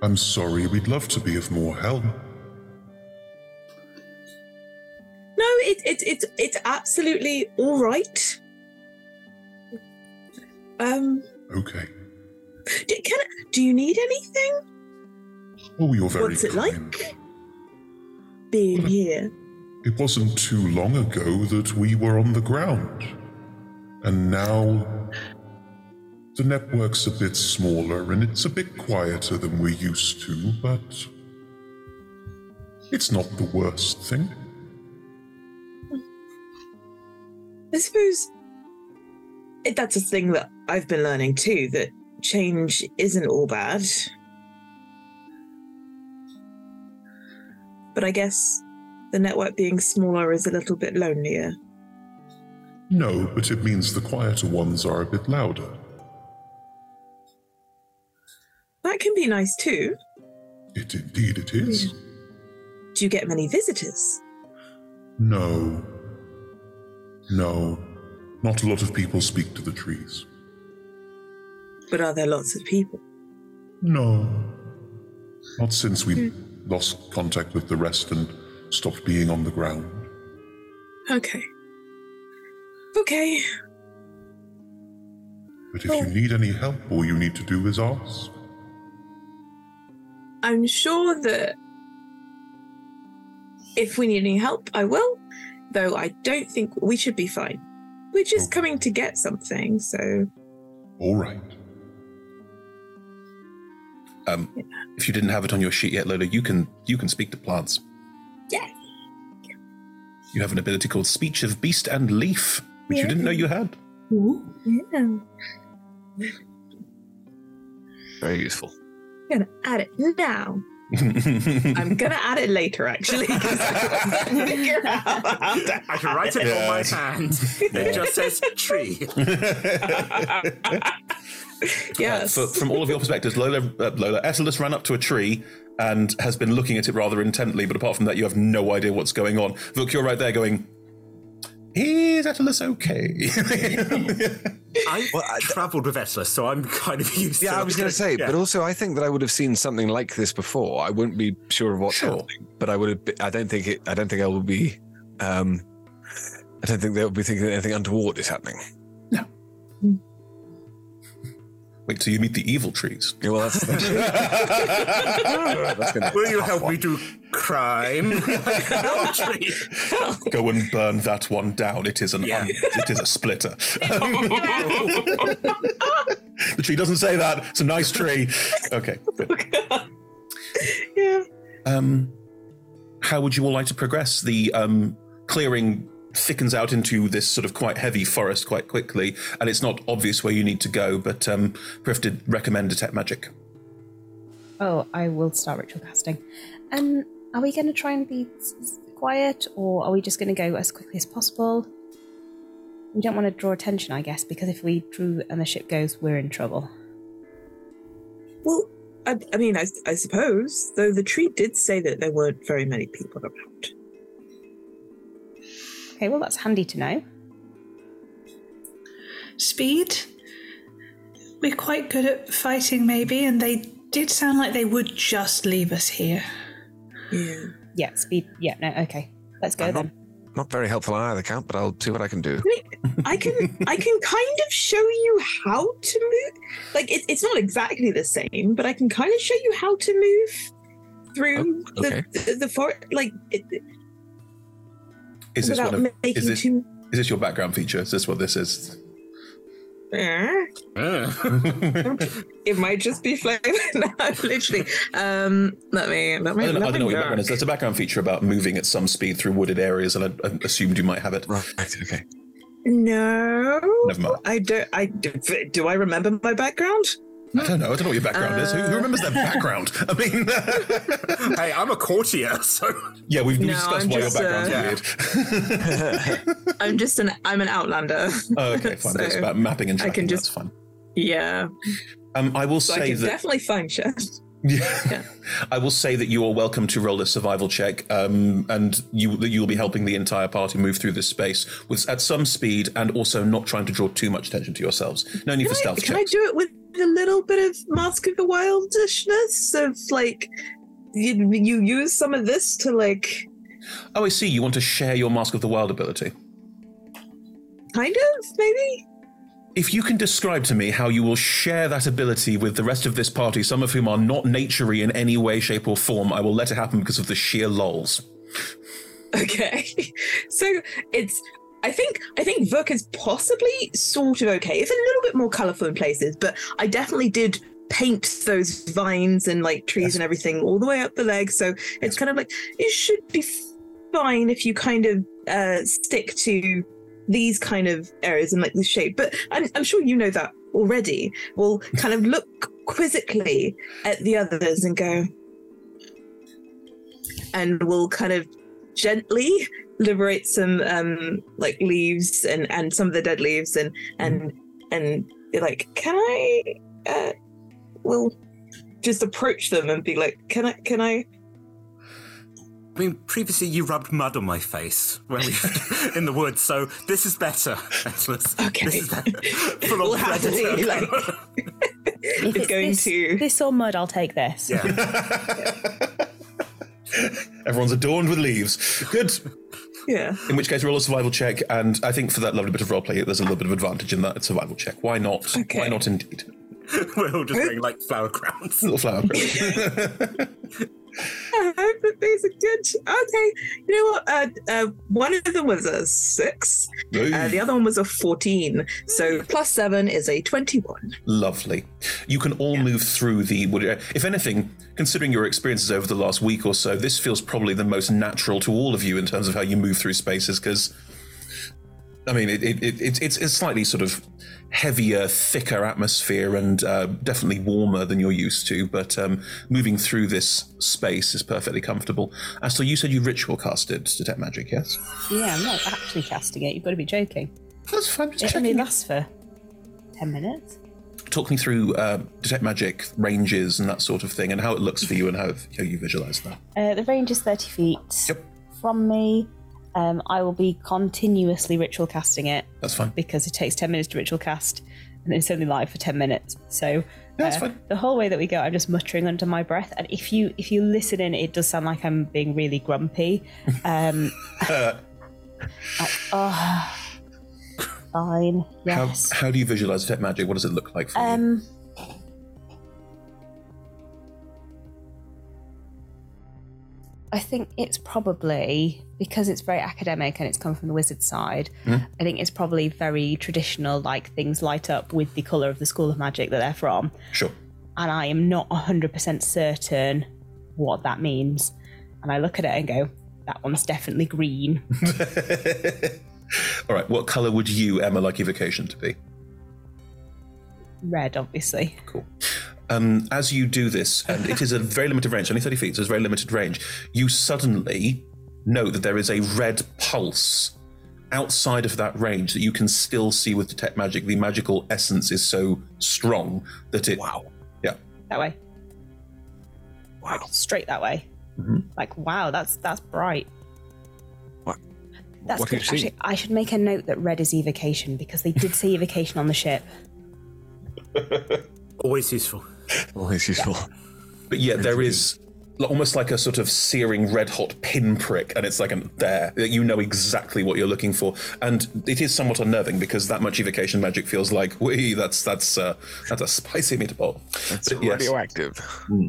I'm sorry, we'd love to be of more help.
No, it, it, it, it's absolutely all right. Um,
Okay.
do, can I, do you need anything?
Oh, you're very
What's it
kind.
like being here?
It wasn't too long ago that we were on the ground. And now the network's a bit smaller and it's a bit quieter than we're used to, but it's not the worst thing.
I suppose it, that's a thing that I've been learning too. That change isn't all bad. But I guess the network being smaller is a little bit lonelier.
No, but it means the quieter ones are a bit louder.
That can be nice too.
It indeed it is.
Do you get many visitors?
No. No. Not a lot of people speak to the trees.
But are there lots of people?
No. Not since we lost contact with the rest and stopped being on the ground.
Okay. Okay.
But if you need any help, all you need to do is ask.
I'm sure that if we need any help, I will. Though I don't think we should be fine. We're just coming to get something, so
All right.
Um, If you didn't have it on your sheet yet, Lola, you can you can speak to plants.
yeah.
You have an ability called Speech of Beast and Leaf, which you didn't know you had.
Yeah.
Very useful.
I'm gonna add it now.
<laughs>
I'm gonna add it later, actually. 'cause
<laughs>
I couldn't figure out how to
I can write it on my
add
<laughs>
hand.
Yeah.
It just says
<laughs>
tree.
Yes. Uh, from all of your perspectives, Lola, uh, Lola, Etalus ran up to a tree and has been looking at it rather intently. But apart from that, you have no idea what's going on. Look, you're right there going. Is Etalus okay?
I travelled with Etlas, so I'm kind of used to
Yeah, I was going to say,
Yeah.
but also I think that I would have seen something like this before. I wouldn't be sure of what's happening, but I would have. Be, I don't think it. I don't think I will be. Um, I don't think they will be thinking that anything untoward is happening.
Wait till you meet the evil trees.
well, that's,
<laughs>
Will you help me do
<laughs>
crime? no tree.
Go and burn that one down. It is an un- it is a
<laughs>
splitter. <laughs> the tree doesn't say that. It's a nice tree. Okay. Good.
<laughs>
yeah. Um, how would you all like to progress? The um, clearing thickens out into this sort of quite heavy forest quite quickly, and it's not obvious where you need to go. But um, Griff did recommend detect magic.
Oh, I will start ritual casting. Um, are we going to try and be s- s- quiet, or are we just going to go as quickly as possible? We don't want to draw attention, I guess, because if we drew and the ship goes, we're in trouble.
<laughs> Well, I, I mean, I, I suppose, though the tree did say that there weren't very many people around.
Okay, well that's handy to know.
Speed. We're quite good at fighting, maybe, and they did sound like they would just leave us here.
Yeah.
Yeah, speed. Yeah, no, okay. Let's go then.
not very helpful on either count, but I'll see what I can do.
I can I can kind of show you how to move. Like it, it's not exactly the same, but I can kind of show you how to move through
Oh, okay.
the the, the forest. Like it,
Is this
without
one of
making
is this,
too
Is this your background feature? Is this what this is?
Eh? <laughs> it might just be flavor. <laughs> no, literally. Um, let me. Let me.
I don't, know, I
let
don't
me
know what your
look.
background is. There's a background feature about moving at some speed through wooded areas, and I, I assumed you might have it. Right. Okay.
No.
Never mind.
I don't. I do. do I remember my background?
I don't know. I don't know what your background is. Who, who remembers
<laughs>
their background? I mean,
<laughs> hey, I'm a courtier, so
yeah, we've,
No,
we've discussed
I'm
why
just, uh,
your background's weird.
I'm just an. I'm an outlander.
oh,
<laughs>
okay, fine. it's
So,
about mapping and
I
tracking.
can
That's fine.
Yeah.
Um, I will
So I
say
can
that
definitely find shit.
<laughs> I will say that you are welcome to roll a survival check, um, and you that you will be helping the entire party move through this space with at some speed, and also not trying to draw too much attention to yourselves. No need for
Can I-
stealth
Can
checks.
I do it with a little bit of Mask of the Wildishness of like you, you use some of this to like
Oh, I see. You want to share your Mask of the Wild ability.
kind of maybe?
If you can describe to me how you will share that ability with the rest of this party, some of whom are not naturey in any way, shape, or form, I will let it happen because of the sheer lols.
<laughs> Okay. so it's I think I think Vuk is possibly sort of okay. It's a little bit more colourful in places, but I definitely did paint those vines and like trees and everything all the way up the leg. So it's kind of like it should be fine if you kind of uh, stick to these kind of areas and like the shape. But I'm, I'm sure you know that already. We'll kind of look quizzically at the others and go, and we'll kind of gently liberate some um like leaves and and some of the dead leaves and and and be like can i uh will just approach them and be like can i can i
I mean, previously you rubbed mud on my face when we <laughs> in the woods, so this is better. Okay. This is
<laughs>
better. Full on
We'll have to
predator.
see, like-
If it's
going
this,
to
this or mud, I'll take this.
<laughs>
Everyone's adorned with leaves. Good.
yeah
<laughs> In which case, roll a survival check, and I think for that lovely bit of roleplay, there's a little bit of advantage in that survival check. Why not? Why not indeed?
<laughs> We're all just wearing like flower crowns.
Little flower crowns.
<laughs> I hope that these are good. Okay, you know what? Uh, uh, one of them was a six, uh,
Ooh.
the other one was a 14. So plus seven is a 21.
Lovely. You can all move through the wood. If anything, considering your experiences over the last week or so, this feels probably the most natural to all of you in terms of how you move through spaces. Because, I mean, it, it, it, it's it's a slightly sort of heavier, thicker atmosphere and uh, definitely warmer than you're used to. But um, moving through this space is perfectly comfortable. As you said you ritual casted detect magic, yes?
Yeah, I'm not actually casting it. You've got to be joking.
That's fine.
It only lasts for ten minutes.
Talk me through uh, detect magic ranges and that sort of thing, and how it looks for you and how how you visualize that.
Uh, the range is 30 feet from me. Um, I will be continuously ritual casting it.
That's fine.
Because it takes 10 minutes to ritual cast, and it's only live for 10 minutes. So
that's
fine. the whole way that we go, I'm just muttering under my breath. And if you if you listen in, it does sound like I'm being really
<laughs>
grumpy. Um, like, oh, fine. Yes.
How, how do you visualize detect magic? What does it look like for you?
Um, I think it's probably because it's very academic and it's come from the wizard side.
Hmm?
I think it's probably very traditional, like things light up with the color of the school of magic that they're from.
Sure.
And I am not hundred percent certain what that means. And I look at it and go, "That one's definitely green." <laughs>
All right. What color would you, Emma, like evocation to be?
Red, obviously.
Um, as you do this, and it is a very limited range, only 30 feet, so it's a very limited range, you suddenly know that there is a red pulse outside of that range that you can still see with detect magic. The magical essence is so strong that it. Wow. Yeah.
That way. Wow. straight that way.
Mhm.
Like, wow, that's that's bright.
Mm-hmm. What-
That's
what
good.
can you see?
Actually, I should make a note that red is evocation because they did say evocation on the ship.
<laughs> Always useful. Always useful. But yeah, there is like, almost like a sort of searing red hot pinprick, and it's like an there. You know exactly what you're looking for, and it is somewhat unnerving because that much evocation magic feels like, wee, that's that's uh, that's a spicy meatball. That's
radioactive.
Hmm.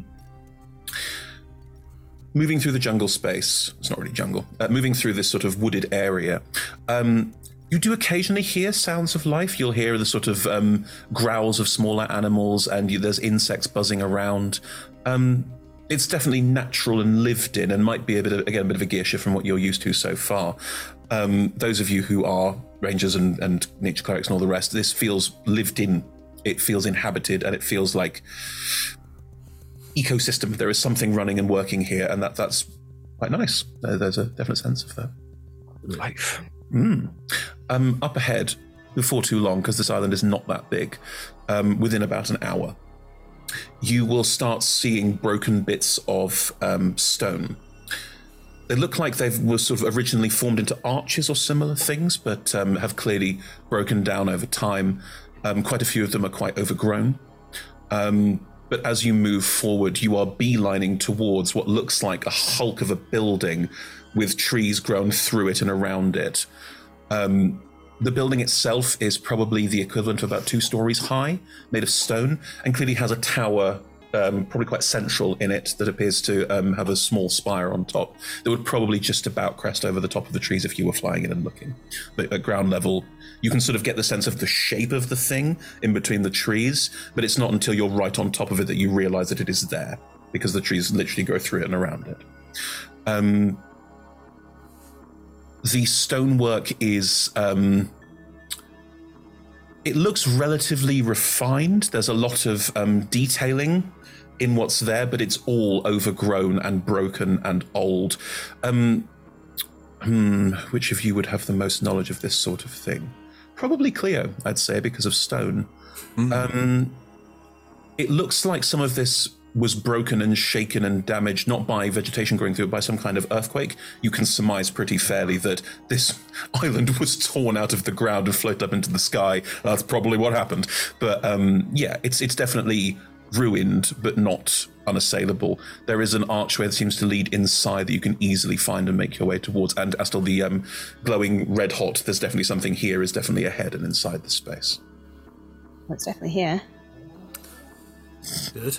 moving through the jungle space it's not really jungle uh, moving through this sort of wooded area um, You do occasionally hear sounds of life. You'll hear the sort of um, growls of smaller animals, and you, there's insects buzzing around. Um, it's definitely natural and lived in, and might be a bit of, again a bit of a gear shift from what you're used to so far. Um, those of you who are rangers and, and nature clerics and all the rest, this feels lived in. It feels inhabited, and it feels like ecosystem. There is something running and working here, and that that's quite nice. There- There's a definite sense of that.
Life.
Mm. Um, up ahead, before too long, because this island is not that big, um, within about an hour, you will start seeing broken bits of um, stone. They look like they were sort of originally formed into arches or similar things, but um, have clearly broken down over time. Um, quite a few of them are quite overgrown. Um, but as you move forward, you are beelining towards what looks like a hulk of a building with trees grown through it and around it. Um, the building itself is probably the equivalent of about two stories high, made of stone, and clearly has a tower, um, probably quite central in it, that appears to um, have a small spire on top that would probably just about crest over the top of the trees if you were flying in and looking. But at ground level, you can sort of get the sense of the shape of the thing in between the trees, but it's not until you're right on top of it that you realize that it is there because the trees literally go through it and around it. Um, the stonework is um, it looks relatively refined there's a lot of um, detailing in what's there but it's all overgrown and broken and old um, hmm, which of you would have the most knowledge of this sort of thing probably cleo i'd say because of stone um, it looks like some of this was broken and shaken and damaged not by vegetation growing through it by some kind of earthquake you can surmise pretty fairly that this <laughs> island was torn out of the ground and floated up into the sky that's probably what happened but um, yeah it's it's definitely ruined but not unassailable there is an archway that seems to lead inside that you can easily find and make your way towards and as to the um, glowing red hot there's definitely something here is definitely ahead and inside the space
That's definitely here.
Good.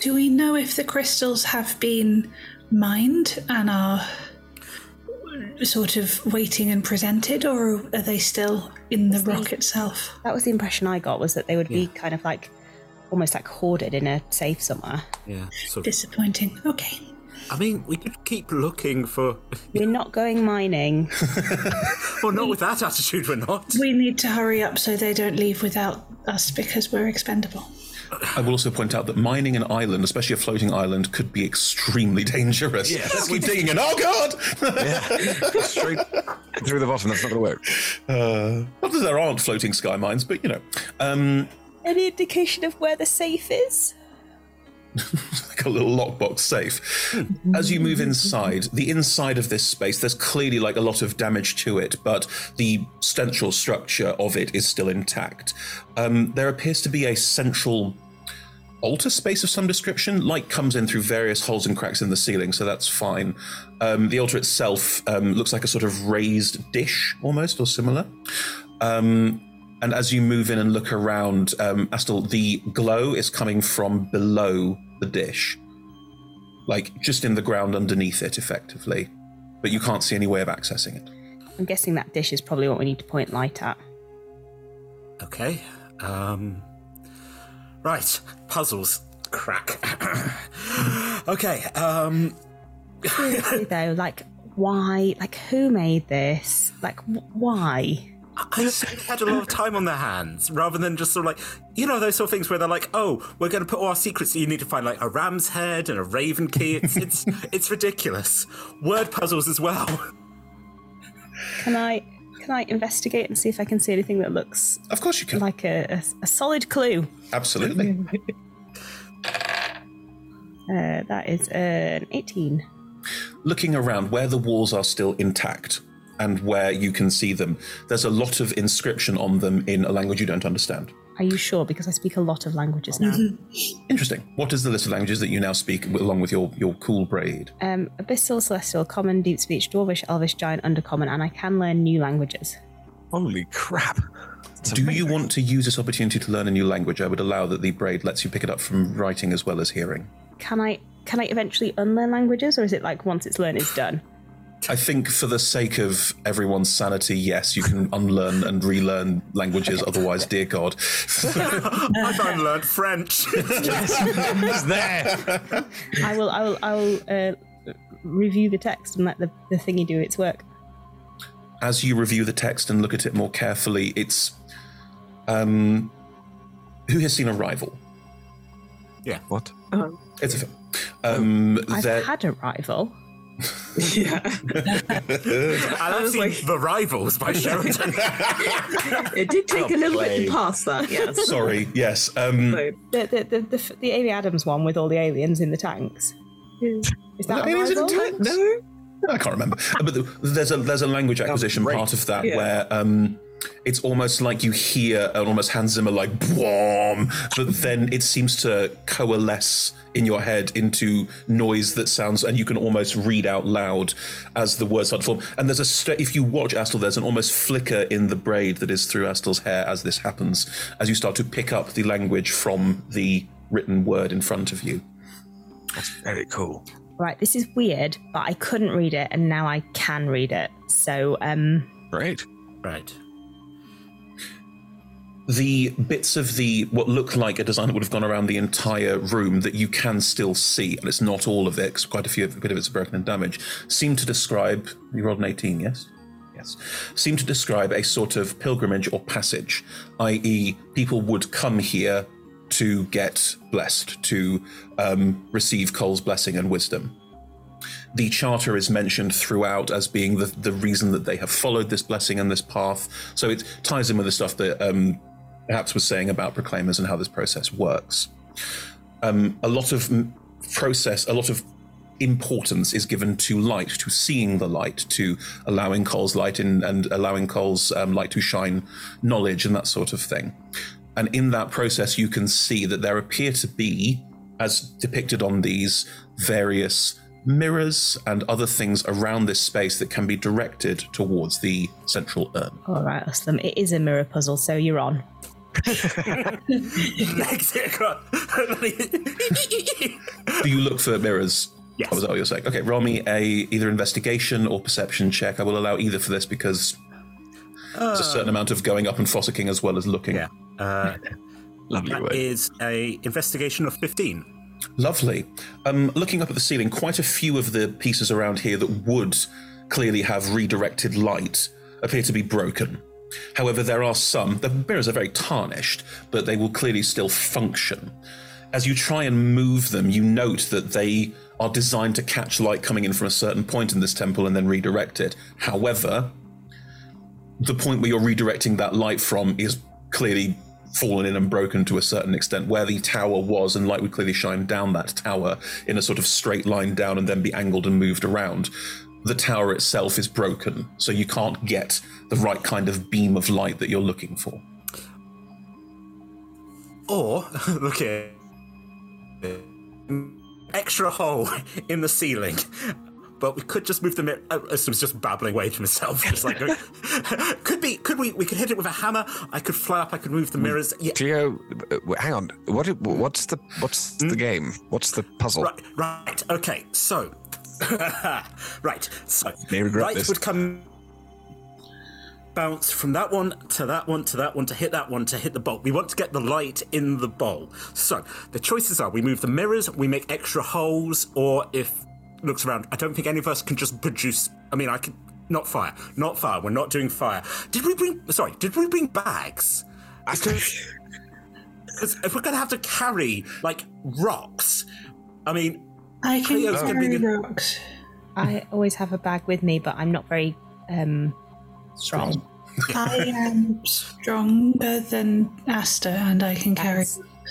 Do we know if the crystals have been mined and are sort of waiting and presented, or are they still in the rock itself?
That was the impression I got was that they would be kind of like almost like hoarded in a safe somewhere.
Yeah. So,
Disappointing. Okay.
I mean, we could keep looking for. <laughs>
We're not going
<laughs>
mining.
Well, not with that attitude, we're not.
We need to hurry up so they don't leave without us because we're expendable.
I will also point out that mining an island, especially a floating island, could be extremely dangerous.
Yeah.
Let's keep digging and oh god!
Straight through the bottom, that's not going to work.
Uh, not that there aren't floating sky mines, but you know. Um,
Any indication of where the safe is?
like a little lockbox safe. As you move inside, the inside of this space, there's clearly like a lot of damage to it, but the central structure of it is still intact. Um, there appears to be a central altar space of some description. Light comes in through various holes and cracks in the ceiling, so that's fine. Um, the altar itself um, looks like a sort of raised dish, almost or similar. Um, and as you move in and look around, um, Astel, the glow is coming from below the dish, like just in the ground underneath it, effectively. But you can't see any way of accessing it.
I'm guessing that dish is probably what we need to point light at.
Okay. Um, right. Puzzles. Crack. <clears throat> okay.
<laughs>
Um,
Seriously though, like why? Like who made this? Like wh- why?
I think they had a lot of time on their hands rather than just sort of like, you know, those sort of things where they're like, oh, we're going to put all our secrets. You need to find like a ram's head and a raven key. It's, it's, it's ridiculous. Word puzzles as well.
Can I can I investigate and see if I can see anything that looks?
Of course you can.
Like a, a, a solid clue.
Absolutely.
Uh, that is an 18.
looking around where the walls are still intact and where you can see them, there's a lot of inscription on them in a language you don't understand.
Are you sure? Because I speak a lot of languages now.
Mm-hmm. Interesting. What is the list of languages that you now speak along with your, your cool braid?
Um, abyssal, celestial, common, deep speech, dwarvish, elvish, giant, undercommon, and I can learn new languages.
Holy crap.
Do you want to use this opportunity to learn a new language? I would allow that the braid lets you pick it up from writing as well as hearing.
Can I can I eventually unlearn languages, or is it like once it's learned, it's done?
I think for the sake of everyone's sanity, yes, you can unlearn and relearn languages. Otherwise, dear God,
I've
<laughs>
unlearned French.
It's there.
I will. I will. I will uh, review the text and let the, the thingy do its work.
as you review the text and look at it more carefully, it's um, who has seen a rival?
Yeah.
What?
Oh.
It's a film. Um,
I've
there-
had a rival.
And I've seen The Rivals by Sheridan.
<laughs> it did take
Oh,
a little bit to pass
<laughs>
that, yes.
<laughs> Sorry. Yes. Um,
The the, the, the, the Amy Adams one with all the aliens in the tanks. Is that a
aliens in
rival?
No. I can't remember. Uh, But the, there's a there's a language acquisition part of that
Yeah.
where um, it's almost like you hear an almost Hans Zimmer like boom, but then it seems to coalesce in your head into noise that sounds, and you can almost read out loud as the words start to form. And there's a st- if you watch Astle, there's an almost flicker in the braid that is through Astle's hair as this happens, as you start to pick up the language from the written word in front of you.
That's very cool.
Right, this is weird, but I couldn't read it, and now I can read it. So, um,
Great.
Right.
the bits of the what looked like a design that would have gone around the entire room that you can still see, and it's not all of it because quite a few of a bit of it's broken and damaged, seem to describe. You rolled an eighteen, yes, yes. Seem to describe a sort of pilgrimage or passage, i.e., people would come here to get blessed, to um, receive Cole's blessing and wisdom the charter is mentioned throughout as being the, the reason that they have followed this blessing and this path. So it ties in with the stuff that um, perhaps was saying about proclaimers and how this process works. Um, a lot of m- process, a lot of importance is given to light, to seeing the light, to allowing Cole's light in, and allowing Cole's um, light to shine knowledge and that sort of thing. And in that process, you can see that there appear to be, as depicted on these various mirrors and other things around this space that can be directed towards the central urn.
all right, Aslam, it is a mirror puzzle, so you're on.
<laughs>
<laughs>
Do you look for mirrors? Yes. was that what you were saying? Okay, roll me a either investigation or perception check. I will allow either for this because there's a certain amount of going up and fossicking as well as looking. Yeah. <laughs>
Uh,
Lovely
that is a investigation of 15.
Lovely. Um, looking up at the ceiling, quite a few of the pieces around here that would clearly have redirected light appear to be broken. However, there are some, the mirrors are very tarnished, but they will clearly still function. As you try and move them, you note that they are designed to catch light coming in from a certain point in this temple and then redirect it. However, the point where you're redirecting that light from is clearly fallen in and broken to a certain extent. Where the tower was, and light would clearly shine down that tower in a sort of straight line down and then be angled and moved around. The tower itself is broken, so you can't get the right kind of beam of light that you're looking for.
Or, <laughs> look here. Extra hole in the ceiling. But we could just move the mirror. Oh, this was just babbling away to myself. Just like, <laughs> could be, could we? We could hit it with a hammer. I could fly up. I could move the mirrors. Yeah.
Cleo, uh, w- hang on. What? What's the? What's
Hmm?
the game? What's the puzzle?
Right, right. Okay, so. <laughs> right, so.
May regret
right
this.
would come. Bounce from that one to that one to that one to hit that one to hit the bowl. We want to get the light in the bowl. So the choices are we move the mirrors, we make extra holes, or if looks around, I don't think any of us can just produce. I mean, I could. Not fire. Not fire. We're not doing fire. Did we bring. Sorry, did we bring bags? Because because if we're going to have to carry, like, rocks, I mean,
I
can
Cleo's gonna be
carry
the-
I always have a bag with me, but I'm not very um, strong.
I am stronger than Asta, and I can carry.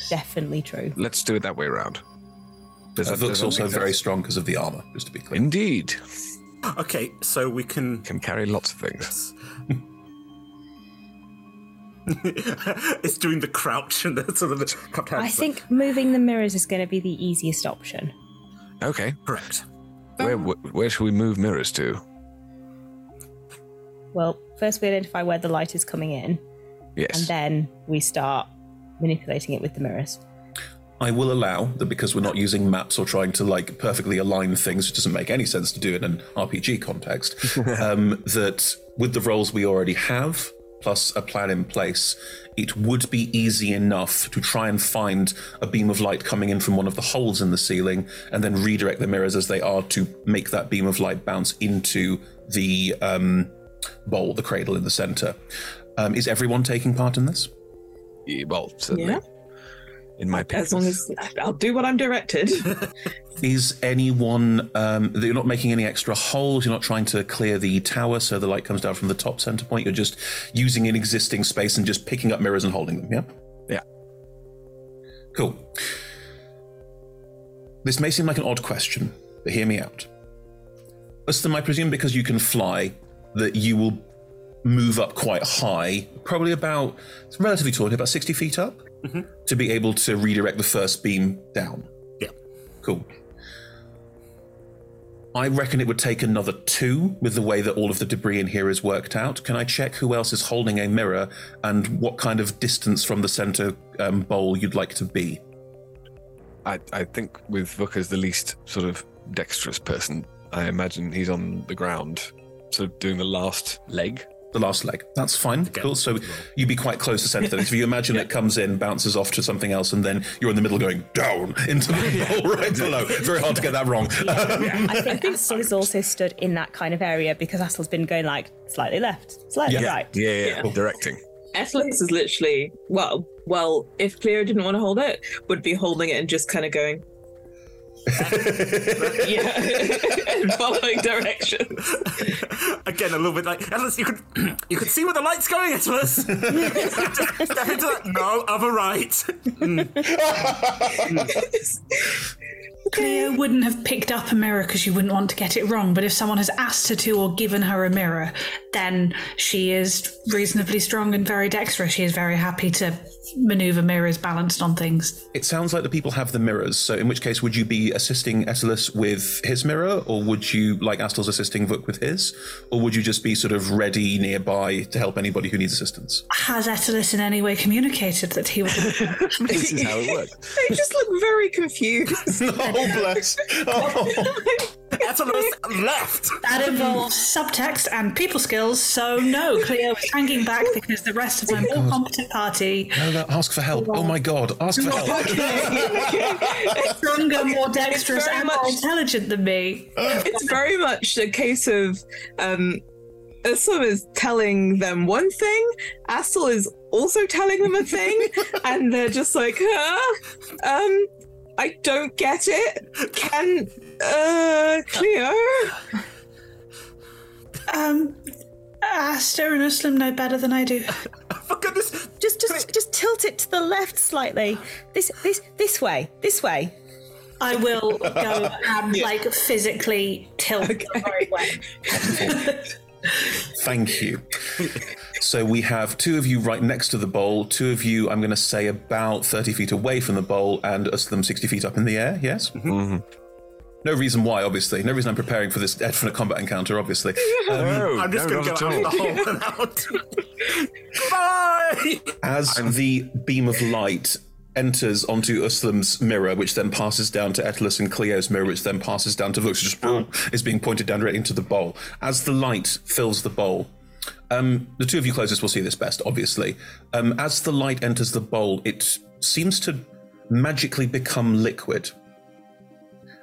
Definitely true.
Let's do it that way around. Does
Uh,
that- does
Vuk's
that
also
make
very
sense?
strong because of the armor, just to be clear.
Indeed.
Okay, so we can
can carry lots of things.
<laughs> it's doing the crouch and the sort of the cupped hands.
I think moving the mirrors is going to be the easiest option.
Okay.
Correct. Um,
Where wh- where should we move mirrors to?
Well, first we identify where the light is coming in,
Yes.
and then we start manipulating it with the mirrors.
I will allow that because we're not using maps or trying to like perfectly align things, which doesn't make any sense to do in an RPG context. um, that with the roles we already have, plus a plan in place, it would be easy enough to try and find a beam of light coming in from one of the holes in the ceiling, and then redirect the mirrors as they are to make that beam of light bounce into the um, bowl, the cradle in the center. Um, is everyone taking part in this?
Well,
certainly. Yeah.
In my
As long as I'll do what I'm directed.
<laughs> Is anyone um, that you're not making any extra holes? You're not trying to clear the tower so the light comes down from the top center point. You're just using an existing space and just picking up mirrors and holding them. Yeah.
Yeah.
Cool. This may seem like an odd question, but hear me out. Ustam, I presume because you can fly, that you will move up quite high, probably about it's relatively tall, about sixty feet up,
Mm-hmm.
to be able to redirect the first beam down.
Yeah.
Cool. I reckon it would take another two with the way that all of the debris in here is worked out. Can I check who else is holding a mirror and what kind of distance from the center um, bowl you'd like to be?
I, I think with Vuk as the least sort of dexterous person, I imagine he's on the ground, sort of doing the last leg.
The last leg. That's fine. Cool. So you'd be quite close to center. if you imagine it comes in, bounces off to something else, and then you're in the middle going down into the bowl right below. Very hard to get that wrong.
I
<laughs>
think Astle has also stood in that kind of area because Astle's been going like slightly left, slightly right.
Yeah, yeah, yeah. directing.
Ethlix is literally well, well. If Cleo didn't want to hold it, would be holding it and just kind of going. <laughs> yeah,
<laughs>
and <laughs> following directions.
Again, a little bit like unless you could you could see where the light's going at us.
<laughs>
Step into that. No, other right. Mm.
<laughs>
Cleo wouldn't have picked up a mirror because she wouldn't want to get it wrong, but if someone has asked her to or given her a mirror, then she is reasonably strong and very dexterous. She is very happy to maneuver mirrors balanced on things.
It sounds like the people have the mirrors. So, in which case, would you be assisting Etalus with his mirror, or would you, like Astel's assisting Vuk with his, or would you just be sort of ready nearby to help anybody who needs assistance?
Has Etalus in any way communicated
<laughs>
that he would?
this is
<laughs>
how it works.
They just look very
<laughs>
confused.
no,
<laughs>
bless.
Etalus left.
That involves subtext and people skills, so no, Cleo is hanging
<laughs>
back because the rest
Oh
of my more competent party
No, no, ask for help. Oh my god, ask for
<laughs>
help.
stronger, more dexterous,
very
and more intelligent than me.
it's very much a case of um Ursum is telling them one thing, Astle is also telling them a
<laughs>
thing, and they're just like, huh? Um, I don't get it. Can uh Cleo?
Um, Aster and Uslim know better than
<laughs>
I do.
Just, just, just tilt it to the left slightly. This, this, this way, this way.
I will
<laughs>
go and like physically tilt the right way.
<laughs> Thank you. So we have two of you right next to the bowl, two of you, I'm going to say, about 30 feet away from the bowl, and us them 60 feet up in the air, yes?
Mm-hmm.
Mm-hmm. No reason why, obviously. No reason I'm preparing for this definite combat encounter,
<laughs>
obviously. Um,
I'm just gonna go out the hole and out. Bye.
As the beam of light enters onto Uslam's mirror, which then passes down to Etalus and Cleo's mirror, which then passes down to Vux, just boom, is being pointed down directly into the bowl. As the light fills the bowl, um, the two of you closest will see this best, obviously. Um, as the light enters the bowl, it seems to magically become liquid.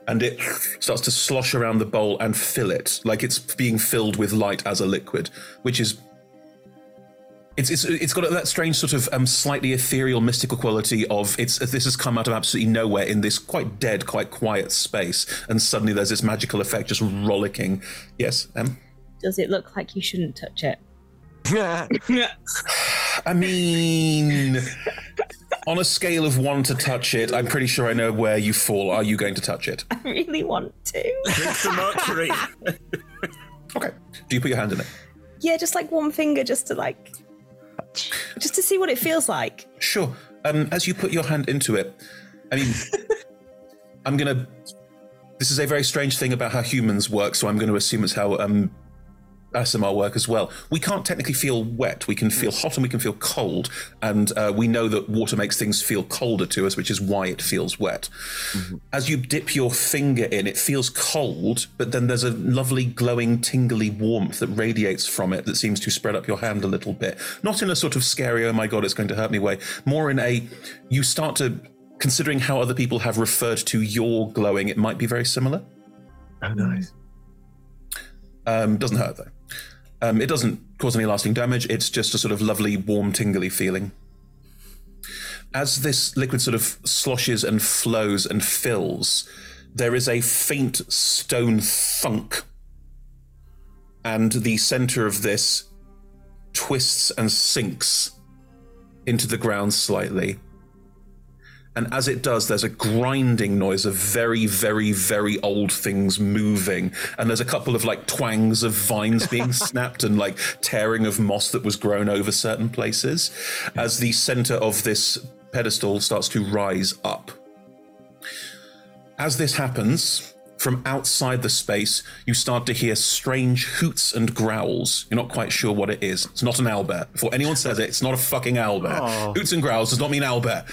And it starts to slosh around the bowl and fill it, like it's being filled with light as a liquid, which is it's, it's it's got that strange sort of um, slightly ethereal, mystical quality of it's this has come out of absolutely nowhere in this quite dead, quite quiet space, and suddenly there's this magical effect just rollicking. Yes, um,
Does it look like you shouldn't touch it? <laughs>
<sighs> I mean, on a scale of one to touch it, I'm pretty sure I know where you fall. Are you going to touch it?
I really want to.
Drink some mercury.
Do you put your hand in it?
<laughs> Yeah, just like one finger, just to like, just to see what it feels like.
Sure. Um, as you put your hand into it, I mean, I'm gonna. This is a very strange thing about how humans work, so I'm going to assume it's how um, ASMR work as well. We can't technically feel wet. We can feel hot and we can feel cold. And uh, we know that water makes things feel colder to us, which is why it feels wet. As you dip your finger in, it feels cold, but then there's a lovely, glowing, tingly warmth that radiates from it that seems to spread up your hand a little bit. Not in a sort of scary, oh my God, it's going to hurt me way, more in a, you start to, considering how other people have referred to your glowing, it might be very similar.
Oh, nice.
Um, doesn't hurt though. Um, it doesn't cause any lasting damage. It's just a sort of lovely, warm, tingly feeling. As this liquid sort of sloshes and flows and fills, there is a faint stone thunk. And the center of this twists and sinks into the ground slightly. And as it does, there's a grinding noise of very, very, very old things moving. And there's a couple of like twangs of vines being snapped and like tearing of moss that was grown over certain places as the center of this pedestal starts to rise up. As this happens, from outside the space, you start to hear strange hoots and growls. You're not quite sure what it is. It's not an owlbear. Before anyone says it, it's not a fucking owlbear.
Oh.
Hoots and growls does not mean owlbear.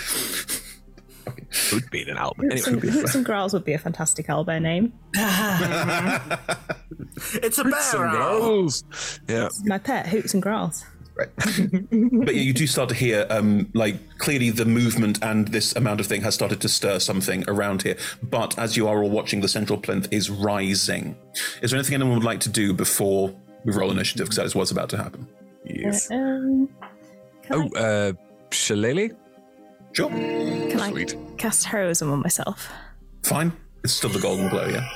Could be an album.
Hoots and, Hoots and Growls would be a fantastic owlbear name.
it's a bear.
Yeah.
My pet, Hoots and Growls.
but you do start to hear, um, like, clearly the movement and this amount of thing has started to stir something around here. But as you are all watching, the central plinth is rising. Is there anything anyone would like to do before we roll initiative? Because that is what's about to happen.
Yes.
Um,
Oh, uh, Shillelagh?
Sure.
can I cast heroism on myself?
Fine. It's still the golden glow, yeah.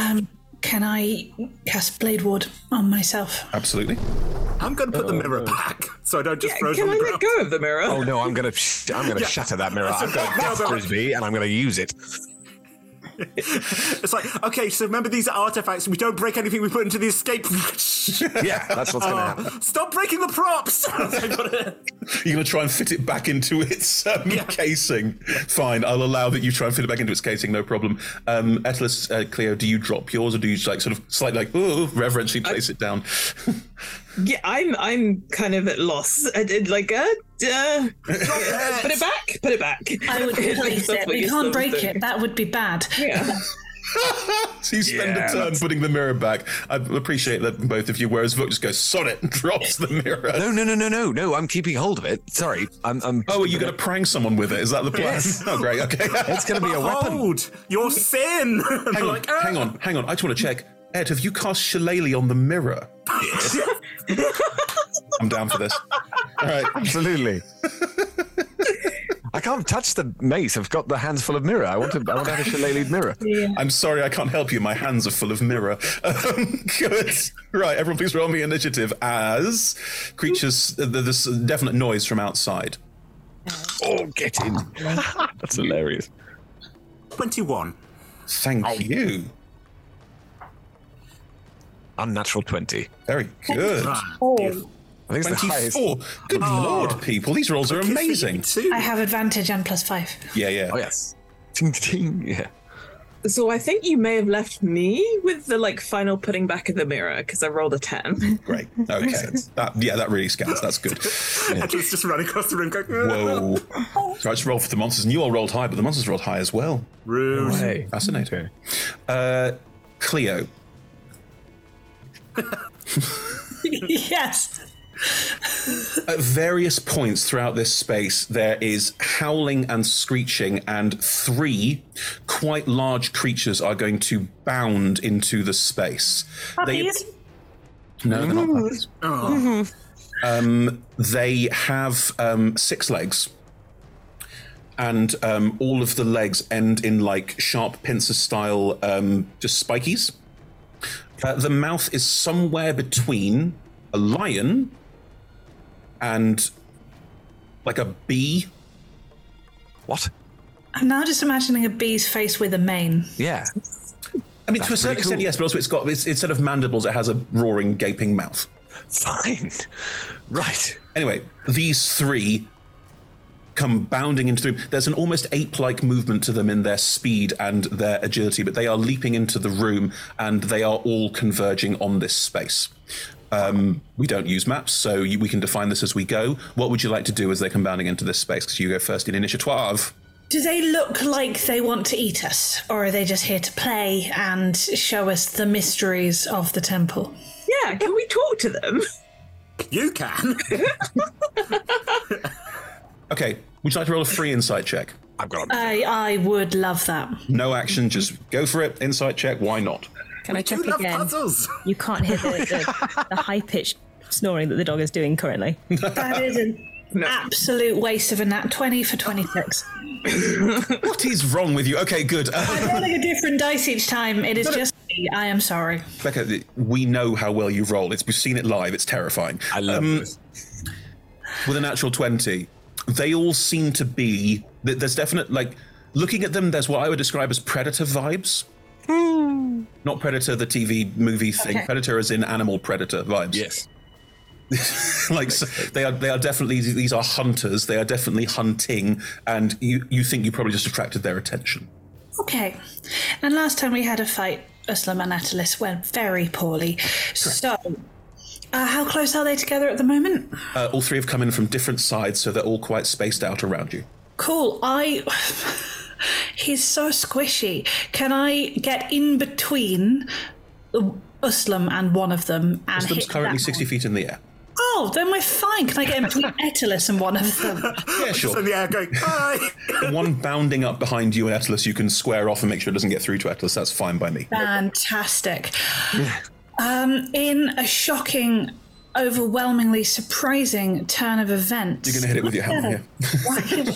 Um, can I cast Blade Ward on myself?
Absolutely.
I'm going to put the mirror back <laughs> so I don't just throw it
Uh, can
on
I
the
let
ground.
go of the mirror?
Oh no, I'm gonna I'm gonna
Yeah.
shatter that mirror.
That's
I've
a-
got a
that's a-
death frisbee and I'm gonna use it.
It's like, okay, so remember these are artifacts. We don't break anything we put into the escape.
<laughs>
yeah, that's what's gonna
happen. Stop breaking the <laughs> props! I got it.
You're going to try and fit it back into <laughs> its um, casing. Fine, I'll allow that you try and fit it back into its casing, no problem. Um, Etalus, uh, Cleo, do you drop yours or do you like sort of slightly like, ooh, reverentially place it down? <laughs>
Yeah, I'm I'm kind of at loss. I did like uh, uh, put it back, put it back. <laughs>
I would replace
That's
it.
what
We
you're supposed
can't break
to do.
it. That would be bad. <laughs>
Yeah.
so you spend
Yeah,
a turn
that's-
putting the mirror back. I appreciate that from both of you, whereas Vuk just goes, sod it, and <laughs> drops the mirror.
No, no, no, no, no, no. I'm keeping hold of it. Sorry. I'm. I'm
oh, are you going to prank someone with it? Is that the plan?
Yes.
<laughs> Oh, great. Okay.
<laughs> It's gonna be a weapon.
Behold your sin. <laughs> "Ah."
Hang on, hang on, hang on. I just want to check. Ed, have you cast Shillelagh on the mirror? I'm down for this. All <laughs> right.
Absolutely. <laughs> I can't touch the mace. I've got the hands full of mirror. I want to. I want to have a shillelagh mirror.
I'm sorry, I can't help you. My hands are full of mirror. <laughs> Um, good. Right, everyone, please roll me initiative as creatures. Uh, th- there's definite noise from outside.
Oh, get in. That's hilarious.
21.
Thank you.
Unnatural 20.
Very good.
Oh.
I think it's the highest.
24. Good
Oh.
lord, people. These rolls are amazing.
I have advantage and plus five.
Yeah, yeah.
Oh, yes. Ting, ting. Yeah.
So I think you may have left me with the like final putting back of the mirror because I rolled a ten.
Great. Okay. that, yeah, that really scans. That's
<laughs>
good.
I just, just run across the room going,
Whoa. So I just rolled for the monsters, and you all rolled high, but the monsters rolled high as well.
Rude.
Right. Fascinating. Uh, Cleo.
<laughs> yes.
At various points throughout this space, there is howling and screeching, and three quite large creatures are going to bound into the space.
Puppies?
No, they're not puppies. Um, they have um, six legs, and um, all of the legs end in like sharp pincer style, um, just spikies. Uh, the mouth is somewhere between a lion and like a bee.
What?
I'm now just imagining a bee's face with a mane.
Yeah.
I mean, to a certain extent, yes, but also it's got it's, instead of mandibles, it has a roaring, gaping mouth.
Fine. <laughs> Right.
Anyway, these three come bounding into the room. There's an almost ape like movement to them in their speed and their agility, but they are leaping into the room and they are all converging on this space. Um, we don't use maps, so you, we can define this as we go. What would you like to do as they come bounding into this space? Because you go first in initiative.
Do they look like they want to eat us, or are they just here to play and show us the mysteries of the temple?
Yeah, can we talk to them?
You can.
<laughs> Okay, would you like to roll a free insight check? I've got
I I would love that.
<laughs> No action, just go for it. Insight check,
<laughs>
why not?
Can I check
love
again? You can't hear the, the, the high pitched snoring that the dog is doing currently.
That is an absolute waste of a nat 20 for 26.
what is wrong with you? Okay, good. Uh,
I'm rolling a different dice each time. It is just me. I am sorry.
<laughs> Becca, th- we know how well you roll. It's we've seen it live. It's terrifying. I love it. With a natural twenty, they all seem to be. th- There's definite like looking at them. There's what I would describe as predator vibes. <sighs> Not predator, the TV movie thing.
Okay.
Predator as in animal predator vibes. Yes. <laughs> like so they are they are definitely these are hunters they are definitely hunting and you you think you probably just attracted their attention
Okay. And last time we had a fight, Uslam and Attalus went very poorly. So, uh, how close are they together at the moment?
Uh, all three have come in from different sides, so they're all quite spaced out around you.
Cool. I. <sighs> He's so squishy. Can I get in between Uslam and one of them and
Muslim's
hit
currently
that
60 feet in the air.
Oh, then we're fine. Can I get
<laughs>
in between Etalus and one of them?
Yeah, sure.
in the air
<laughs>
going, hi!
One bounding up behind you and Atlas, you can square off and make sure it doesn't get through to Atlas. That's fine by me.
Fantastic. Um, in a shocking, overwhelmingly surprising turn of events.
You're going to hit it with your hammer,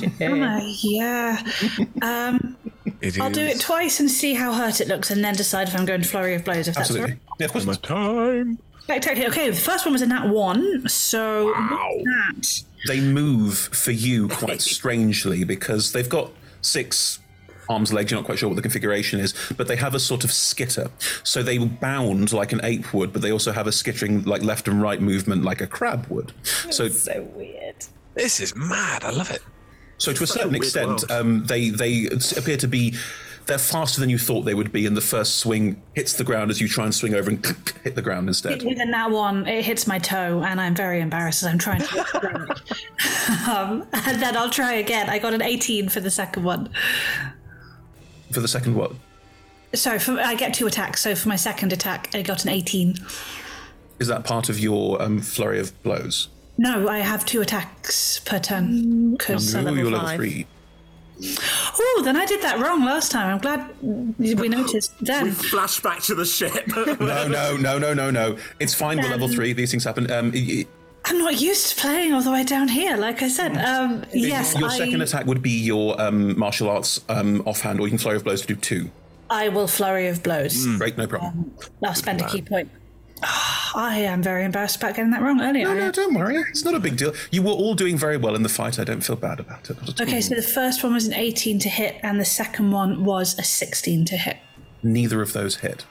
yeah.
<laughs> Hammer, yeah. Um,
It
I'll do
is.
it twice and see how hurt it looks, and then decide if I'm going flurry of blows. If
Absolutely.
that's
Yeah, of course.
time. Spectacular. Okay, the first one was a nat one, so that.
They move for
<laughs>
you quite strangely because they've got six arms, legs. You're not quite sure what the configuration is, but they have a sort of skitter. So they bound like an ape would, but they also have a skittering like left and right movement like a crab would. So
so weird.
This is mad. I love it. So to a
Such a
certain
weird
extent,
world.
um, they they appear to be they're faster than you thought they would be, and the first swing hits the ground as you try and swing over and <laughs> hit the ground instead.
With a nat one, it hits my toe, and I'm very embarrassed as I'm
<laughs>
trying to. <laughs> um, and then I'll try again. I got an 18 for the second one.
For the second what?
So for, I get two attacks. So for my second attack, I got an 18.
Is that part of your um, flurry of blows?
No, I have two attacks per turn because
Ooh, you're level three.
Oh, then I did that wrong last time. I'm glad we noticed then.
Flash back to the ship.
<laughs> no, no, no, no, no, no. It's fine. We're level
Um,
three. These things happen. Um, y-
I'm not used to playing all the way down here, like I said. Um,
y-
yes,
Mm. Your
I,
second attack would be your um, martial arts um, offhand, or you can flurry of blows to do two. Mm.
I will flurry of blows.
Great, no problem.
I'll spend a key point. <sighs> I am very embarrassed about getting that wrong earlier. eh?
No, no, don't worry. It's not a big deal. You were all doing very well in the fight. I don't feel bad about it. Not at all.
Okay, so the first one was an 18 to hit, and the second one was a 16 to hit.
Neither of those hit.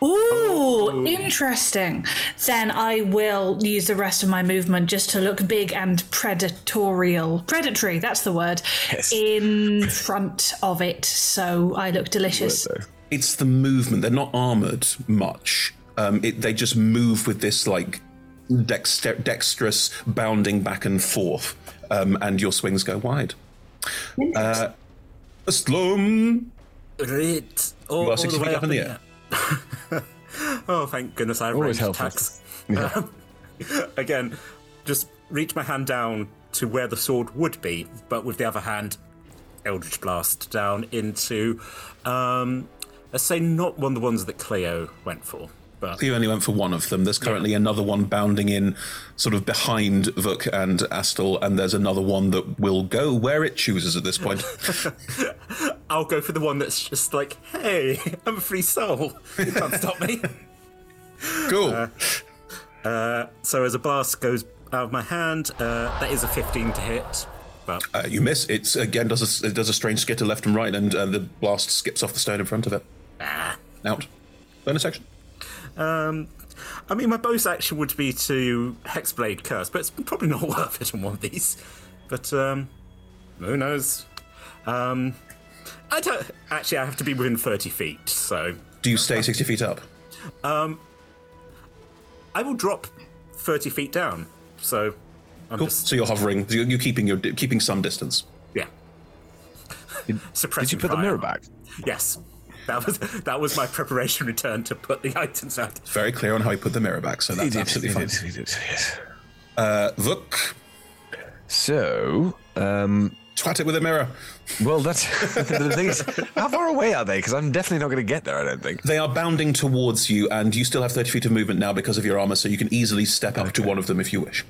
Oh.
Ooh, interesting. Then I will use the rest of my movement just to look big and predatorial. Predatory, that's the word. In front of it, so I look delicious.
It's the movement. They're not armored much. Um, it, they just move with this like dexter- dexterous bounding back and forth, um, and your swings go wide. Uh, slum.
Right. All,
you
all
are six
the
feet
way
up in the air.
oh, thank goodness I have
Always
ranged
helpful.
attacks. Um, again, just reach my hand down to where the sword would be, but with the other hand, Eldritch Blast down into, um, let's say not one of the ones that Cleo went for, but
You only went for one of them. There's currently another one bounding in, sort of behind Vuk and Astel, and there's another one that will go where it chooses at this <laughs> point.
I'll go for the one that's just like, hey, <laughs> I'm a free soul. You can't stop me.
Cool.
Uh, uh, so as a blast goes out of my hand, uh, that is a 15 to hit. But
Uh, you miss. It's again does a, it does a strange skitter left and right, and uh, the blast skips off the stone in front of it. Out. Bonus action.
Um, I mean, my bonus action would be <laughs> to Hexblade Curse, but it's probably not worth it on one of these. But um, Who knows? Um, I don't. Actually, I have to be within 30 feet, so.
Do you stay 60 feet up?
Um, I will drop 30 feet down, so. I'm
Cool.
just.
So you're hovering. You're, you're keeping your keeping some distance.
Yeah. <laughs> Suppressing did you put the mirror back? Yes. That was that was my preparation return to put the <laughs> items out.
Very clear on how he put the mirror back, so that's
did,
absolutely
he
fine.
did, he did, yes. <laughs>
Uh, Vuk,
So, um,
twat it with a mirror.
Well, that's the thing is, how far away are they? Because I'm definitely not going to get there. I don't think.
They are bounding towards you, and you still have 30 feet of movement now because of your armor, so you can easily step up to one of them if you wish.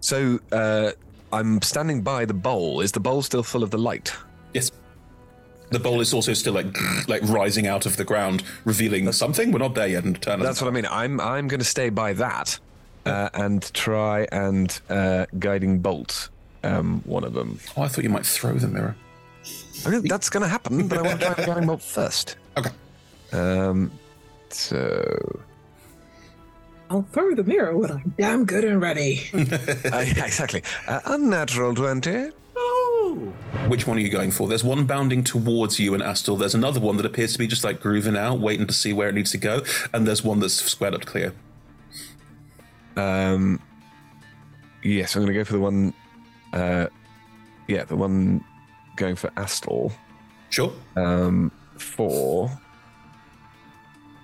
So, uh, I'm standing by the bowl. Is the bowl still full of the light?
Yes. The bowl is also still like <clears throat> like rising out of the ground, revealing something. We're not there yet, and turn.
That's what I mean. I'm I'm going to stay by that uh, and try and uh, guiding bolt um, one of them.
Oh, I thought you might throw the mirror.
I mean, that's going to happen, but I want to try and
<laughs>
guiding bolt first.
Okay.
Um, so <laughs>
I'll throw the mirror when I'm damn good and ready.
<laughs>
<laughs>
Uh, yeah, exactly. Uh, unnatural 20.
Which one are you going for? There's one bounding towards you in Astor. There's another one that appears to be just like grooving out, waiting to see where it needs to go. And there's one that's squared up to Cleo.
Um, yes, I'm going to go for the one. Uh, yeah, the one going for Astor.
Sure.
Um, four.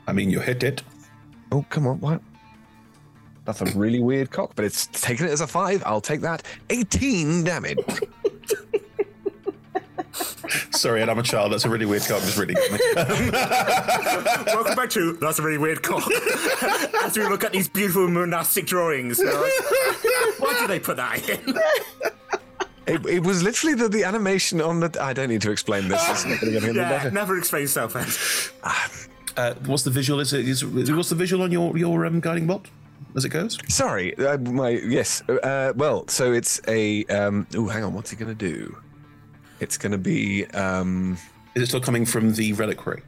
I mean, you hit it.
Oh, come on. What? That's a really weird cock, but it's taking it as a five. I'll take that. 18 damage.
Sorry, and I'm a child. That's a really weird card. Just really got
<laughs>
me.
Welcome back to That's a Really Weird Cock. <laughs> As we look at these beautiful monastic drawings, we're like, why did they put that in?
It, it was literally the, the animation on the. I don't need to explain this. It's not going to get any
Yeah,
better.
never explain yourself.
<sighs> Uh, what's the visual? Is it? Is, is- what's the visual on your your um, guiding bolt as it goes?
Sorry, uh, my yes. Uh, well, so it's a. Um, oh, hang on. What's it going to do? It's going to be. Um,
is it still coming from the reliquary?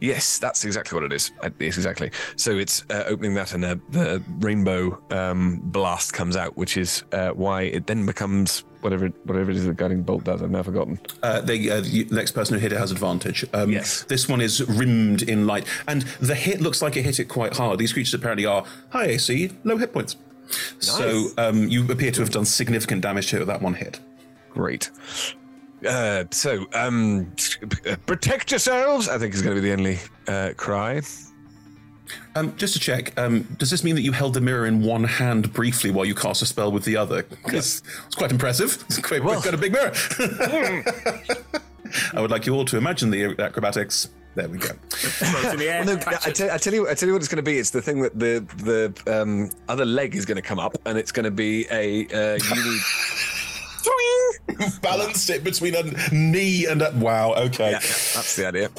Yes, that's exactly what it is. Uh, Yes, exactly. So it's uh, opening that, and a, the rainbow um, blast comes out, which is uh, why it then becomes whatever whatever it is the guiding bolt does. I've now forgotten.
Uh, they, uh, the next person who hit it has advantage. Um, yes. This one is rimmed in light, and the hit looks like it hit it quite hard. These creatures apparently are high AC, low hit points. So um, you appear to have done significant damage to it with that one hit.
Great. Uh, so, um, protect yourselves. I think is going to be the only uh, cry.
Um, just to check, um, does this mean that you held the mirror in one hand briefly while you cast a spell with the other? Because it's quite impressive. It's quite, we've got a big mirror. I would like you all to imagine the acrobatics. There we go.
Well, no, I, tell, I tell you, I tell you what it's going to be. It's the thing that the the um, other leg is going to come up, and it's going to be a uh, you need.
Balanced it between a knee and a. Wow, okay.
that's the idea.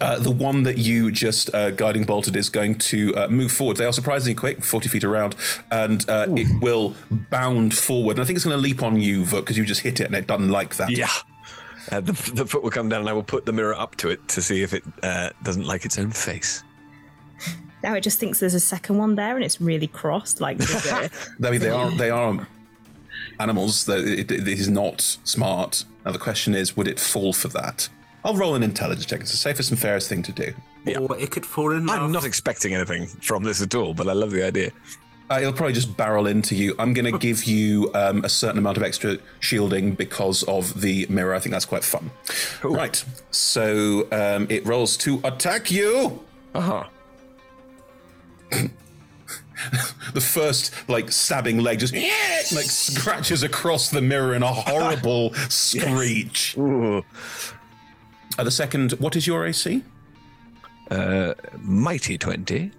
Uh, the one that you just uh, guiding bolted is going to uh, move forward. They are surprisingly quick, 40 feet around, and uh, it will bound forward. And I think it's going to leap on you, Vuk, because you just hit it and it doesn't like that.
Yeah. Uh, the, the foot will come down, and I will put the mirror up to it to see if it uh, doesn't like its own face.
Now it just thinks there's a second one there and it's really crossed. Like, with <laughs>
<laughs>
the-
I mean, they are they are animals. That it, it is not smart. Now the question is, would it fall for that? I'll roll an intelligence check. It's the safest and fairest thing to do.
Or it could fall in.
I'm not expecting anything from this at all, but I love the idea.
Uh, it'll probably just barrel into you. I'm
<laughs>
going to give you um, a certain amount of extra shielding because of the mirror. I think that's quite fun. Right. So um, it rolls to attack you.
Uh huh.
the first like stabbing leg just like scratches across the mirror in a horrible screech. Uh, the second, what is your AC?
Uh, mighty twenty.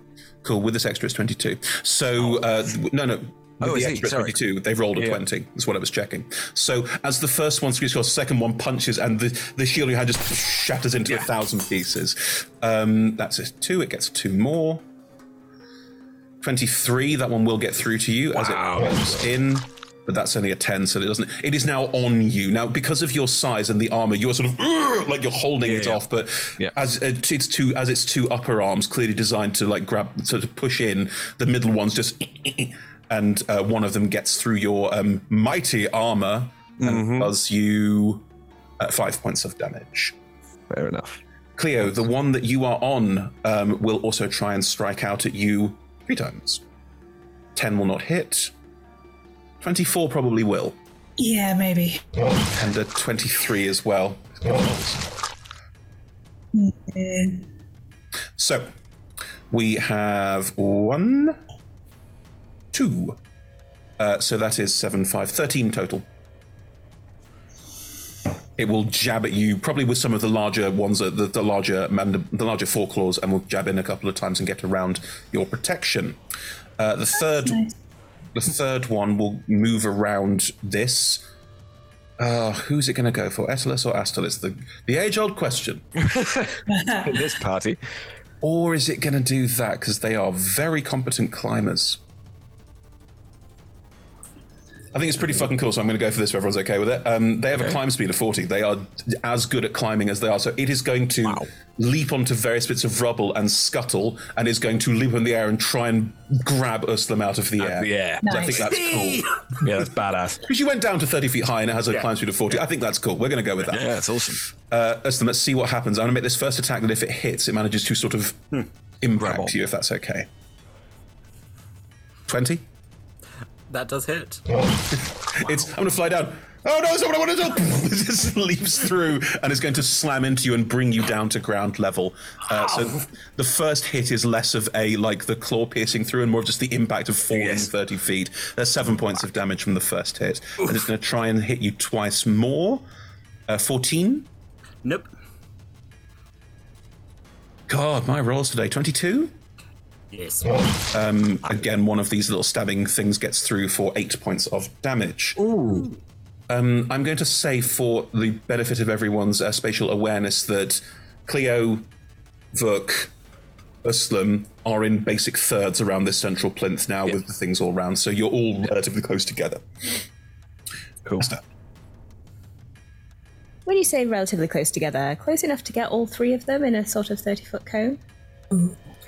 Cool. With this extra, it's twenty-two. So uh, th- no, no. With
Oh, I
the
see,
extra
sorry.
22, they've rolled a
Yeah.
20. That's what I was checking. So, as the first one screams across, the second one punches, and the, the shield you had just shatters into a thousand pieces. Um, that's a two. It gets two more. 23 that one will get through to you as it pops in but that's only a 10 so it doesn't it is now on you now because of your size and the armor you're sort of "Urgh," like you're holding it off but as it- it's two as its two upper arms clearly designed to like grab sort of push in the middle one's just <clears throat> and uh, one of them gets through your um, mighty armor
Mm-hmm.
and does you uh, five points of damage.
Fair enough.
Cleo, the one that you are on um, will also try and strike out at you three times. Ten will not hit. Twenty-four probably will,
Yeah, maybe.
and a twenty-three as well. So we have one, two. Uh, so that is seven, five, 13 total. It will jab at you, probably with some of the larger ones, uh, the, the larger mandib- the larger foreclaws, and will jab in a couple of times and get around your protection. Uh, the third, the third one will move around this. Uh, who's it going to go for, Etalus or Astal? It's the the age old
<laughs>
question.
this party.
Or is it going to do that because they are very competent climbers? I think it's pretty fucking cool, so I'm going to go for this. If everyone's okay with it. Um, they have a climb speed of 40. They are as good at climbing as they are, so it is going to leap onto various bits of rubble and scuttle, and is going to leap in the air and try and grab us them out of the air.
Yeah,
So I think that's cool.
<laughs> yeah, that's badass.
Because you went down to 30 feet high and it has a
Yeah.
climb speed of 40. I think that's cool. We're going to go with that.
Yeah, that's awesome.
Uh, Ustam, let's see what happens. I'm going to make this first attack that if it hits, it manages to sort of
Hmm.
impact you, if that's okay. 20?
That does hit.
It's. I'm going to fly down. Oh no, that's not what I want to do! <laughs> it just leaps through and is going to slam into you and bring you down to ground level. Uh, so the first hit is less of a, like, the claw piercing through and more of just the impact of falling 30 feet. There's seven points of damage from the first hit. And it's going to try and hit you twice more. Uh, 14?
Nope.
God, my rolls today 22?
Yes.
Um, again, one of these little stabbing things gets through for eight points of damage.
Ooh.
Um, I'm going to say, for the benefit of everyone's uh, spatial awareness, that Cleo, Vuk, Uslam are in basic thirds around this central plinth now with the things all round, so you're all relatively close together. Cool.
When you say relatively close together, close enough to get all three of them in a sort of 30 foot cone?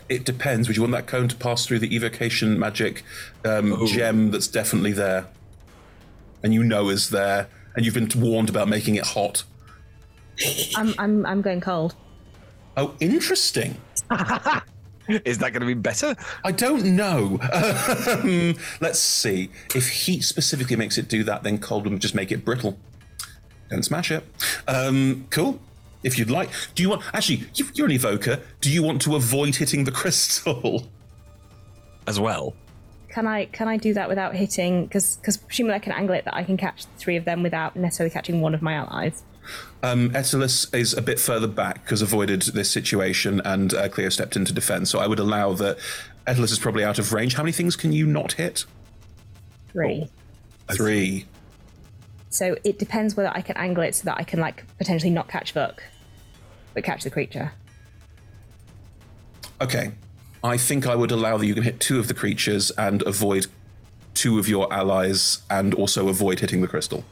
It depends. Would you want that cone to pass through the evocation magic um, gem that's definitely there, and you know is there, and you've been warned about making it hot?
I'm, I'm, I'm going cold.
Oh, interesting.
<laughs> Is that going to be better?
I don't know. Um, let's see. If heat specifically makes it do that, then cold would just make it brittle. Don't smash it. Um, cool. If you'd like, do you want? Actually, you, you're an evoker. Do you want to avoid hitting the <laughs> crystal
as well?
Can I can I do that without hitting? Because presumably I can angle it that I can catch three of them without necessarily catching one of my allies.
Um, Etalus is a bit further back because avoided this situation, and uh, Cleo stepped into defense. So I would allow that. Etalus is probably out of range. How many things can you not hit?
Three.
Three.
So it depends whether I can angle it so that I can like potentially not catch Vuk, but catch the creature.
Okay. I think I would allow that you can hit two of the creatures and avoid two of your allies, and also avoid hitting the crystal.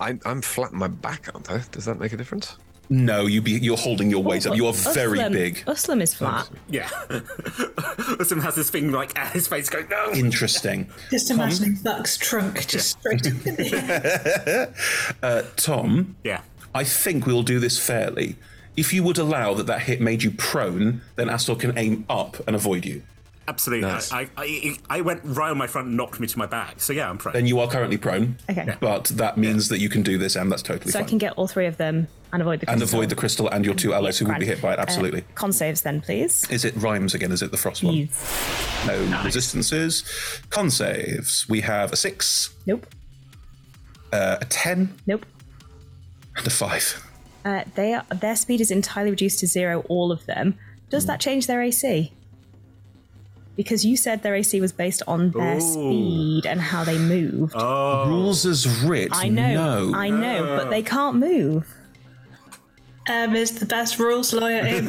I, I'm flat on my back, aren't I? Does that make a difference?
No, you be, you're holding your weight up. You are
Uslam.
<laughs>
very big.
Uslam is flat.
Yeah. <laughs> Listen has this thing like at his face going, no. <laughs>
Interesting.
Just imagining Vuk's trunk just
<laughs>
straight up in the air.
Uh, Tom.
Yeah.
I think we'll do this fairly. If you would allow that that hit made you prone, then Astor can aim up and avoid you.
Absolutely.
Nice.
I, I, I I went right on my front and knocked me to my back. So yeah, I'm prone.
Then you are currently prone.
Okay. Yeah.
But that means that you can do this, and that's totally
so I
fine.
can get all three of them and avoid the
and
crystal.
avoid the crystal and your two allies who would be hit by it.
Uh,
Absolutely.
con saves then, please.
Is it rhymes again? Is it the frost one? No resistances. Con saves. We have a six.
Nope.
Uh, a ten.
Nope.
And a five.
Uh, they are, their speed is entirely reduced to zero, all of them. Does that change their AC? Because you said their AC was based on their
Ooh.
speed and how they moved.
Rules as writ.
I know,
No.
I know, but they can't move.
Um, is the best rules
<laughs>
lawyer in.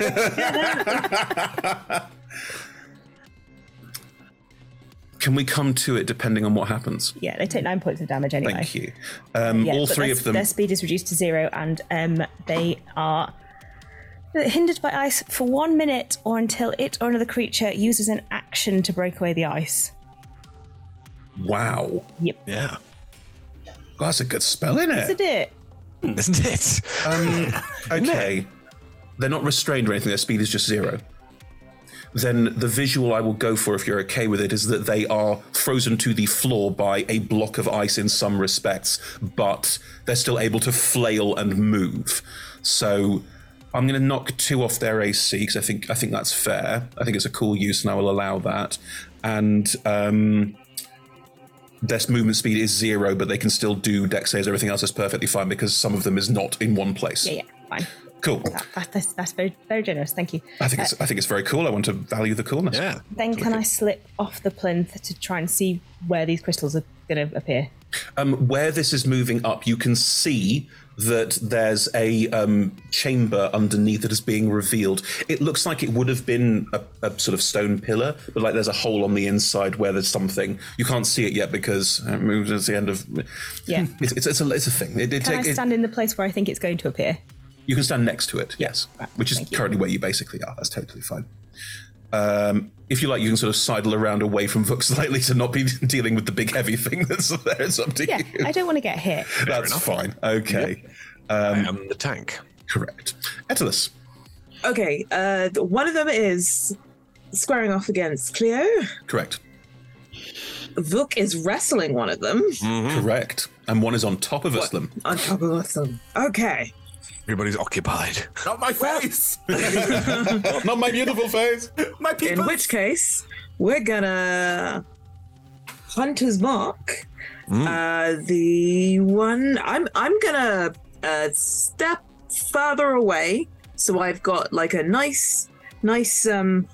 Can we come to it depending on what happens?
Yeah, they take nine points of damage anyway.
Thank you. Um,
Yeah,
all
but
three
their,
of them.
Their speed is reduced to zero, and um, they are hindered by ice for one minute or until it or another creature uses an ac- action to break away the ice.
Wow.
Yep.
Yeah.
that's a good spell, Oh, isn't it?
Isn't it?
<laughs> Isn't it?
Um, okay. They're not restrained or anything. Their speed is just zero. Then the visual I will go for, if you're okay with it, is that they are frozen to the floor by a block of ice in some respects, but they're still able to flail and move. So I'm going to knock two off their AC because I think I think that's fair. I think it's a cool use, and I will allow that. And um, their movement speed is zero, but they can still do deck saves. Everything else is perfectly fine because some of them is not in one place.
Yeah, yeah, fine.
Cool.
That, that's, that's very very generous. Thank you.
I think
Uh,
it's I think it's very cool. I want to value the coolness.
Yeah.
Then can I slip off the plinth to try and see where these crystals are going to
<laughs>
appear?
Um, where this is moving up, you can see that there's a um, chamber underneath that is being revealed. It looks like it would have been a, a sort of stone pillar, but like there's a hole on the inside where there's something. You can't see it yet because it moves at the end of.
Yeah.
It's, it's, it's, a, it's a thing. It, it,
Can I
it-
stand in the place where I think it's going to
<laughs>
appear?
you can stand next to it, yes, which is currently where you basically are. That's totally fine. Um, if you like, you can sort of sidle around away from Vook <laughs> slightly to not be dealing with the big heavy thing that's there. It's up to
Yeah,
you.
I don't want to get hit.
<laughs> That's fine. Okay. Um, I am
the tank.
Correct. Etalus.
Okay, uh, th- one of them is squaring off against Cleo.
Correct.
Vuk is wrestling one of them
Mm-hmm.
Correct. And one is on top of Islam.
on top of Awesome. Okay.
Everybody's occupied.
Not my <laughs> face!
Not my beautiful face!
My people! In which case, we're gonna. Hunter's Mark.
Mm.
Uh, the one. I'm, I'm gonna uh, step further away. So I've got like a nice, nice um,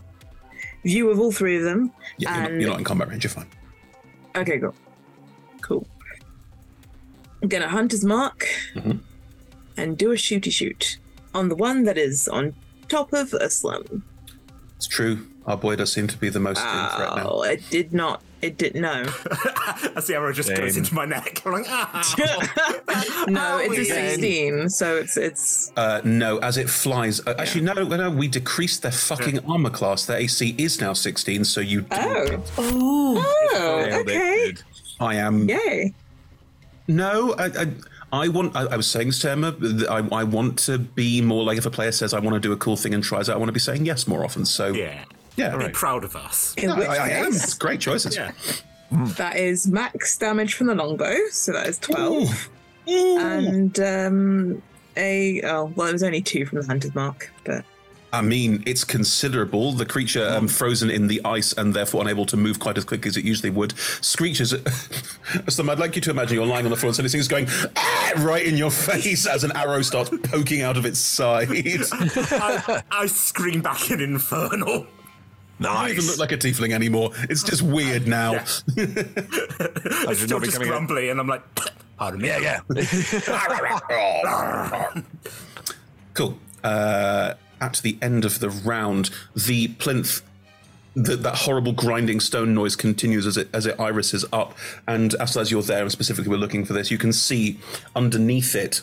view of all three of them.
Yeah, you're, not,
and
you're not in combat range. You're fine.
Okay, cool. Cool. I'm gonna hunt his mark
Mhm.
and do a shooty shoot on the one that is on top of Aslam.
It's true. Our boy does seem to be the most in threat now.
Oh, it did not. It did <laughs> no. That's the arrow
just goes Same. into
my neck. I'm like,
<laughs>
ah. <laughs> no, it's a
Again.
sixteen, so it's it's
Uh, no, as it flies. Uh, Actually, no, no, no, we decreased their fucking armor class. Their AC is now 16, so you.
oh
Nailed
oh
it,
okay.
I am.
Yay.
No, I. I I want. I, I was saying this to Emma. th- I, I want to be more like if a player says I want to do a cool thing and tries it. I want to be saying yes more often. So yeah, yeah.
Be proud of us.
In
No,
which
I, I am.
case-
It's great choices. Hmm.
That is max damage from the longbow, so that is 12. And um, a. Oh, well, it was only two from the hunter's mark, but.
I mean, it's considerable. The creature um, frozen in the ice and therefore unable to move quite as quick as it usually would screeches. <laughs> Some I'd like you to imagine you're lying on the floor and suddenly things going "Ah!" right in your face as an arrow starts poking out of its side. <laughs> I, I scream back in infernal. Nice. I don't even look like a tiefling anymore. It's just weird now. <laughs>
I'm still just grumbly, and I'm like, <laughs> pardon me.
Yeah,
yeah.
<laughs> Cool. Uh, at the end of the round, the plinth, the, that horrible grinding stone noise continues as it as it irises up. And as, as you're there, and specifically we're looking for this, you can see underneath it.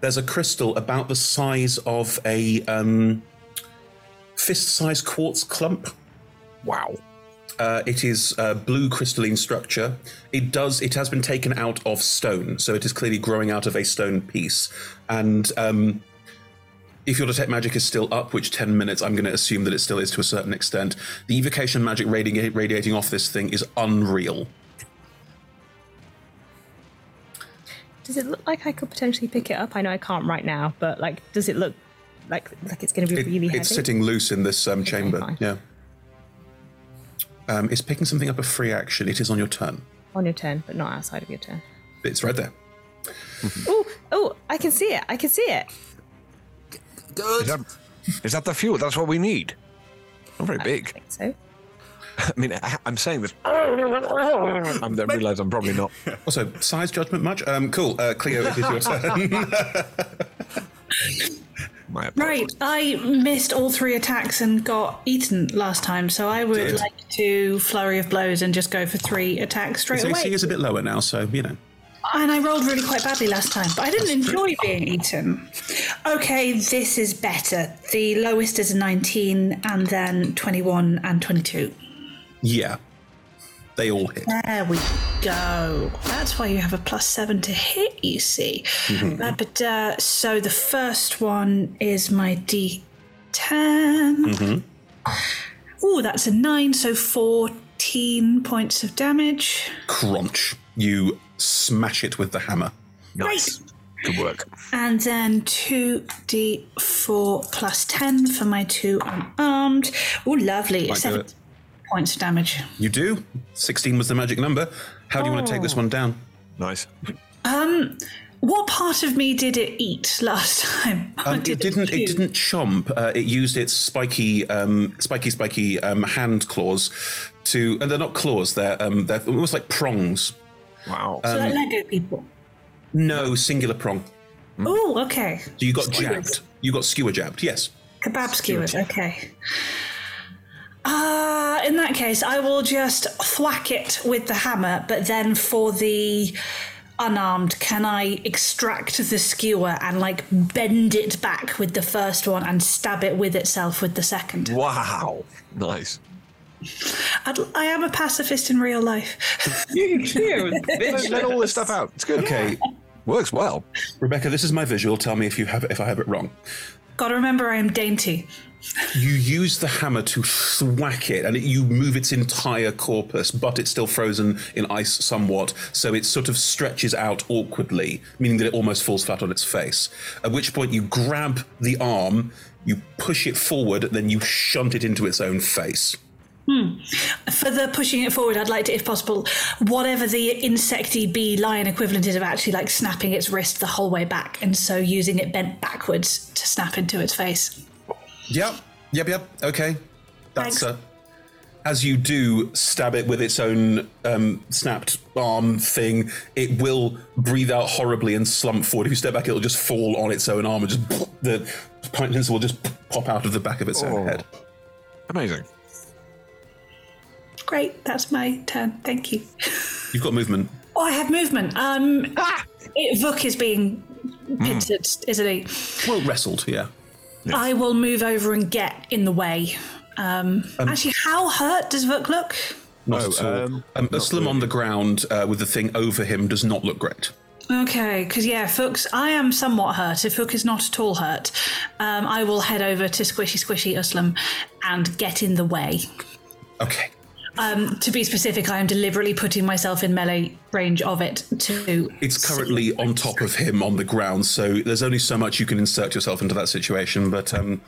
There's a crystal about the size of a um, fist-sized quartz clump. Wow. Uh, it is uh, blue crystalline structure. It does. It has been taken out of stone, so it is clearly growing out of a stone piece. And um, if your detect magic is still up, which ten minutes, I'm going to assume that it still is to a certain extent. The evocation magic radi- radiating off this thing is unreal.
Does it look like I could potentially pick it up? I know I can't right now, but like, does it look like like it's going to be really heavy?
It's sitting loose in this um, chamber. Yeah. Um, it's picking something up a free action. It is on your turn.
on your turn, but not outside of your turn.
It's right there.
Oh, oh, I can see it. I can see it.
Is that, is that the fuel? That's what we need. Not very big. I
think so.
<laughs> I mean, I, I'm saying
<laughs>
this. I don't realise I'm probably not.
Also, size judgment much? Um, cool. Uh, Cleo, it is your
<laughs>
turn.
My
Right, I missed all three attacks and got eaten last time, so I would
Did.
like to flurry of blows and just go for three attacks straight
His
away.
AC is a bit lower now, so you know.
And I rolled really quite badly last time, but I didn't enjoy being eaten. Okay, this is better. The lowest is a 19, and then 21 and 22.
Yeah. They all hit.
There we go. That's why you have a plus seven to hit, you see.
Mhm.
Uh, but uh, so the first one is my D10.
Mm-hmm.
Oh, that's a nine, so 14 points of damage.
Crunch. You smash it with the hammer.
Nice.
Good work.
And then 2d4 plus 10 for my two unarmed. Oh, lovely.
Might do
Seven
it.
points of damage.
You do. 16 was the magic number. How do you want to take this
Oh.
one down? Nice.
Um, what part of me did it eat last <laughs> time?
Um, it didn't. It didn't chomp. Uh, it used its spiky, um, spiky, spiky um, hand claws to, and they're not claws. They're um, they're almost like prongs. Wow.
so like Lego people.
no singular prong.
Oh, okay.
Hmm? So you got
Skewers.
jabbed. You got skewer jabbed. Yes.
Kebab skewers, okay. Uh, in that case, I will just thwack it with the hammer, but then for the unarmed, can I extract the skewer and like bend it back with the first one and stab it with itself with the second?
Wow. Nice.
I'd, I am a pacifist in real life. <laughs> you
<laughs> Let let all this stuff out. It's good.
Okay. Works well. Rebecca, this is my visual. Tell me if you have if I have it wrong.
Gotta remember I am dainty.
You use the hammer to thwack it, and it, you move its entire corpus, but it's still frozen in ice somewhat, so it sort of stretches out awkwardly, meaning that it almost falls flat on its face. At which point, you grab the arm, you push it forward, then you shunt it into its own face.
Hmm. For the pushing it forward, I'd like to, if possible, whatever the insecty bee lion equivalent is of actually like snapping its wrist the whole way back, and so using it bent backwards to snap into its face.
Yep, yep, yep. Okay, that's uh, as you do stab it with its own um, snapped arm thing. It will breathe out horribly and slump forward. If you step back, it'll just fall on its own arm and just the pintons will just pop out of the back of its own head. Amazing.
Great, that's my turn. Thank you.
You've got movement.
Oh, I have movement. Um, it, Vuk is being pitted, isn't he?
Well, wrestled. Yeah.
I will move over and get in the way. Um,
Um,
actually, how hurt does Vuk look?
Not at all. Um, Aslam on the ground uh, with the thing over him does not look great.
Okay, because yeah, Fuchs, I am somewhat hurt. If Fuchs is not at all hurt, um, I will head over to Squishy Squishy Uslam and get in the way.
Okay. <laughs>
Um, to be specific, I am deliberately putting myself in melee range of it to.
It's currently on top of him on the ground, so there's only so much you can insert yourself into that situation. But um,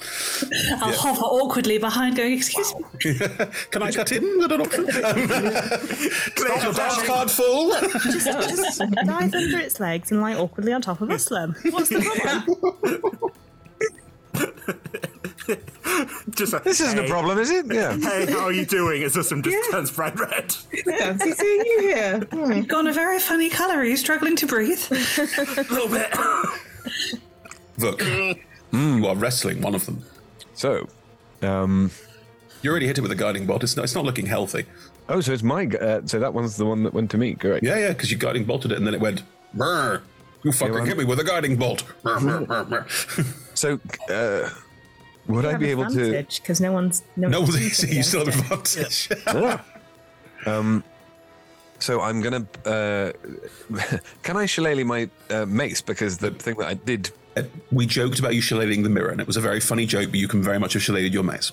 I'll
yeah.
hover awkwardly behind, going, "Excuse me."
<laughs> Can I Um, cut in? Is that an option?
<laughs>
Stop your dash card full.
just, just
<laughs>
dive under its legs and lie awkwardly on top of a
<laughs>
slum. What's the problem?
Just like,
This isn't a
"Hey."
problem, is it? Yeah.
<laughs> Hey, how are you doing? It's just some just turns bright red.
Fancy seeing you here. You've gone a very funny colour. Are you struggling
<laughs>
to breathe? a
little bit.
Look, you are wrestling one of them.
Mm. So, um,
you already hit it with a guiding bolt. It's not, it's not looking healthy.
Oh, so it's my. gu- Uh, so that one's the one that went to me, correct?
Yeah, yeah, because you guiding bolted it and then it went. Brr, you fucker hit me with a guiding bolt. <laughs> Brr, brr, brr, brr."
So, uh, would I be able to?
Because no one's no,
<laughs>
<laughs>
No,
one's
they-
using
<laughs> you
it
still
yet.
have advantage. Yeah. Um, so I'm gonna. Uh, <laughs> can I shillelagh my uh, mace because the thing that I did?
Uh, We joked about you shillelaghing the mirror, and it was a very funny joke, but you can very much have shillelaghhed your mace.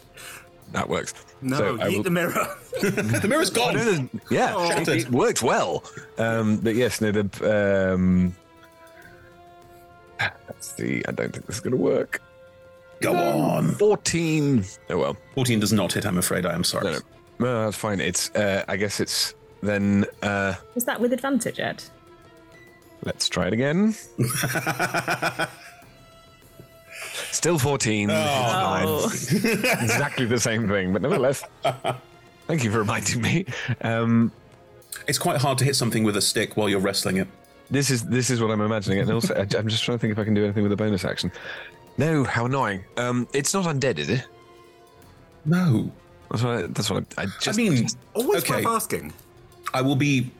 That works.
No,
I
yeet
will-
the mirror.
the <laughs> mirror's gone.
yeah,
Oh.
it, it worked well. Um, but yes, no, the. Um, let's see. I don't think this is gonna work.
Go on.
14. Oh well.
14 does not hit, I'm afraid. I am sorry.
No, no. No, that's fine. It's. Uh, I guess it's then. Uh,
Is that with advantage, Ed?
let's try it again. Still 14.
Oh.
It's fine. exactly the same thing, but nevertheless. Thank you for reminding me. Um,
it's quite hard to hit something with a stick while you're wrestling it.
This is this is what I'm imagining, and also I- I'm just trying to think if I can do anything with a bonus action. No, how annoying. Um, it's not undead, is it?
No.
That's what I, that's what I, I just.
Hmm. I mean,
just-
okay. I will be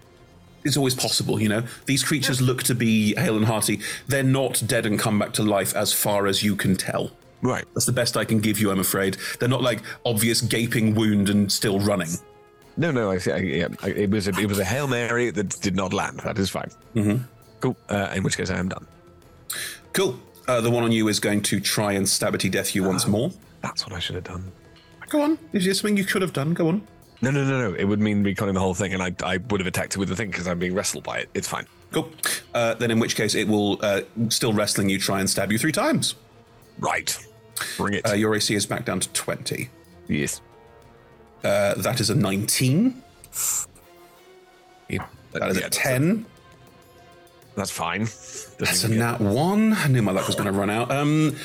it's always possible, you know. These creatures look to be hale and hearty. They're not dead and come back to life as far as you can tell.
Right.
That's the best I can give you, I'm afraid. They're not like obvious gaping wound and still running.
No, no, I, I, yeah, I- it was a, it was a hail mary that did not land. That is fine.
Mm-hmm.
Cool. Uh, in which case, I am done.
Cool. Uh, the one on you is going to try and stabity death you once more.
Ah, That's what I should have done.
Go on. Is there something you could have done? Go on.
No, no, no, no. It would mean reconning the whole thing, and I, I would have attacked it with the thing because I'm being wrestled by it. It's fine.
Cool. Uh, then, in which case, it will uh, still wrestling you, try and stab you three times.
Right. Bring it.
Uh, your AC is back down to 20.
Yes.
Uh, that is a 19. that is a 10.
That's fine.
That's a nat 1. I knew my luck was going to run out. Um,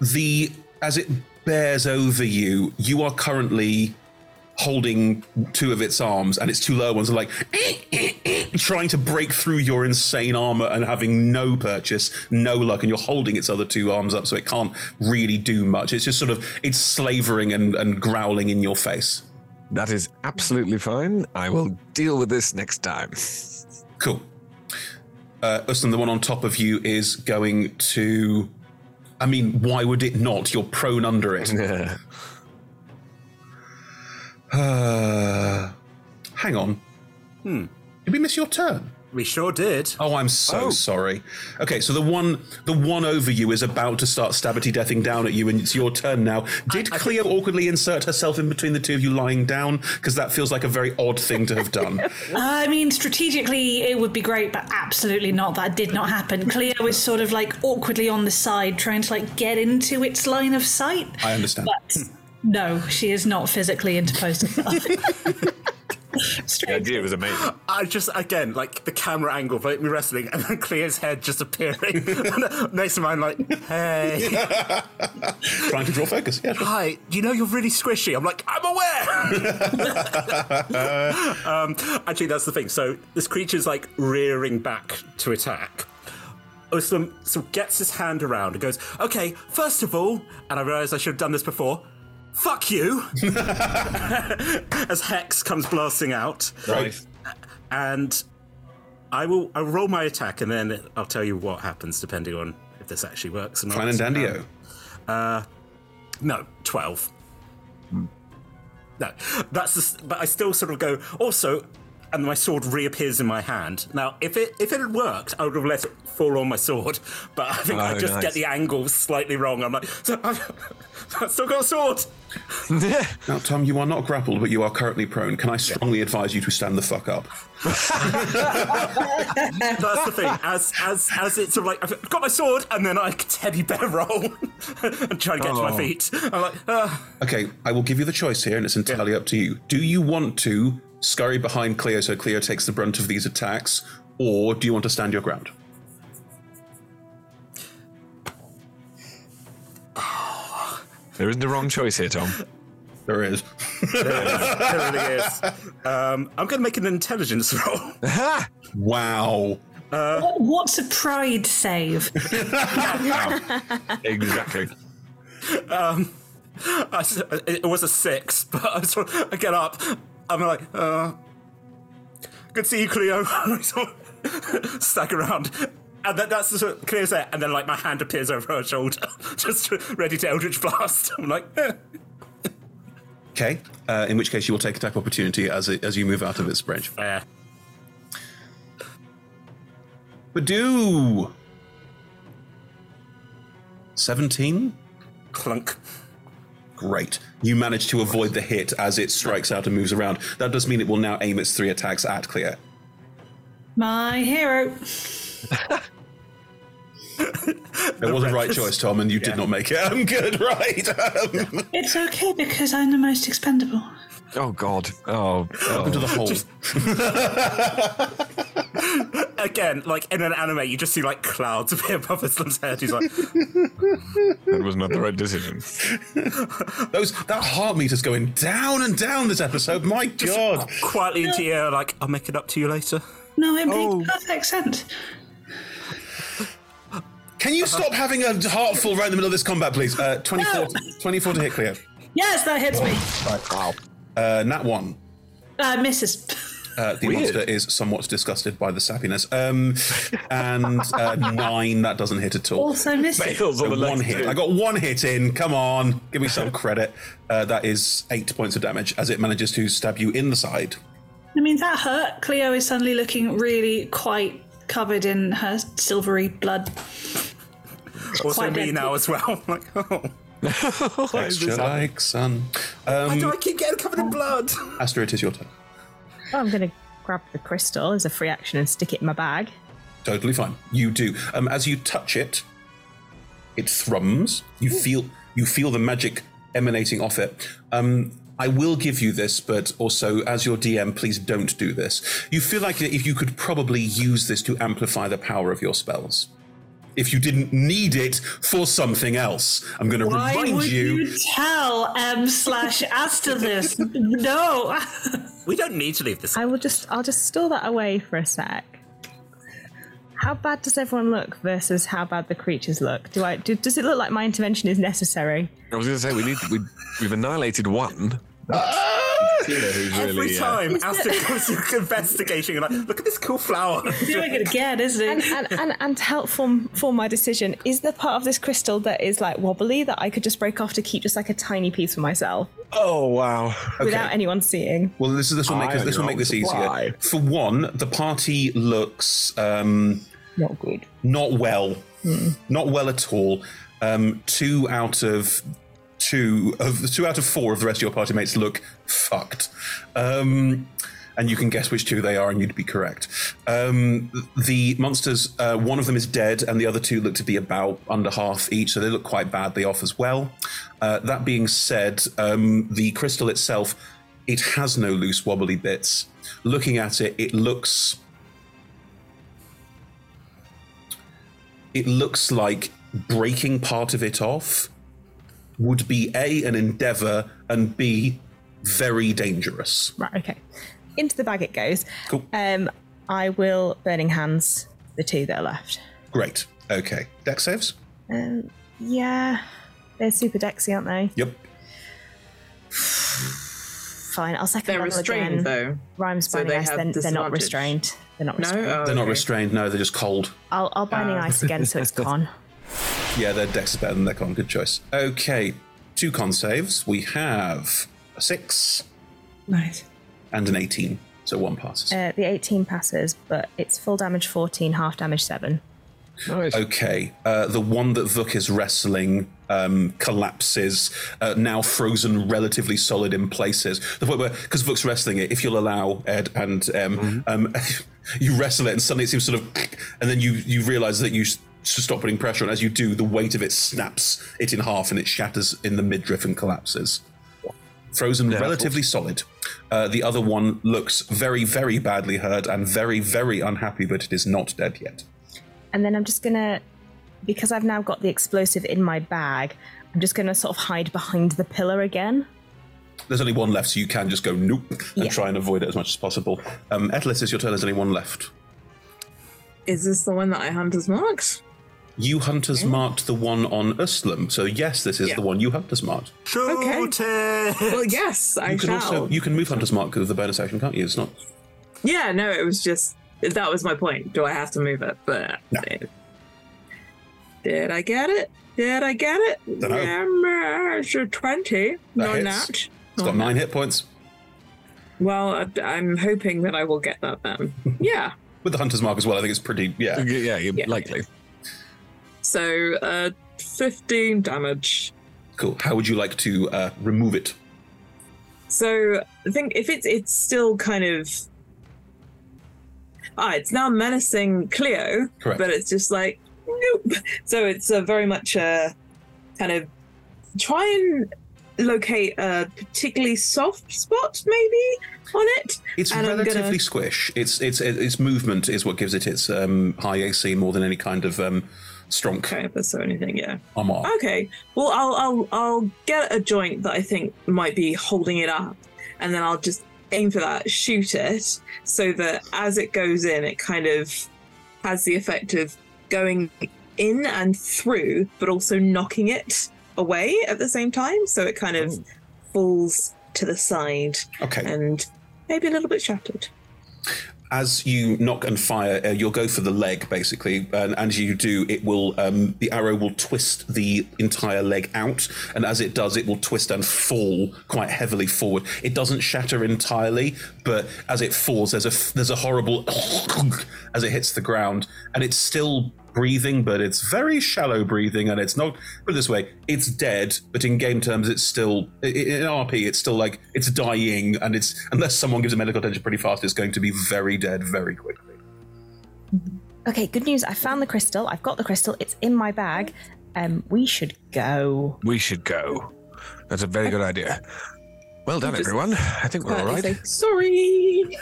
the As it bears over you, you are currently holding two of its arms, and its two lower ones are like trying to break through your insane armor and having no purchase, no luck, and you're holding its other two arms up so it can't really do much. It's just sort of it's slavering and, and growling in your face.
That is absolutely fine. I will deal with this next time.
Cool. Uh, listen, the one on top of you is going to. I mean, why would it not? You're prone under it.
<laughs>
Uh, hang on. Hmm. Did we miss your turn?
We sure did.
Oh, I'm so
Oh.
sorry. Okay, so the one the one over you is about to start stabbity deathing down at you, and it's your turn now. Did Cleo awkwardly insert herself in between the two of you lying down? Because that feels like a very odd thing to have
<laughs>
done.
I mean, strategically, it would be great, but absolutely not. That did not happen. Cleo is sort of like awkwardly on the side, trying to like get into its line of sight.
I understand.
But no, she is not physically interposed.
the idea was amazing.
<gasps> I just again like the camera angle, but me wrestling, and then Cleo's head just appearing. <laughs> Next to mine, like, hey,
trying to draw focus. Yeah,
hi. You know you're really squishy. I'm like, I'm aware. <laughs> um, actually, that's the thing. So this creature's like rearing back to attack. Uslam so gets his hand around and goes, okay, first of all, and I realise I should have done this before. Fuck you! <laughs> As Hex comes blasting out.
Right.
And I will I'll roll my attack and then I'll tell you what happens depending on if this actually works or not. Um,
Fine and dandy-o.
Uh, no, 12.
Hmm.
No, that's the, s- but I still sort of go, also, and my sword reappears in my hand. Now, if it if it had worked, I would have let it fall on my sword, but I think I
Oh,
just
nice.
get the angle slightly wrong. I'm like, <laughs> so I've, I've still got a sword.
now, Tom, you are not grappled, but you are currently prone. Can I strongly advise you to stand the fuck up?
<laughs> That's the thing. As as as it's sort of like I've got my sword, and then I teddy bear roll <laughs> and try to get to
Oh.
my feet. I'm like, uh,
Okay, I will give you the choice here, and it's entirely up to you. Do you want to scurry behind Cleo so Cleo takes the brunt of these attacks, or do you want to stand your ground?
There isn't a wrong choice here, Tom.
There is.
there really is. Um, I'm going to make an intelligence <laughs> roll.
<laughs>
Uh,
wow.
What- What's a pride save?
exactly.
<laughs> Um, I s it was a six, <laughs> but I, sort of, I get up. I'm like, uh, good to see you, Cleo. <laughs> I sort of Stack around. And that, that's the sort of Cleo's there. And then, like, my hand appears over her shoulder, <laughs> just ready to Eldritch Blast. <laughs> I'm like, eh.
Okay, uh, in which case you will take attack opportunity as it, as you move out of its range.
Fair.
Badoo! 17?
Clunk.
Great. You manage to avoid the hit as it strikes out and moves around. That does mean it will now aim its three attacks at Cleo.
My hero.
It was a right choice, Tom, and you did not make it. <laughs> I'm good, right? Um,
It's okay because I'm the most expendable.
Oh God. Oh. oh.
Into the hole.
<laughs> Again, like in an anime, you just see like clouds <laughs> appear above Islam's head. He's like,
That was not the right decision.
Those that heart meter's going down and down this episode. My God!
quietly into your ear, like, I'll make it up to you later.
No, it makes perfect sense.
Can you stop having a heartful right in the middle of this combat, please? Uh, 24, 24 to hit Cleo.
Yes, that hits me.
Right. Wow. Uh, nat one.
Uh, misses.
Uh, the
Weird.
monster is somewhat disgusted by the sappiness. Um, and
<laughs>
uh, nine, that doesn't hit at all.
Also missed it. Fails on the
one
left
hit.
too.
I got one hit in. Come on, give me some credit. Uh, that is eight points of damage as it manages to stab you in the side.
I mean, that hurt. Cleo is suddenly looking really quite covered in her silvery blood.
Also
Quite
me
dead.
now as well. <laughs> I'm like, oh. Why is
Extra
this happening?
like sun. Um,
Why do I keep getting covered in blood?
Astra, it is your turn.
Well, Oh, I'm going to grab the crystal as a free action and stick it in my bag.
Totally fine. You do. Um, as you touch it, it thrums. You feel you feel the magic emanating off it. Um, I will give you this, but also as your DM, please don't do this. You feel like if you could probably use this to amplify the power of your spells. If you didn't need it for something else, I'm going to
Why
remind
would
you.
you tell M slash Asta
<laughs>
this? No.
We don't need to leave this.
I will just, I'll just store that away for a sec. How bad does everyone look versus how bad the creatures look? Do I? Do, does it look like my intervention is necessary?
I was going to say we need we we've annihilated one.
Ah! Every
uh,
time Aston goes investigating, and like, look at this
<laughs>
cool flower.
again, isn't
it? And, and, and, and to help form, form my decision, is there part of this crystal that is like wobbly that I could just break off to keep just like a tiny piece for myself
Oh wow!
without anyone seeing?
Well, this this will make
Eye
this,
on
this will
your
make
own
this
supply.
easier. For one, the party looks um,
not good,
not well, not well at all. Um, two out of two of two out of four of the rest of your party mates look fucked, um, and you can guess which two they are, and you'd be correct. Um, the monsters, uh, one of them is dead, and the other two look to be about under half each, so they look quite badly off as well. Uh, that being said, um, the crystal itself, it has no loose wobbly bits. Looking at it, it looks. it looks like breaking part of it off would be a an endeavor and b very dangerous
Right, okay. Into the bag it goes. Cool. Um, I will burning hands the two that are left.
great okay deck saves
Um, yeah, they're super dexy, aren't they?
Yep.
Fine, I'll second
They're
level
restrained,
again.
though.
Rhymes
So
binding
they
ice.
have
Then they're
disadvantage.
not restrained. They're not
No?
restrained.
Oh,
they're not restrained no they're just cold
I'll, I'll binding
Ah.
ice again,
<laughs>
so it's con.
yeah their dex is better than their con good choice okay two con saves we have a six
Nice.
and an 18 so one passes
Uh, the 18 passes, but it's full damage 14, half damage 7.
Okay, uh, the one that Vuk is wrestling um, collapses, uh, now frozen relatively solid in places. The point where, because Vuk's wrestling it, if you'll allow Ed and um, um, <laughs> you wrestle it, and suddenly it seems sort of, and then you you realise that you s- stop putting pressure on. As you do, the weight of it snaps it in half, and it shatters in the midriff and collapses. Frozen,
Yeah,
relatively solid. Uh, the other one looks very, very badly hurt and very, very unhappy, but it is not dead yet.
And then I'm just gonna, because I've now got the explosive in my bag, I'm just gonna sort of hide behind the pillar again.
There's only one left, so you can just go nope and
Yeah.
try and avoid it as much as possible. Um, Etelis, it's your turn. There's only one left.
Is this the one that I hunters marked?
You hunters marked the one on Uslam, so yes, this is
Yeah.
the one you hunters marked.
okay. Well, yes, I
you can
shall.
also you can move hunters mark with the bonus action, can't you? It's not.
Yeah, no, it was just that was my point. Do I have to move it? But eh. did I get it? Did I get it?
Dunno.
Yeah, it's a twenty.
That
no,
hits.
not.
It's got nine hit points <laughs>
Well, I- I'm hoping that I will get that
<laughs>
then. Yeah.
with the hunters mark as well. I think it's pretty. Yeah,
yeah, likely.
So, uh, fifteen damage.
Cool. How would you like to uh, remove it?
So I think if it's it's still kind of ah, it's now menacing Cleo,
Correct.
but it's just like nope. So it's a very much a kind of try and locate a particularly soft spot maybe on it.
It's
and I'm gonna-
relatively squish. It's it's its movement is what gives it its um, high AC more than any kind of um, strong. Okay,
that's so anything. Yeah.
Armor.
Okay. Well, I'll I'll I'll get a joint that I think might be holding it up, and then I'll just aim for that, shoot it, so that as it goes in, it kind of has the effect of going in and through, but also knocking it away at the same time. So it kind of falls to the side.
Okay.
And maybe a little bit shattered.
As you knock and fire, uh, you'll go for the leg basically, and as you do, it will um, the arrow will twist the entire leg out, and as it does, it will twist and fall quite heavily forward. It doesn't shatter entirely, but as it falls, there's a there's a horrible <laughs> as it hits the ground, and it's still breathing, but it's very shallow breathing, and it's not. Put it this way, it's dead, but in game terms, it's still i- i- in RP. It's still like it's dying, and it's unless someone gives it medical attention pretty fast, it's going to be very dead very quickly.
Okay, good news. I found the crystal. I've got the crystal. It's in my bag. Um, we should go.
We should go. That's a very good idea. Well done,
Just
everyone. I think we're all
quietly
right.
say,
Sorry.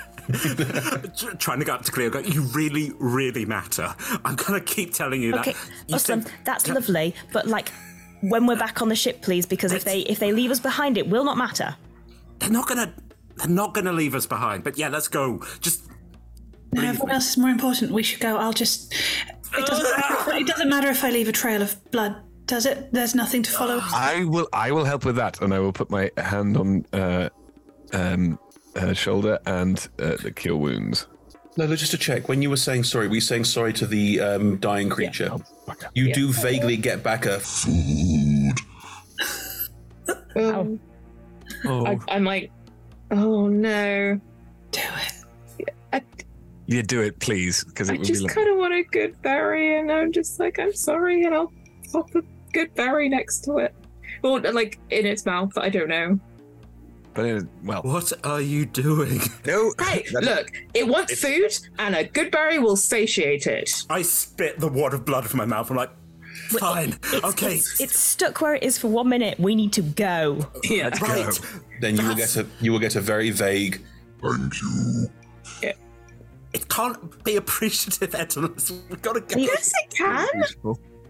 Tr- Trying to go up to Cleo, go, you really, really matter. I'm going to keep telling you
Okay,
that.
awesome. That's lovely. But like, when we're back on the ship, please, because if they if they leave us behind, it will not matter.
They're not going to. They're not going to leave us behind. But yeah, let's go. Just
No, everyone else is more important. We should go. I'll just. It doesn't, it doesn't matter if I leave a trail of blood, does it? There's nothing to follow.
Ah.
I will. I will help with that, and I will put my hand on uh, um, her shoulder and uh, the cure wounds.
Lola, just to check, when you were saying sorry, were you saying sorry to the um, dying creature? you do vaguely get back a food.
Um, I,
Oh,
I'm like, oh no.
yeah, do it, please, because
I
it would be
just
like.
kind of want a good berry, and I'm just like, I'm sorry, and I'll pop a good berry next to it. Or like in its mouth, I don't know.
But it, well,
what are you doing?
No. <laughs>
Hey, look, it wants food, and a good berry will satiate it.
I spit the wad of blood from my mouth. I'm like, fine, okay.
It's, it's stuck where it is for one minute. We need to go.
Let's go. Then you will get a you will get a very vague. Thank you.
It can't be appreciative, Edelus. We've got to go.
Yes,
it can.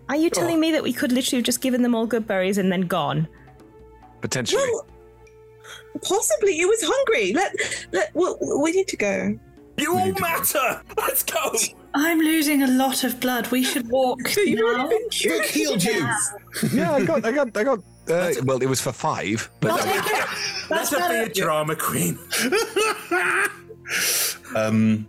Are you telling me that we could literally have just given them all good berries and then gone?
Potentially.
Possibly, it was hungry. Let let we, we need to go.
You all matter. Let's go.
I'm losing a lot of blood. We should walk.
<laughs>
You've already been
cured. healed you.
yeah, I got, I got, I got. Uh, well, it was for five, but
Let her be a drama queen.
Um,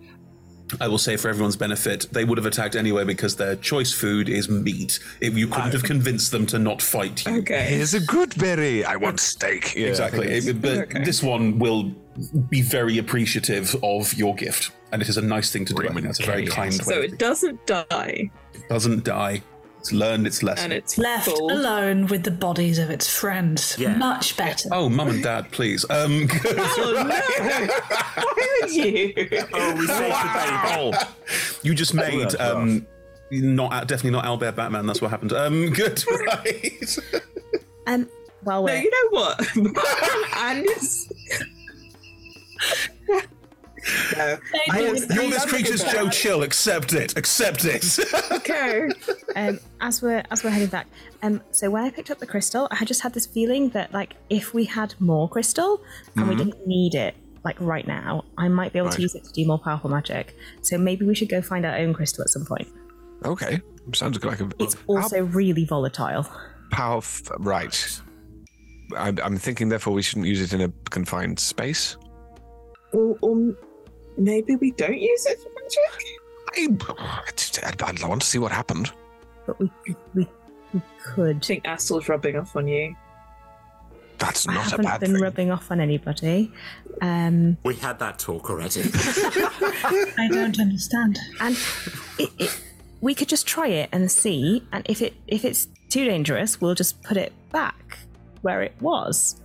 I will say for everyone's benefit, they would have attacked anyway because their choice food is meat. If you couldn't have convinced them to not fight you.
Ah. Okay.
<laughs>
Here's a good berry. I want steak. Yeah, I
exactly.
think
It-
it's-
but this one will be very appreciative of your gift, and it is a nice thing to do. I think that's a very kind way.
So it doesn't die,
It doesn't die. It's learned its lesson.
and it's
left
full.
alone with the bodies of its friends.
Yeah.
Much better.
Oh, mum
<laughs>
and dad, please. Um, <laughs>
Oh, Why would you?
Oh, we Oh. saved the baby.
you just made um, not definitely not Albert Batman. That's what happened. Um, <laughs> good. Right.
Um, well,
No,
we're-
you know what? <laughs> and it's. no.
You're, you're this creature's Joe Chill. Accept it. Accept it.
okay.
Um, as we're as we're heading back, um, so when I picked up the crystal, I had just had this feeling that like if we had more crystal and we
Mm-hmm.
Mhm.
didn't need it like right now, I might be able
Right.
to use it to do more powerful magic. So maybe we should go find our own crystal at some point.
okay, sounds like a.
It's also really volatile.
Powerf right. I'm, I'm thinking, therefore, we shouldn't use it in a confined space.
Or, or maybe we don't use it for magic.
I, I'd, I'd want to see what happened. <laughs>
But we, we, we could. I
think Astor's rubbing off on you.
That's
I
not a
haven't
bad
been rubbing off on anybody. Um,
We had that talk already.
<laughs>
I don't understand.
And it, it, we could just try it and see. And if it if it's too dangerous, we'll just put it back where it was,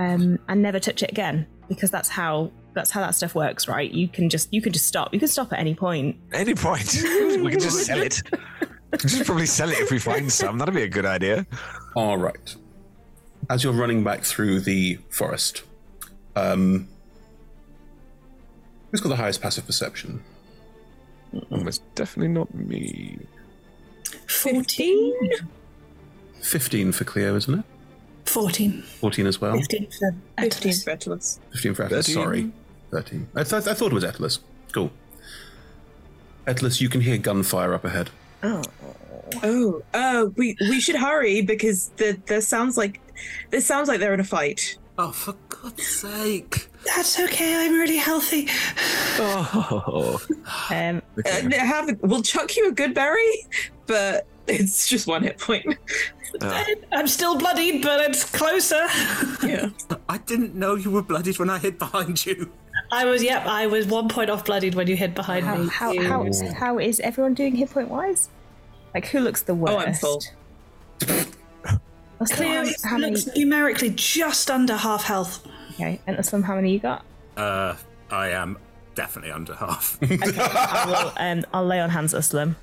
um, and never touch it again. Because that's how that's how that stuff works, right? You can just you can just stop. You can stop at any point.
Any point, we can just sell it. We can just probably sell it if we find some. That'd be a good idea.
All right. As you're running back through the forest, um, who's got the highest passive perception?
It's definitely not me.
<laughs>
14?
15 for Cleo, isn't it?
14.
14 as
Oh.
well.
15 for Atlas.
15 for Atlas,
13.
sorry. 13. I, th- I thought it was Atlas. Cool. Atlas, you can hear gunfire up ahead.
Oh. Oh. Uh, we we should hurry because the the sounds like this sounds like they're in a fight.
Oh, for God's sake!
That's okay. I'm really healthy.
Oh.
<laughs>
Um,
uh, have, we'll chuck you a good berry, but it's just one hit point.
Oh.
I'm still bloodied, but it's closer.
Yeah.
I didn't know you were bloodied when I hid behind you.
I was, yep, I was one point off bloodied when you hid behind
How,
me.
how, how, is, how is everyone doing hit point wise? Like, who looks the worst?
Oh, I'm full.
Aslam,
Cleo
how- how many?
looks numerically just under half health.
Okay, and Aslam, how many you
<laughs>
got?
Uh, I am definitely under half. <laughs>
Um, I'll lay on hands Aslam.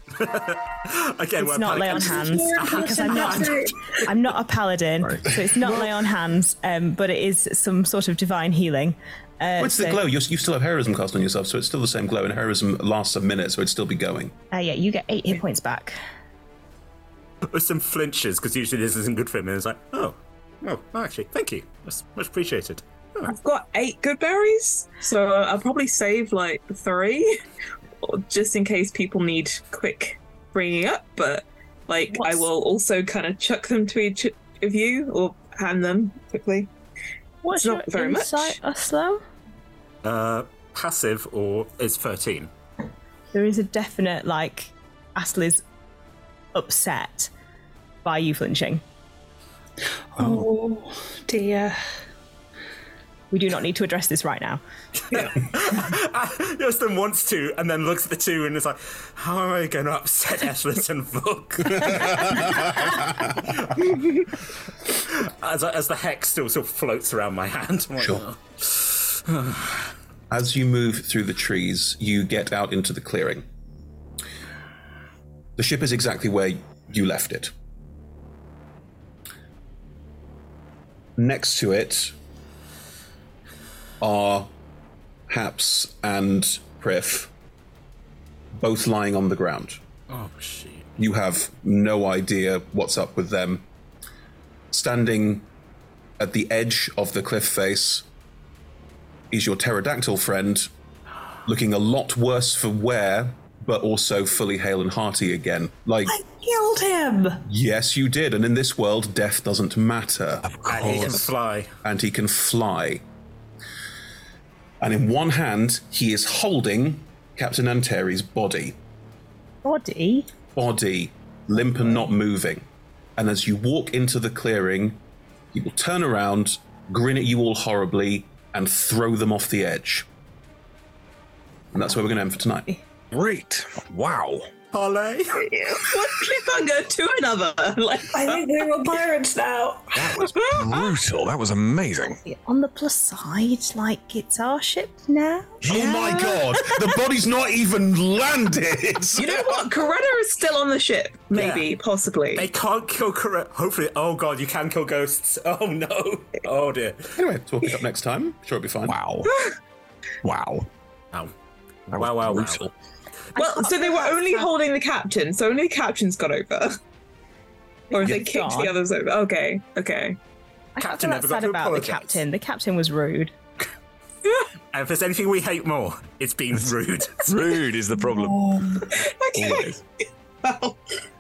Again,
it's
we're
not lay on
<laughs> panicking.
hands Uh-huh. because I'm not, <laughs> I'm not a paladin, so it's not lay on hands, um, but it is some sort of divine healing. Uh,
What's the
so-
glow? You're, you still have heroism cast on yourself, so it's still the same glow, and heroism lasts a minute, so it'd still be going.
Uh, yeah, you get eight hit points back.
With some flinches, because usually this isn't good for him. And it's like, oh, no, actually, thank you. That's much appreciated.
I've got eight good berries, so I'll probably save like three, or just in case people need quick bringing up. But like, I will also kind of chuck them to each of you or hand them quickly.
What's
It's not
your
very much.
insight, Aslam?
Uh, passive or is 13.
There is a definite like Aslam is upset by you flinching.
Oh dear.
We do not need to address this right now.
<laughs> Justin wants to, and then looks at the two and is like, how am I going to upset <laughs> Eshlin and Vuk? as, as the hex still sort of floats around my hand. I'm like,
Sure.
"Oh."
As you move through the trees, you get out into the clearing. The ship is exactly where you left it. Next to it are Haps and Prif, both lying on the ground.
Oh, shit.
You have no idea what's up with them. Standing at the edge of the cliff face is your pterodactyl friend, looking a lot worse for wear, but also fully hale and hearty again. Like,
Killed him.
yes, you did. And in this world, death doesn't matter. Of
course. And he can fly.
And he can fly. And in one hand, he is holding Captain Anteri's body
Body.
body limp and not moving. And as you walk into the clearing, he will turn around, grin at you all horribly, and throw them off the edge. And that's where we're going to end for tonight.
Great. Wow.
Parlay.
One cliffhanger to another. <laughs> Like
I think we're all pirates now.
That was brutal. That was amazing.
On the plus side, like it's our ship now.
Oh my
<laughs>
god! The body's not even landed!
You know what? Corona is still on the ship. Maybe, possibly.
They can't kill correct. Hopefully, oh god, you can kill ghosts. <laughs> Oh no. Oh dear.
Anyway, so we'll pick up next time. Sure, it'll be
<laughs>
fine.
Wow. Wow.
Wow. Wow, wow, wow.
Well, so they were only holding the captain, so only the captain's got over. <laughs> Or if they kicked
gone.
the others over. Okay, okay.
I feel
Captain never got
sad
to
about
apologise.
the captain. The captain was rude.
And if there's anything we hate more, it's being rude.
<laughs> rude is the problem.
Always.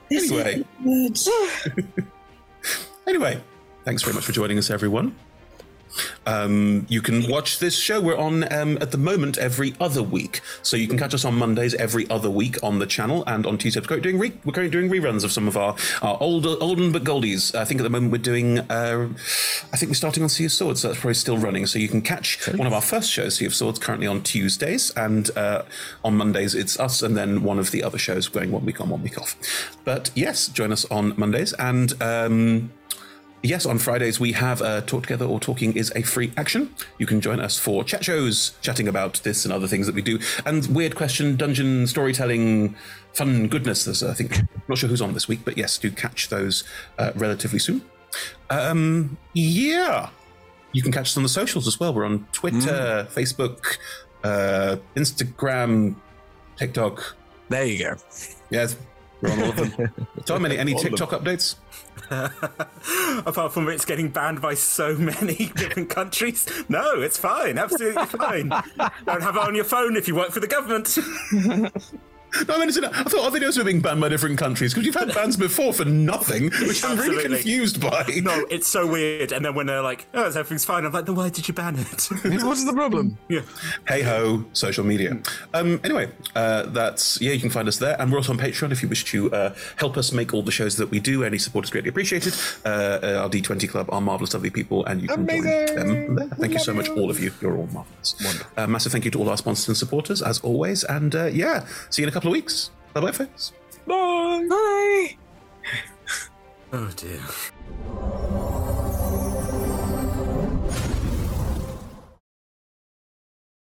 Anyway. <sighs> Anyway, thanks very much for joining us, everyone. Um, you can watch this show. We're on um, at the moment every other week, so you can catch us on Mondays every other week on the channel and on Tuesdays. We're currently doing re- we're currently doing reruns of some of our our older olden but goldies. I think at the moment we're doing. Uh, I think we're starting on Sea of Swords, so that's probably still running. So you can catch one of our first shows, Sea of Swords, currently on Tuesdays, and uh, on Mondays it's us, and then one of the other shows going one week on, one week off. But yes, join us on Mondays and. Um, Yes, on Fridays we have uh, Talk Together or Talking is a free action. You can join us for chat shows, chatting about this and other things that we do, and weird question, dungeon storytelling, fun goodness. There's, I think, not sure who's on this week, but yes, do catch those uh, relatively soon. Um, yeah, you can catch us on the socials as well. We're on Twitter, Facebook, uh, Instagram, TikTok.
There you go.
Yes, we're on all of them. Tom, any, any
All of them.
TikTok updates?
<laughs> Apart from it's getting banned by so many <laughs> different countries.
<laughs>
No, it's fine. Absolutely fine. Don't have it on your phone if you work for the government.
No, I mean, it's in- I thought our videos were being banned by different countries because you've had bans before for nothing, <laughs> which I'm really
Absolutely.
confused by.
No, it's so weird. And then when they're like, "Oh, everything's fine," I'm like, "Then why did you ban it?"
What's the problem?
<laughs> Yeah.
Hey ho, social media. Um, anyway, uh, that's yeah. You can find us there, and we're also on Patreon if you wish to uh, help us make all the shows that we do. Any support is greatly appreciated. Uh, uh, our D20 club are marvelous, lovely people, and you can
Amazing.
join them. There. Thank you
Love
so much,
you.
all of you. You're all marvelous. Wonderful. Uh, massive thank you to all our sponsors and supporters, as always. And uh, yeah, see you in a couple of weeks. Bye bye, folks.
Bye.
Oh dear.